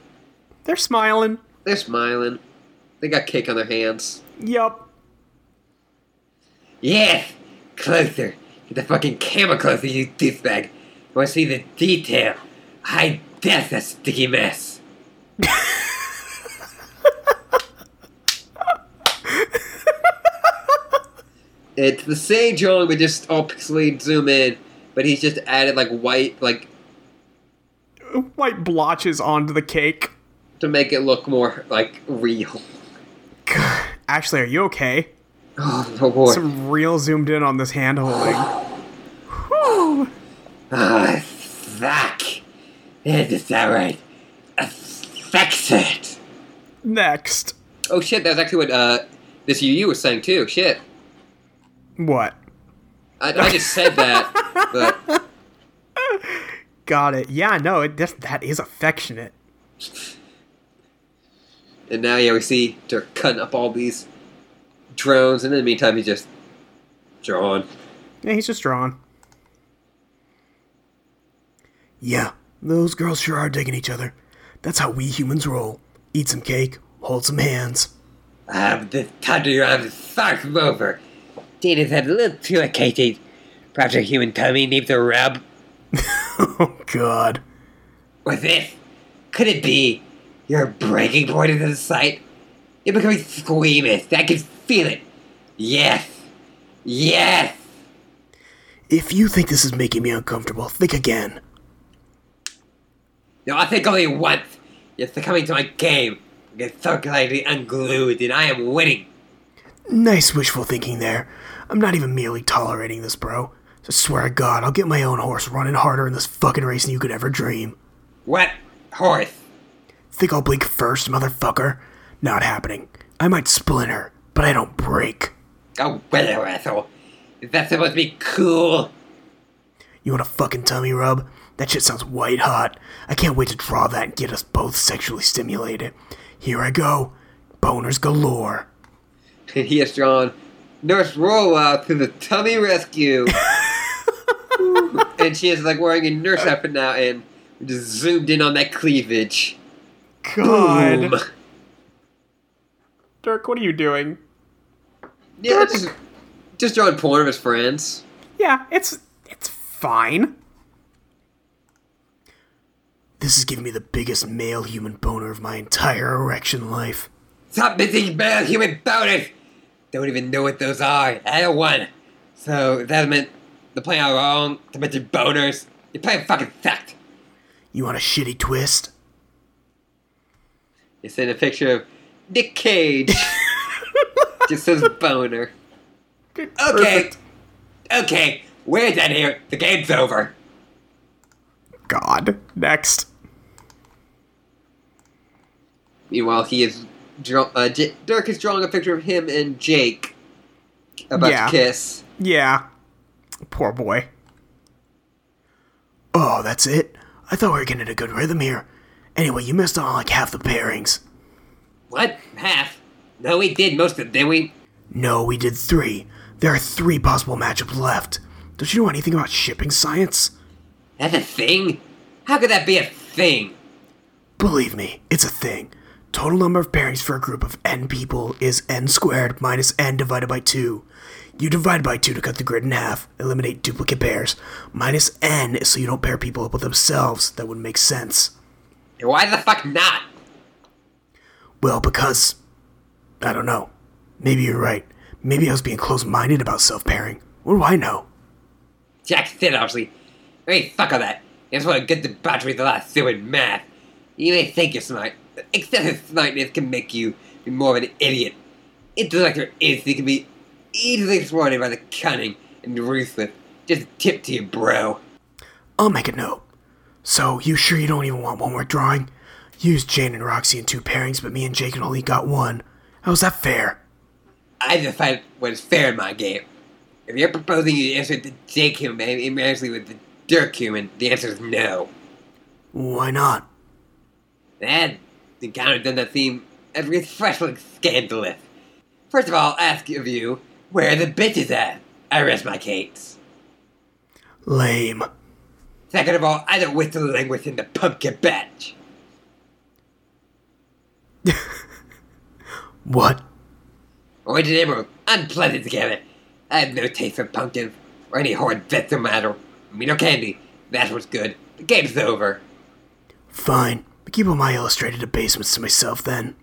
B: They're smiling.
A: they're smiling. They got cake on their hands.
B: Yep.
A: Yes! Closer! Get the fucking camera closer, you douchebag! I wanna see the detail! High death, that sticky mess! it's the same drawing, but just all pixelated zoom in, but he's just added like white, like
B: White blotches onto the cake.
A: to make it look more like real.
B: Ashley, are you okay?
A: Oh, oh boy.
B: Some real zoomed in on this hand holding. Whew.
A: Oh, fuck! That is outright affected!
B: Next.
A: Oh shit, that's actually what uh, this UU was saying too. Shit,
B: What?
A: I, I just said that, but
B: Got it. Yeah, no, it def- that is affectionate.
A: and now yeah, we see they're cutting up all these drones, and in the meantime, he's just drawing.
B: Yeah, he's just drawing.
F: Yeah. Those girls sure are digging each other. That's how we humans roll. Eat some cake, hold some hands.
A: I have this tundra around the sark over. Dana's had a little too occasioned. Perhaps her human tummy needs a rub.
F: Oh god.
A: Or this? Could it be your breaking point into the sight? You're becoming squeamish. I can feel it. Yes. Yes.
F: If you think this is making me uncomfortable, think again.
A: No, I think only once. You're succumbing to my game. You're circulating unglued, and I am winning.
B: Nice wishful thinking there. I'm not even merely tolerating this, bro. I swear to God, I'll get my own horse running harder in this fucking race than you could ever dream.
A: What horse?
B: Think I'll blink first, motherfucker? Not happening. I might splinter, but I don't break.
A: Oh, well, asshole. Is that supposed to be cool?
B: You want a fucking tummy rub? That shit sounds white hot. I can't wait to draw that and get us both sexually stimulated. Here I go. Boners galore.
A: And he has drawn Nurse Rollout to the tummy rescue. and she is like wearing a nurse outfit now and just zoomed in on that cleavage.
I: God.
A: Boom.
I: Dirk, what are you doing?
A: Yeah, just, just drawing porn of his friends.
I: Yeah, it's it's fine.
B: This is giving me the biggest male human boner of my entire erection life.
A: Stop missing male human bonus! Don't even know what those are. I don't want. So that meant the playing all wrong to mention boners. You're playing fucking theft.
B: You want a shitty twist?
A: They sent a picture of Nick Cage. Just says boner.
I: Good-
A: Okay. Okay. We're done here. The game's over.
I: God. Next.
A: Meanwhile, he is. Draw, uh, J- Dirk is drawing a picture of him and Jake about
I: Yeah.
A: to kiss.
I: Yeah. Poor boy.
B: Oh, that's it? I thought we were getting in a good rhythm here. Anyway, you missed on like half the pairings.
A: What? Half? No, we did most of them, didn't we?
B: No, we did three. There are three possible matchups left. Don't you know anything about shipping science?
A: That's a thing? How could that be a thing?
B: Believe me, it's a thing. Total number of pairings for a group of n people is n squared minus n divided by 2. You divide by 2 to cut the grid in half, eliminate duplicate pairs, minus n is so you don't pair people up with themselves. That would make sense.
A: And Why the fuck not?
B: Well, because. I don't know. Maybe you're right. Maybe I was being close minded about self pairing. What do I know?
A: Jack said, obviously. Hey, fuck all that. You just want to get the battery the last stupid math. You may think you're smart, but excessive smartness can make you be more of an idiot. Intellectual instinct can be easily thwarted by the cunning and ruthless. Just a tip to you, bro.
B: I'll make a note. So, you sure you don't even want one more drawing? Use Jane and Roxy in two pairings, but me and Jake and only got one. How's that fair?
A: I decide what is fair in my game. If you're proposing you answer the Jake human and immediately with the Dirk human, the answer is no.
B: Why not?
A: That encounter does not seem as refreshingly scandalous. First of all, I'll ask of you, where the bitch is at? I rest my case.
B: Lame.
A: Second of all, I don't wish to languish in the pumpkin patch.
B: What?
A: Orange and emerald, unpleasant together. I have no taste for pumpkins or any horrid vegetable matter. Me no candy. That's what's good. The game's over.
B: Fine. Keep all my illustrated abasements to myself then.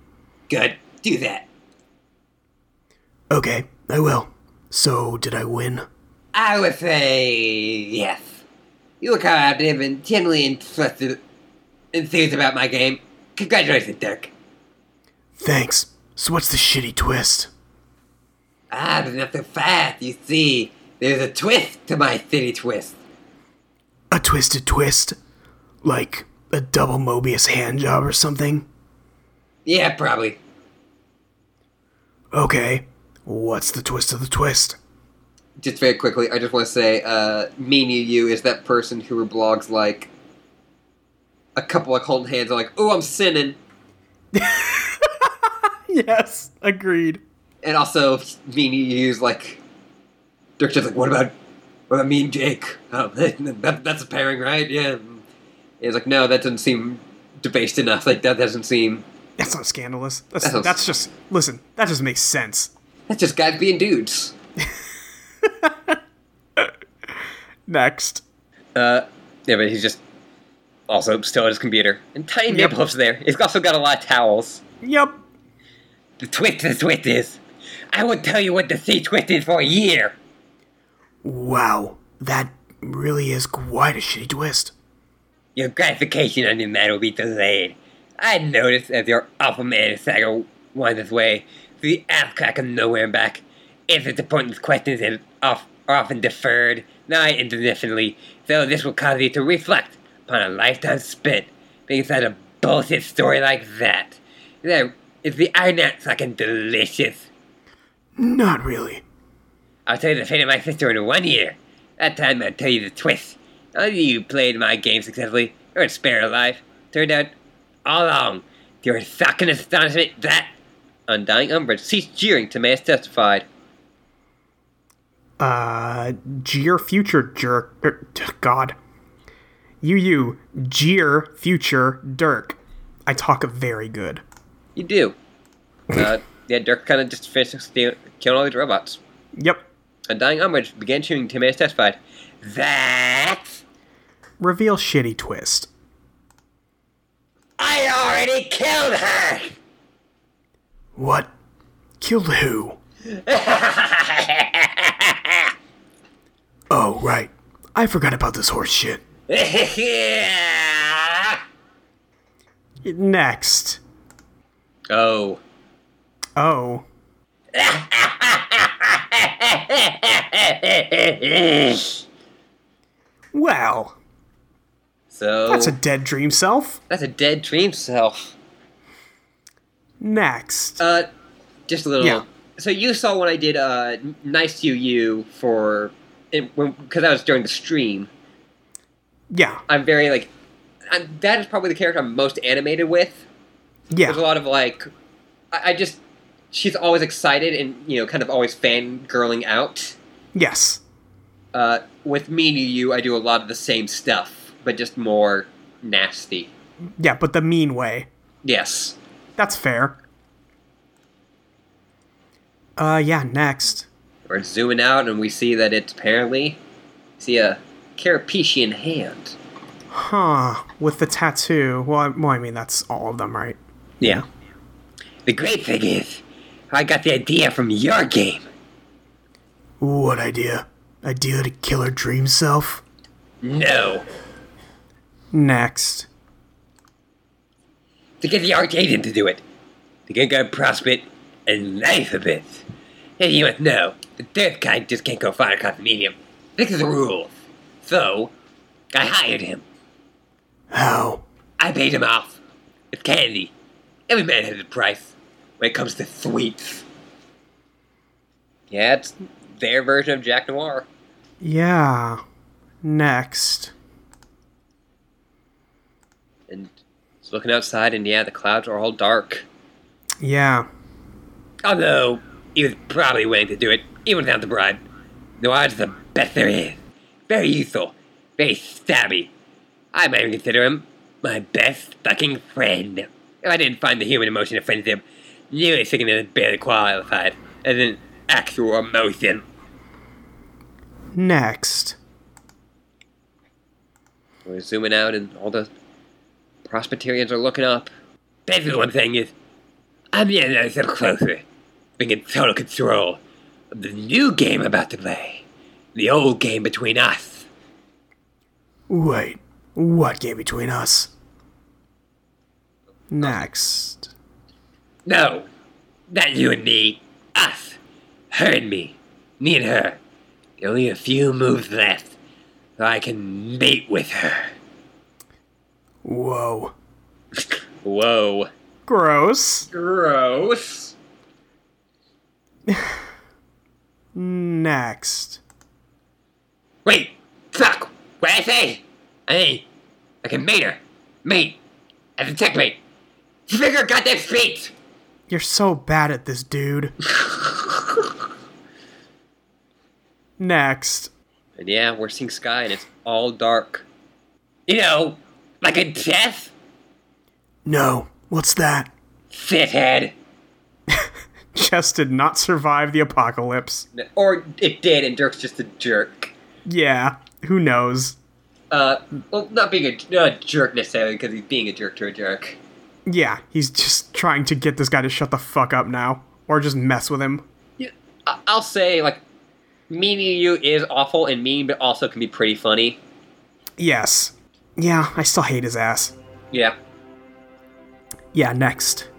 A: Good. Do that.
B: Okay, I will. So, did I win?
A: I would say yes. You look active and genuinely interested, enthused about my game. Congratulations, Dirk.
B: Thanks. So, what's the shitty twist?
A: Ah, but not so fast. You see, there's a twist to my city twist.
B: A twisted twist? Like a double Mobius hand job or something?
A: Yeah, probably.
B: Okay. What's the twist of the twist?
A: Just very quickly, I just want to say, uh, me and you is that person who blogs like a couple like holding hands, are like, "Oh, I'm sinning,"
I: Yes. Agreed.
A: and also me and you's like, Dirk's just like, "What about, what about me and Jake? Oh, that, that's a pairing, right? Yeah." And He's like, "No, that doesn't seem debased enough. Like that doesn't seem.
I: That's not scandalous. That's
A: That was-
I: that's just listen. That just makes sense.
A: That's just guys being dudes."
I: Next.
A: Uh, yeah, but he's just also still at his computer. And tiny
I: Yep.
A: nip ups there. He's also got a lot of towels.
I: Yep.
A: The twist the twist is. I would tell you what the sea twist is for a year.
B: Wow, that really is quite a shitty twist.
A: Your gratification on the matter will be delayed. I noticed as your awful man saga winds its way through the ass crack of nowhere and back. Answers to pointless questions and off, are often deferred, nigh indefinitely, so this will cause you to reflect upon a lifetime spent being inside a bullshit story like that. There is the iron out fucking delicious.
F: Not really.
A: I'll tell you the fate of my sister in one year. That time I'll tell you the twist. None of you played my game successfully, or spare her life. Turned out all along, to your shocking astonishment that Undying Umbrage ceased jeering to man's testified.
B: Uh, jeer future jerk. er, t- God. You, you, jeer future Dirk. I talk very good.
A: You do. Uh, yeah, Dirk kind of just finished steal- killing all these robots.
B: Yep.
A: Undying Umbrage began cheering to man's testified. That
B: Reveal shitty twist.
A: I already killed her!
F: What? Killed who? oh, right. I forgot about this horse shit.
B: Next.
A: oh.
B: Oh. Well,
A: So,
B: that's a dead dream self.
A: that's a dead dream self.
B: Next.
A: Uh, just a little.
B: Yeah.
A: So you saw when I did uh, "Nice to You" for because that was during the stream.
B: Yeah.
A: I'm very like I'm, that is probably the character I'm most animated with. There's a
B: Yeah.
A: lot of like I, I just she's always excited and you know kind of always fangirling out.
B: Yes.
A: Uh, with me to you, I do a lot of the same stuff, but just more nasty.
B: Yeah, but the mean way.
A: Yes.
B: That's fair. Uh, yeah, next.
A: We're zooming out and we see that it's apparently see a Carapetian hand.
B: Huh. With the tattoo. Well I, well, I mean, that's all of them, right?
A: Yeah. The great thing is, I got the idea from your game.
F: What idea? Idea to kill her dream self?
A: No.
B: Next.
A: To get the Arcadian to do it. To get God Prospect and life a bit. And you must know, the third kind just can't go far across the medium. This is the rule. So, I hired him.
F: How?
A: I paid him off. It's candy. Every man has a price when it comes to sweets. Yeah, it's their version of Jack Noir.
B: Yeah. Next.
A: And it's looking outside, and yeah, the clouds are all dark.
B: Yeah.
A: Although, he was probably willing to do it, even without the bribe. Noir's the best there is. Very useful. Very stabby. I might even consider him my best fucking friend. If I didn't find the human emotion of friendship nearly sickening and barely qualified as an actual emotion.
B: Next.
A: We're zooming out, and all the Presbyterians are looking up. Basically, one thing is, I'm getting a little closer, being in total control of the new game I'm about to play, the old game between us.
F: Wait, what came between us?
B: Next.
A: No, not you and me, us, her and me, me and her. Only a few moves left, so I can mate with her.
F: Whoa.
A: Whoa,
B: Gross.
A: gross.
B: Next.
A: Wait, fuck, what I say? I mean, like a mater, mate, as a checkmate. Figure goddamn speech!
B: You're so bad at this, dude. Next.
A: And yeah, we're seeing sky and it's all dark. You know, like a death?
F: No, what's that?
A: Shithead.
B: Chess did not survive the apocalypse.
A: Or it did and Dirk's just a jerk.
B: Yeah. Who knows?
A: Uh, well, not being a, not a jerk necessarily because he's being a jerk to a jerk.
B: Yeah, he's just trying to get this guy to shut the fuck up now. Or just mess with him.
A: I- I'll say, like, Mean to You is awful and mean, but also can be pretty funny.
B: Yes. Yeah, I still hate his ass.
A: Yeah.
B: Yeah, next.